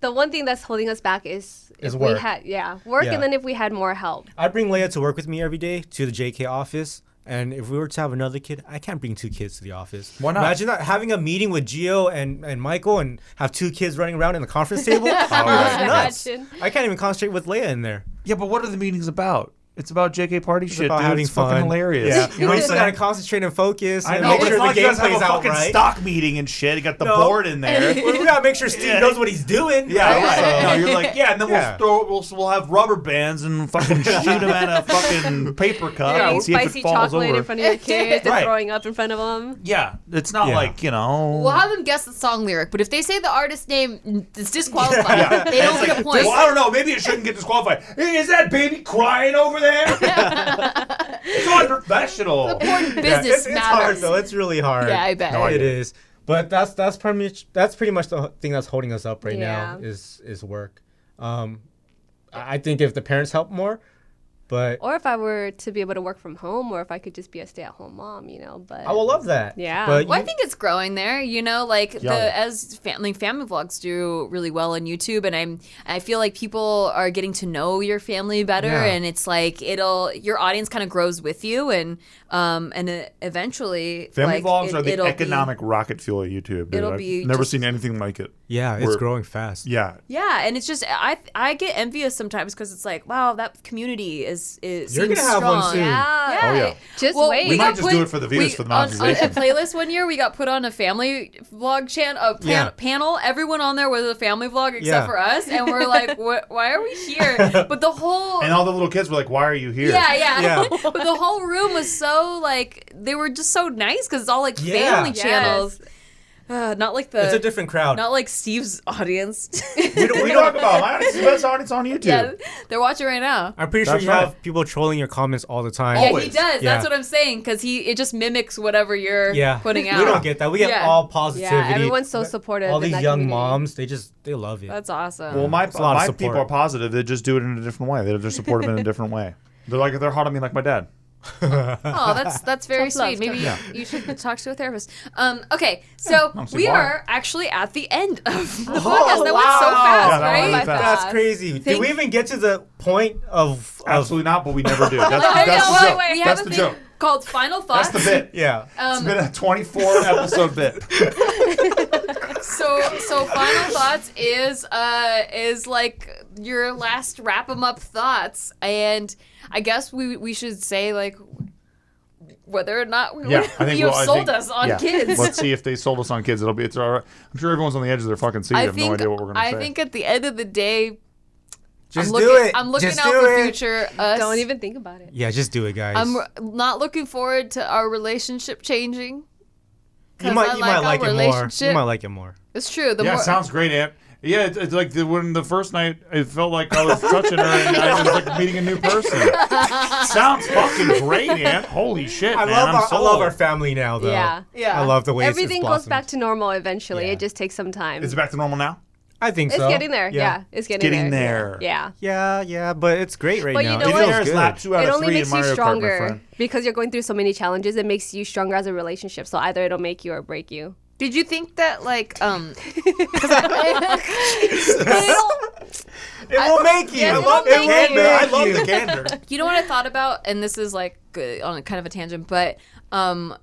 Speaker 6: the one thing that's holding us back is
Speaker 5: Is
Speaker 6: if
Speaker 5: work.
Speaker 6: we had yeah work,
Speaker 5: Yeah.
Speaker 6: and then if we had more help.
Speaker 5: I bring Leia to work with me every day to the JK office. And if we were to have another kid, I can't bring two kids to the office. Why
Speaker 3: not?
Speaker 5: Imagine that having a meeting with Gio and, and Michael and have two kids running around in the conference table. That's nuts.
Speaker 6: Imagine.
Speaker 5: I can't even concentrate with Leia in there.
Speaker 2: Yeah, but what are the meetings about? It's about JK party shit,
Speaker 5: about
Speaker 2: dude.
Speaker 5: having
Speaker 2: it's
Speaker 5: fun.
Speaker 2: fucking hilarious.
Speaker 5: Yeah,
Speaker 2: You know
Speaker 5: we
Speaker 2: what I'm
Speaker 5: just gotta
Speaker 2: saying?
Speaker 5: concentrate and focus.
Speaker 3: I
Speaker 5: and
Speaker 3: know,
Speaker 5: make
Speaker 3: but
Speaker 5: sure
Speaker 3: it's
Speaker 5: the
Speaker 3: not like you
Speaker 5: game
Speaker 3: guys have
Speaker 5: plays
Speaker 3: a
Speaker 5: out
Speaker 3: fucking
Speaker 5: right.
Speaker 3: stock meeting and shit. You got the
Speaker 5: No.
Speaker 3: board in there.
Speaker 5: we gotta make sure Steve knows what he's doing.
Speaker 3: Yeah, right. No, you're like, yeah, and then
Speaker 5: Yeah.
Speaker 3: we'll throw, we'll, we'll have rubber bands and fucking shoot them at a fucking paper cup
Speaker 6: Eating
Speaker 3: Uh, and see if
Speaker 6: spicy
Speaker 3: it falls
Speaker 6: chocolate
Speaker 3: over.
Speaker 6: in front of your kids and
Speaker 3: Right.
Speaker 6: throwing up in front of them.
Speaker 3: yeah, it's not
Speaker 5: Yeah.
Speaker 3: like you know.
Speaker 1: We'll have them guess the song lyric, but if they say the artist name, it's disqualified. They don't get a point.
Speaker 3: Well, I don't know. Maybe it shouldn't get disqualified. Hey, Is that baby crying over there? it's unprofessional.
Speaker 1: Important
Speaker 5: Yeah,
Speaker 1: business
Speaker 5: it's, it's hard
Speaker 1: matters.
Speaker 5: though. It's really hard.
Speaker 1: Yeah, I bet. No, I
Speaker 5: it is. But that's that's pretty much that's pretty much the thing that's holding us up right now
Speaker 6: Yeah.
Speaker 5: is is work. Um, I I think if the parents help more, but
Speaker 6: Or if I were to be able to work from home, or if I could just be a stay-at-home mom, you know. But
Speaker 5: I will love that.
Speaker 6: Yeah.
Speaker 5: But
Speaker 1: Well, I
Speaker 5: you-
Speaker 1: think it's growing there. You know, like
Speaker 3: Yeah.
Speaker 1: the as family family vlogs do really well on YouTube, and I'm I feel like people are getting to know your family better,
Speaker 5: Yeah.
Speaker 1: and it's like it'll your audience kind of grows with you, and um and uh, eventually
Speaker 3: Family
Speaker 1: like,
Speaker 3: vlogs
Speaker 1: it-
Speaker 3: are the
Speaker 1: it'll be-
Speaker 3: economic rocket fuel of YouTube. Dude.
Speaker 1: it'll
Speaker 3: I've
Speaker 1: be
Speaker 3: never
Speaker 1: just-
Speaker 3: seen anything like it.
Speaker 5: yeah, it's
Speaker 3: We're-
Speaker 5: growing fast.
Speaker 3: Yeah,
Speaker 1: Yeah, and it's just I I get envious sometimes because it's like wow that community is is, is
Speaker 5: You're
Speaker 1: seems
Speaker 5: gonna have one
Speaker 1: strong.
Speaker 5: soon.
Speaker 6: Yeah.
Speaker 3: Oh yeah.
Speaker 6: Just
Speaker 1: Well,
Speaker 6: wait.
Speaker 3: We
Speaker 1: got
Speaker 3: might just
Speaker 1: put-
Speaker 3: do it for the viewers for the
Speaker 1: on, on a
Speaker 3: monetization.
Speaker 1: playlist one year, we got put on a family vlog chan a pan-
Speaker 5: Yeah.
Speaker 1: panel. Everyone on there was a family vlog except
Speaker 5: Yeah.
Speaker 1: for us, and we're like, "Wh- "Why are we here?" But the whole
Speaker 3: and all the little kids were like, "Why are you here?"
Speaker 1: yeah, yeah,
Speaker 5: Yeah.
Speaker 1: but the whole room was so like they were just so nice because it's all like
Speaker 5: Yeah.
Speaker 1: family
Speaker 5: Yes.
Speaker 1: channels. Uh, not like
Speaker 5: It's a
Speaker 1: the
Speaker 5: different crowd.
Speaker 1: not like Steve's audience.
Speaker 3: We don't, we talk about my audience. is the best audience on YouTube.
Speaker 1: yeah, they're watching right now.
Speaker 5: I'm pretty sure
Speaker 3: That's
Speaker 5: you
Speaker 3: right.
Speaker 5: have people trolling your comments all the time.
Speaker 1: Yeah, he does.
Speaker 5: Yeah.
Speaker 1: That's what I'm saying because he it just mimics whatever you're
Speaker 5: Yeah.
Speaker 1: putting out.
Speaker 5: We don't get that. We have
Speaker 1: Yeah.
Speaker 5: all positivity.
Speaker 6: Yeah, everyone's so supportive.
Speaker 5: all
Speaker 6: in
Speaker 5: these
Speaker 6: that
Speaker 5: young
Speaker 6: community.
Speaker 5: moms, they just they love it.
Speaker 1: That's awesome.
Speaker 3: Well, my,
Speaker 5: It's a lot of
Speaker 3: my
Speaker 5: support.
Speaker 3: people are positive. They just do it in a different way. They're, they're supportive in a different way. They're like they're hot on me like my dad.
Speaker 1: Oh, that's that's very
Speaker 6: Tough love,
Speaker 1: sweet. Maybe
Speaker 6: tough
Speaker 1: you should talk to a therapist. Um, okay, so
Speaker 3: I'm so
Speaker 1: we
Speaker 3: sorry.
Speaker 1: are actually at the end of the podcast. That went so
Speaker 6: wow.
Speaker 1: fast,
Speaker 3: Yeah, that went
Speaker 1: right?
Speaker 3: really fast.
Speaker 5: That's crazy. Did we even get to the point of, of
Speaker 3: Absolutely not, but we never do. That's,
Speaker 1: Wait,
Speaker 3: that's
Speaker 1: no,
Speaker 3: the
Speaker 1: wait,
Speaker 3: joke.
Speaker 1: wait, we
Speaker 3: that's
Speaker 1: have
Speaker 3: the
Speaker 1: a
Speaker 3: joke.
Speaker 1: thing called final thoughts.
Speaker 3: That's the bit.
Speaker 5: yeah?
Speaker 3: it's been a 24 episode bit.
Speaker 1: so so final thoughts is uh is like your last wrap them up thoughts and i guess we we should say like whether or not we,
Speaker 3: Yeah, I think
Speaker 1: you have
Speaker 3: well, I
Speaker 1: sold
Speaker 3: think-
Speaker 1: us on
Speaker 3: yeah.
Speaker 1: kids
Speaker 3: Let's see if they sold us on kids. It'll be. It's all right. I'm sure everyone's on the edge of their fucking seat. I,
Speaker 1: i
Speaker 3: have
Speaker 1: think
Speaker 3: no idea what we're gonna
Speaker 1: i
Speaker 3: say.
Speaker 1: think at the end of the day
Speaker 5: Just
Speaker 1: i'm looking
Speaker 5: do it.
Speaker 1: i'm looking
Speaker 5: just
Speaker 1: out
Speaker 5: do
Speaker 1: for
Speaker 5: it.
Speaker 1: future us
Speaker 6: Don't even think about it.
Speaker 5: Yeah, just do it, guys.
Speaker 1: i'm r- not looking forward to our relationship changing
Speaker 5: you
Speaker 1: 'cause
Speaker 5: might
Speaker 1: I like
Speaker 5: you might
Speaker 1: our
Speaker 5: like it more. You
Speaker 1: relationship.
Speaker 5: might like it more.
Speaker 1: it's true the
Speaker 3: yeah,
Speaker 1: more
Speaker 3: sounds great, Amp. Yeah, it's, it's like the, when the first night, it felt like I was touching her, and I was like meeting a new person. sounds fucking great, Amp. Holy shit,
Speaker 5: I
Speaker 3: man!
Speaker 5: love
Speaker 3: I'm
Speaker 5: our, I
Speaker 3: sold.
Speaker 5: love our family now though.
Speaker 6: Yeah.
Speaker 1: Yeah.
Speaker 5: I love the way it's-
Speaker 6: Everything
Speaker 5: it's
Speaker 6: goes
Speaker 5: blossomed.
Speaker 6: back to normal eventually.
Speaker 5: Yeah.
Speaker 6: It just takes some time.
Speaker 3: Is it back to normal now?
Speaker 5: I think
Speaker 6: It's
Speaker 5: so.
Speaker 6: getting there. Yeah. It's getting,
Speaker 3: getting there.
Speaker 6: Yeah.
Speaker 5: Yeah, yeah, but it's great right
Speaker 6: But you
Speaker 5: now.
Speaker 6: know
Speaker 5: It
Speaker 6: what?
Speaker 5: feels
Speaker 3: There is
Speaker 5: good.
Speaker 3: lap two
Speaker 6: yeah.
Speaker 3: out
Speaker 6: It
Speaker 3: of
Speaker 6: only
Speaker 3: three in
Speaker 6: makes you
Speaker 3: Mario Kart, my
Speaker 6: stronger
Speaker 3: friend.
Speaker 6: because you're going through so many challenges. It makes you stronger as a relationship. So either it'll make you or break you.
Speaker 1: Did you think that like um? 'cause I-
Speaker 5: It will make you.
Speaker 1: Yeah,
Speaker 5: I
Speaker 1: it
Speaker 5: love
Speaker 1: will
Speaker 5: it. Will
Speaker 1: make
Speaker 5: make
Speaker 1: you.
Speaker 3: I
Speaker 5: you.
Speaker 3: love the candor.
Speaker 1: you know what I thought about, and this is like uh, on a kind of a tangent, but um,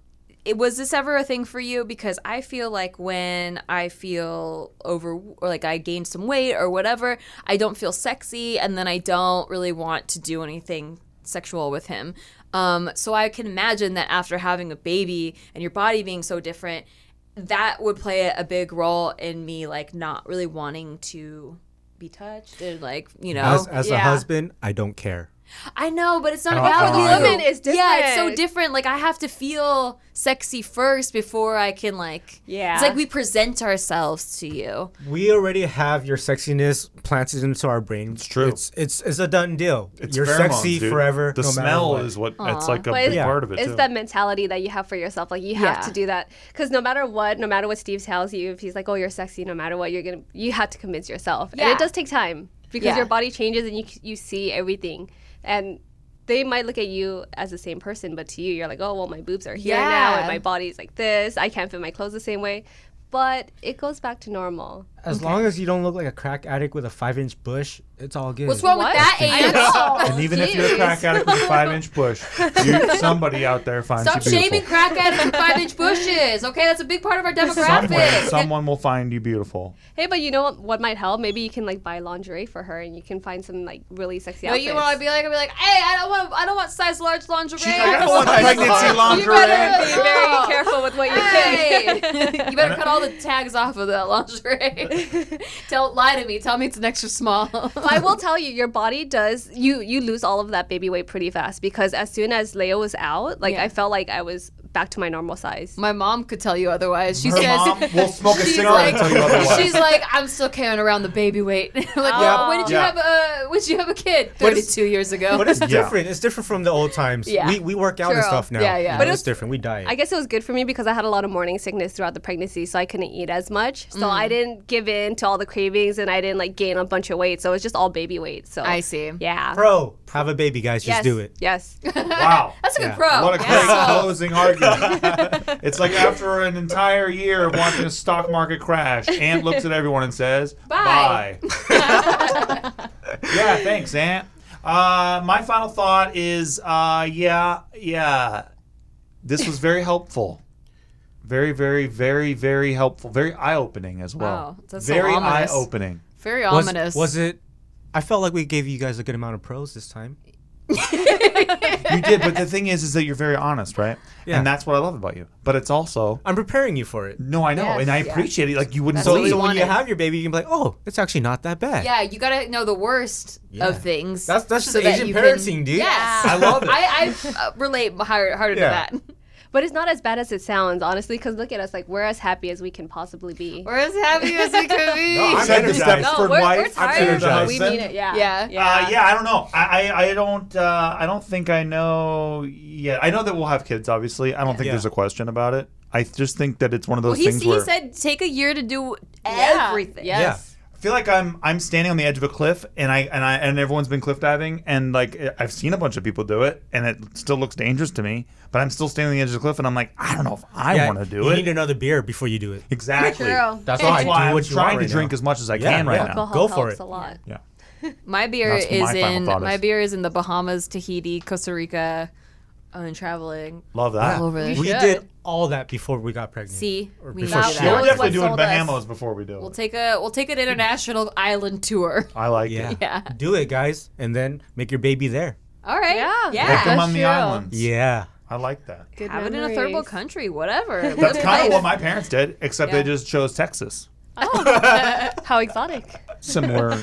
Speaker 1: it was this ever a thing for you? Because I feel like when I feel over or like I gain some weight or whatever, I don't feel sexy, and then I don't really want to do anything sexual with him. Um, so I can imagine that after having a baby and your body being so different, that would play a big role in me like not really wanting to be touched and like you know
Speaker 5: As, as
Speaker 6: Yeah.
Speaker 5: a husband, I don't care.
Speaker 1: I know, but it's not
Speaker 3: don't
Speaker 1: about
Speaker 3: know.
Speaker 1: you.
Speaker 3: Women
Speaker 6: is
Speaker 1: Yeah, it's so
Speaker 6: different.
Speaker 1: different. Like I have to feel sexy first before I can like.
Speaker 6: Yeah.
Speaker 1: It's like we present ourselves to you.
Speaker 5: We already have your sexiness planted into our brain. It's
Speaker 3: true.
Speaker 5: It's it's, it's a done deal.
Speaker 3: It's
Speaker 5: You're
Speaker 3: pheromones,
Speaker 5: sexy
Speaker 3: dude.
Speaker 5: forever.
Speaker 3: The
Speaker 5: no matter
Speaker 3: smell
Speaker 5: what.
Speaker 3: is what it's like a
Speaker 6: But
Speaker 3: big
Speaker 5: it's-
Speaker 3: part of it.
Speaker 6: it's
Speaker 3: too.
Speaker 6: that mentality that you have for yourself. Like you have
Speaker 1: Yeah.
Speaker 6: to do that because no matter what, no matter what Steve tells you, if he's like, "Oh, you're sexy," no matter what, you're gonna you have to convince yourself, and
Speaker 1: Yeah.
Speaker 6: it does take time because
Speaker 1: Yeah.
Speaker 6: your body changes and you c- you see everything, and they might look at you as the same person, but to you, you're like, "Oh, well, my boobs are here now,
Speaker 1: Yeah.
Speaker 6: and my body's like this. I can't fit my clothes the same way." But it goes back to normal.
Speaker 5: As long as you don't look like a crack addict with a five inch bush, it's all good.
Speaker 1: What's wrong
Speaker 6: What?
Speaker 1: with that, Anne?
Speaker 3: And even if you're a crack addict with a five inch push, you, somebody out there finds
Speaker 1: Stop
Speaker 3: you beautiful.
Speaker 1: shaming crack addicts with five-inch bushes. Okay, that's a big part of our
Speaker 3: Somewhere,
Speaker 1: demographic.
Speaker 3: someone will find you beautiful.
Speaker 6: Hey, but you know what, what might help? Maybe you can like buy lingerie for her, and you can find some like really sexy.
Speaker 1: No,
Speaker 6: outfits.
Speaker 1: you want to be like, I'll be like, hey, I don't want, I don't want size large lingerie.
Speaker 3: I want pregnancy
Speaker 1: you better
Speaker 6: be very careful with what you pick.
Speaker 1: Hey, you better cut all the tags off of that lingerie. Don't lie to me. Tell me it's an extra small.
Speaker 6: I will tell you, your body does you you lose all of that baby weight pretty fast because as soon as Leo was out, like
Speaker 1: Yeah.
Speaker 6: I felt like I was back to my normal size.
Speaker 1: My mom could tell you otherwise. She
Speaker 3: Her
Speaker 1: says
Speaker 3: mom will smoke a
Speaker 1: she's
Speaker 3: cigarette
Speaker 1: like,
Speaker 3: and tell you otherwise.
Speaker 1: she's like, I'm still carrying around the baby weight. like, "Oh, when did you
Speaker 3: Yeah.
Speaker 1: have a when did you have a kid?
Speaker 5: But
Speaker 1: Thirty
Speaker 5: it's-
Speaker 1: two years ago.
Speaker 5: But it's
Speaker 3: Yeah.
Speaker 5: different. It's different from the old times.
Speaker 1: Yeah.
Speaker 5: We, we work out and
Speaker 1: True.
Speaker 5: stuff now.
Speaker 1: Yeah, yeah.
Speaker 5: But
Speaker 1: But
Speaker 5: it's different. We diet.
Speaker 6: I guess it was good for me because I had a lot of morning sickness throughout the pregnancy, so I couldn't eat as much.
Speaker 12: Mm.
Speaker 6: So I didn't give in to all the cravings and I didn't like gain a bunch of weight. So it was just all baby weight. So
Speaker 1: I see.
Speaker 6: Yeah.
Speaker 5: Pro, have a baby, guys.
Speaker 6: yes.
Speaker 5: Just do it.
Speaker 6: Yes.
Speaker 3: Wow.
Speaker 1: That's a good
Speaker 5: Yeah.
Speaker 1: pro.
Speaker 3: What a
Speaker 1: Oh, Yeah.
Speaker 3: great closing argument. it's like after an entire year of watching a stock market crash, Ant looks at everyone and says,
Speaker 1: Bye.
Speaker 3: Bye. yeah, thanks, Ant. Uh, my final thought is uh, yeah, yeah. This was very helpful. Very, very, very, very helpful. Very eye opening as well.
Speaker 1: Wow, that's so
Speaker 3: very eye
Speaker 1: ominous.
Speaker 3: opening.
Speaker 1: Very
Speaker 5: Was,
Speaker 1: ominous.
Speaker 5: was it? I felt like we gave you guys a good amount of pros this time.
Speaker 3: you did, but the thing is, is that you're very honest, right?
Speaker 5: Yeah.
Speaker 3: And that's what I love about you. But it's also
Speaker 5: I'm preparing you for it.
Speaker 3: no, I know, and I appreciate it. Like you wouldn't.
Speaker 12: That's
Speaker 5: So,
Speaker 12: what
Speaker 5: so
Speaker 12: you
Speaker 5: when you
Speaker 12: wanted.
Speaker 5: have your baby, you can be like, oh, it's actually not that bad.
Speaker 12: Yeah, you gotta know the worst
Speaker 5: Yeah.
Speaker 12: of things.
Speaker 5: That's that's just
Speaker 12: so that
Speaker 5: Asian
Speaker 12: you can-
Speaker 5: parenting, dude.
Speaker 12: Yes.
Speaker 5: I love it.
Speaker 12: I, I uh, relate harder, harder
Speaker 5: Yeah.
Speaker 12: to that.
Speaker 6: But it's not as bad as it sounds, honestly, because look at us. Like, we're as happy as we can possibly be.
Speaker 12: We're as happy as we can be.
Speaker 5: No, I'm
Speaker 3: Said the
Speaker 5: energized.
Speaker 3: Stepford
Speaker 6: we're,
Speaker 3: wife.
Speaker 6: we're tired.
Speaker 3: energized.
Speaker 6: We mean it, yeah.
Speaker 12: yeah.
Speaker 3: Uh, yeah, I don't know. I, I, I don't uh, I don't think I know yet. I know that we'll have kids. Obviously, I don't think
Speaker 5: Yeah.
Speaker 3: there's a question about it. I just think that it's one of those
Speaker 1: He,
Speaker 3: things
Speaker 1: he
Speaker 3: where
Speaker 1: said take a year to do
Speaker 12: Yeah.
Speaker 1: everything.
Speaker 12: Yes.
Speaker 3: I feel like I'm I'm standing on the edge of a cliff, and I and I and everyone's been cliff diving, and like I've seen a bunch of people do it, and it still looks dangerous to me. But I'm still standing on the edge of the cliff, and I'm like, I don't know if I
Speaker 5: Yeah,
Speaker 3: want to do
Speaker 5: you
Speaker 3: it.
Speaker 5: need another beer before you do it.
Speaker 3: exactly.
Speaker 12: True.
Speaker 3: That's
Speaker 5: That's Do
Speaker 3: why I'm
Speaker 5: what you want
Speaker 3: trying
Speaker 5: right
Speaker 3: to drink
Speaker 5: now.
Speaker 3: as much as I
Speaker 5: Yeah,
Speaker 3: can right
Speaker 5: yeah.
Speaker 3: now.
Speaker 6: Alcohol
Speaker 5: Go for
Speaker 6: helps
Speaker 5: it.
Speaker 6: a lot.
Speaker 3: Yeah.
Speaker 1: My beer
Speaker 3: That's what my
Speaker 1: is
Speaker 3: final
Speaker 1: in
Speaker 3: thought is.
Speaker 1: my beer is in the Bahamas, Tahiti, Costa Rica, and traveling.
Speaker 3: Love that.
Speaker 1: over there.
Speaker 5: We
Speaker 1: You
Speaker 5: did all that before we got pregnant.
Speaker 1: See,
Speaker 5: Or
Speaker 1: we
Speaker 5: before
Speaker 1: know
Speaker 5: she-
Speaker 3: Yeah,
Speaker 1: that.
Speaker 3: we're
Speaker 6: was
Speaker 3: definitely
Speaker 6: what
Speaker 3: doing
Speaker 6: sold us.
Speaker 3: Bahamas before we do
Speaker 1: We'll
Speaker 3: it.
Speaker 1: take a we'll take an international island tour.
Speaker 3: I like
Speaker 5: Yeah.
Speaker 3: it.
Speaker 1: Yeah.
Speaker 5: Do it, guys, and then make your baby there.
Speaker 1: All right.
Speaker 6: Yeah.
Speaker 1: Yeah.
Speaker 3: Make them on the
Speaker 6: true.
Speaker 3: islands.
Speaker 5: Yeah.
Speaker 3: I like that.
Speaker 6: Good
Speaker 1: Have it in a
Speaker 6: memories.
Speaker 1: third world country, whatever.
Speaker 3: That's kind of what my parents did, except they
Speaker 1: Yeah.
Speaker 3: just chose Texas.
Speaker 6: How exotic.
Speaker 3: Similar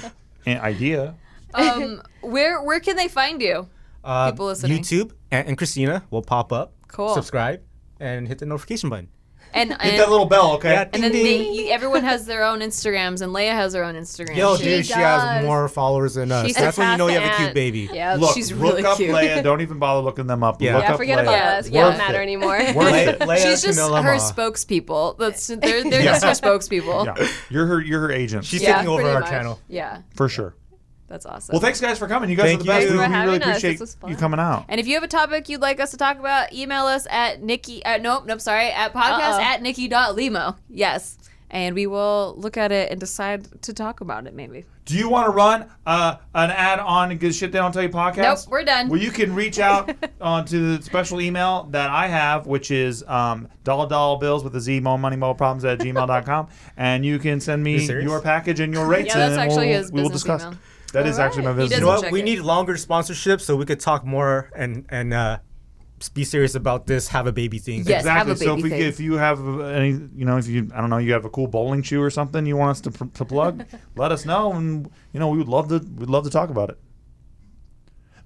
Speaker 3: Eh, idea.
Speaker 1: um, where where can they find you?
Speaker 5: Uh,
Speaker 1: People listening.
Speaker 5: YouTube and, and Christina will pop up.
Speaker 1: Cool.
Speaker 5: Subscribe and hit the notification button.
Speaker 1: And
Speaker 3: Hit that
Speaker 1: and,
Speaker 3: little bell, okay?
Speaker 5: Yeah,
Speaker 1: and then they, you- everyone has their own Instagrams, and Leia has her own Instagram.
Speaker 5: Yo,
Speaker 1: She-
Speaker 5: dude, she has
Speaker 6: does.
Speaker 5: more followers than us.
Speaker 1: She's
Speaker 5: That's
Speaker 1: a
Speaker 5: when you know you have a
Speaker 1: fast
Speaker 5: cute
Speaker 1: aunt.
Speaker 5: baby.
Speaker 6: Yeah.
Speaker 3: Look,
Speaker 1: She's
Speaker 3: look
Speaker 1: really
Speaker 3: up
Speaker 1: cute.
Speaker 3: Leia. Don't even bother looking them up.
Speaker 5: Yeah.
Speaker 3: Look
Speaker 5: Yeah,
Speaker 3: up
Speaker 6: Forget
Speaker 3: Leia.
Speaker 6: about us. We
Speaker 3: Worth
Speaker 6: don't matter
Speaker 3: it.
Speaker 6: anymore.
Speaker 3: Worth
Speaker 5: Leia-
Speaker 3: it.
Speaker 5: Leia
Speaker 1: She's just
Speaker 5: Camilla
Speaker 1: her
Speaker 5: Ma.
Speaker 1: spokespeople. That's they're they're just her spokespeople.
Speaker 3: Yeah. You're her you're her agent.
Speaker 5: She's
Speaker 1: Yeah,
Speaker 5: taking over
Speaker 6: pretty
Speaker 5: our
Speaker 6: much.
Speaker 5: channel.
Speaker 1: Yeah,
Speaker 3: for sure.
Speaker 1: that's awesome.
Speaker 3: Well, thanks guys for coming. You guys
Speaker 5: Thank
Speaker 3: are the best.
Speaker 5: you.
Speaker 3: We,
Speaker 5: Thanks
Speaker 6: for
Speaker 3: we really
Speaker 6: having us.
Speaker 3: appreciate
Speaker 6: This was fun.
Speaker 3: you coming out.
Speaker 1: And if you have a topic you'd like us to talk about, email us at Nikki. Uh, nope, nope, sorry. At podcast
Speaker 6: Uh-oh.
Speaker 1: at Nikki.limo. Yes. And we will look at it and decide to talk about it, maybe.
Speaker 3: Do you want to run uh, an ad on and good shit they don't tell you podcast?
Speaker 1: Nope, we're done.
Speaker 3: Well, you can reach out uh, to the special email that I have, which is um, dollar dollar bills with a Z mo money mo problems at gmail.com. And you can send me
Speaker 5: You serious?
Speaker 3: your package and your rates.
Speaker 1: Yeah, that's
Speaker 3: and then
Speaker 1: actually
Speaker 3: we'll,
Speaker 1: his
Speaker 3: we will
Speaker 1: business
Speaker 3: discuss.
Speaker 1: email.
Speaker 3: That is actually my business
Speaker 5: You
Speaker 1: doesn't
Speaker 5: know
Speaker 3: email.
Speaker 5: what?
Speaker 1: check
Speaker 5: We
Speaker 1: it.
Speaker 5: need longer sponsorships so we could talk more and and uh, be serious about this have a baby thing.
Speaker 1: Yes, have
Speaker 3: Exactly.
Speaker 1: a
Speaker 3: So if,
Speaker 1: baby
Speaker 3: we, if you have uh, any, you know, if you, I don't know, you have a cool bowling shoe or something you want us to, pr- to plug, let us know, and you know, we would love to, we'd love to talk about it.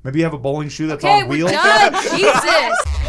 Speaker 3: Maybe you have a bowling shoe that's
Speaker 1: Okay,
Speaker 3: on
Speaker 1: we're
Speaker 3: wheels.
Speaker 1: done. Jesus.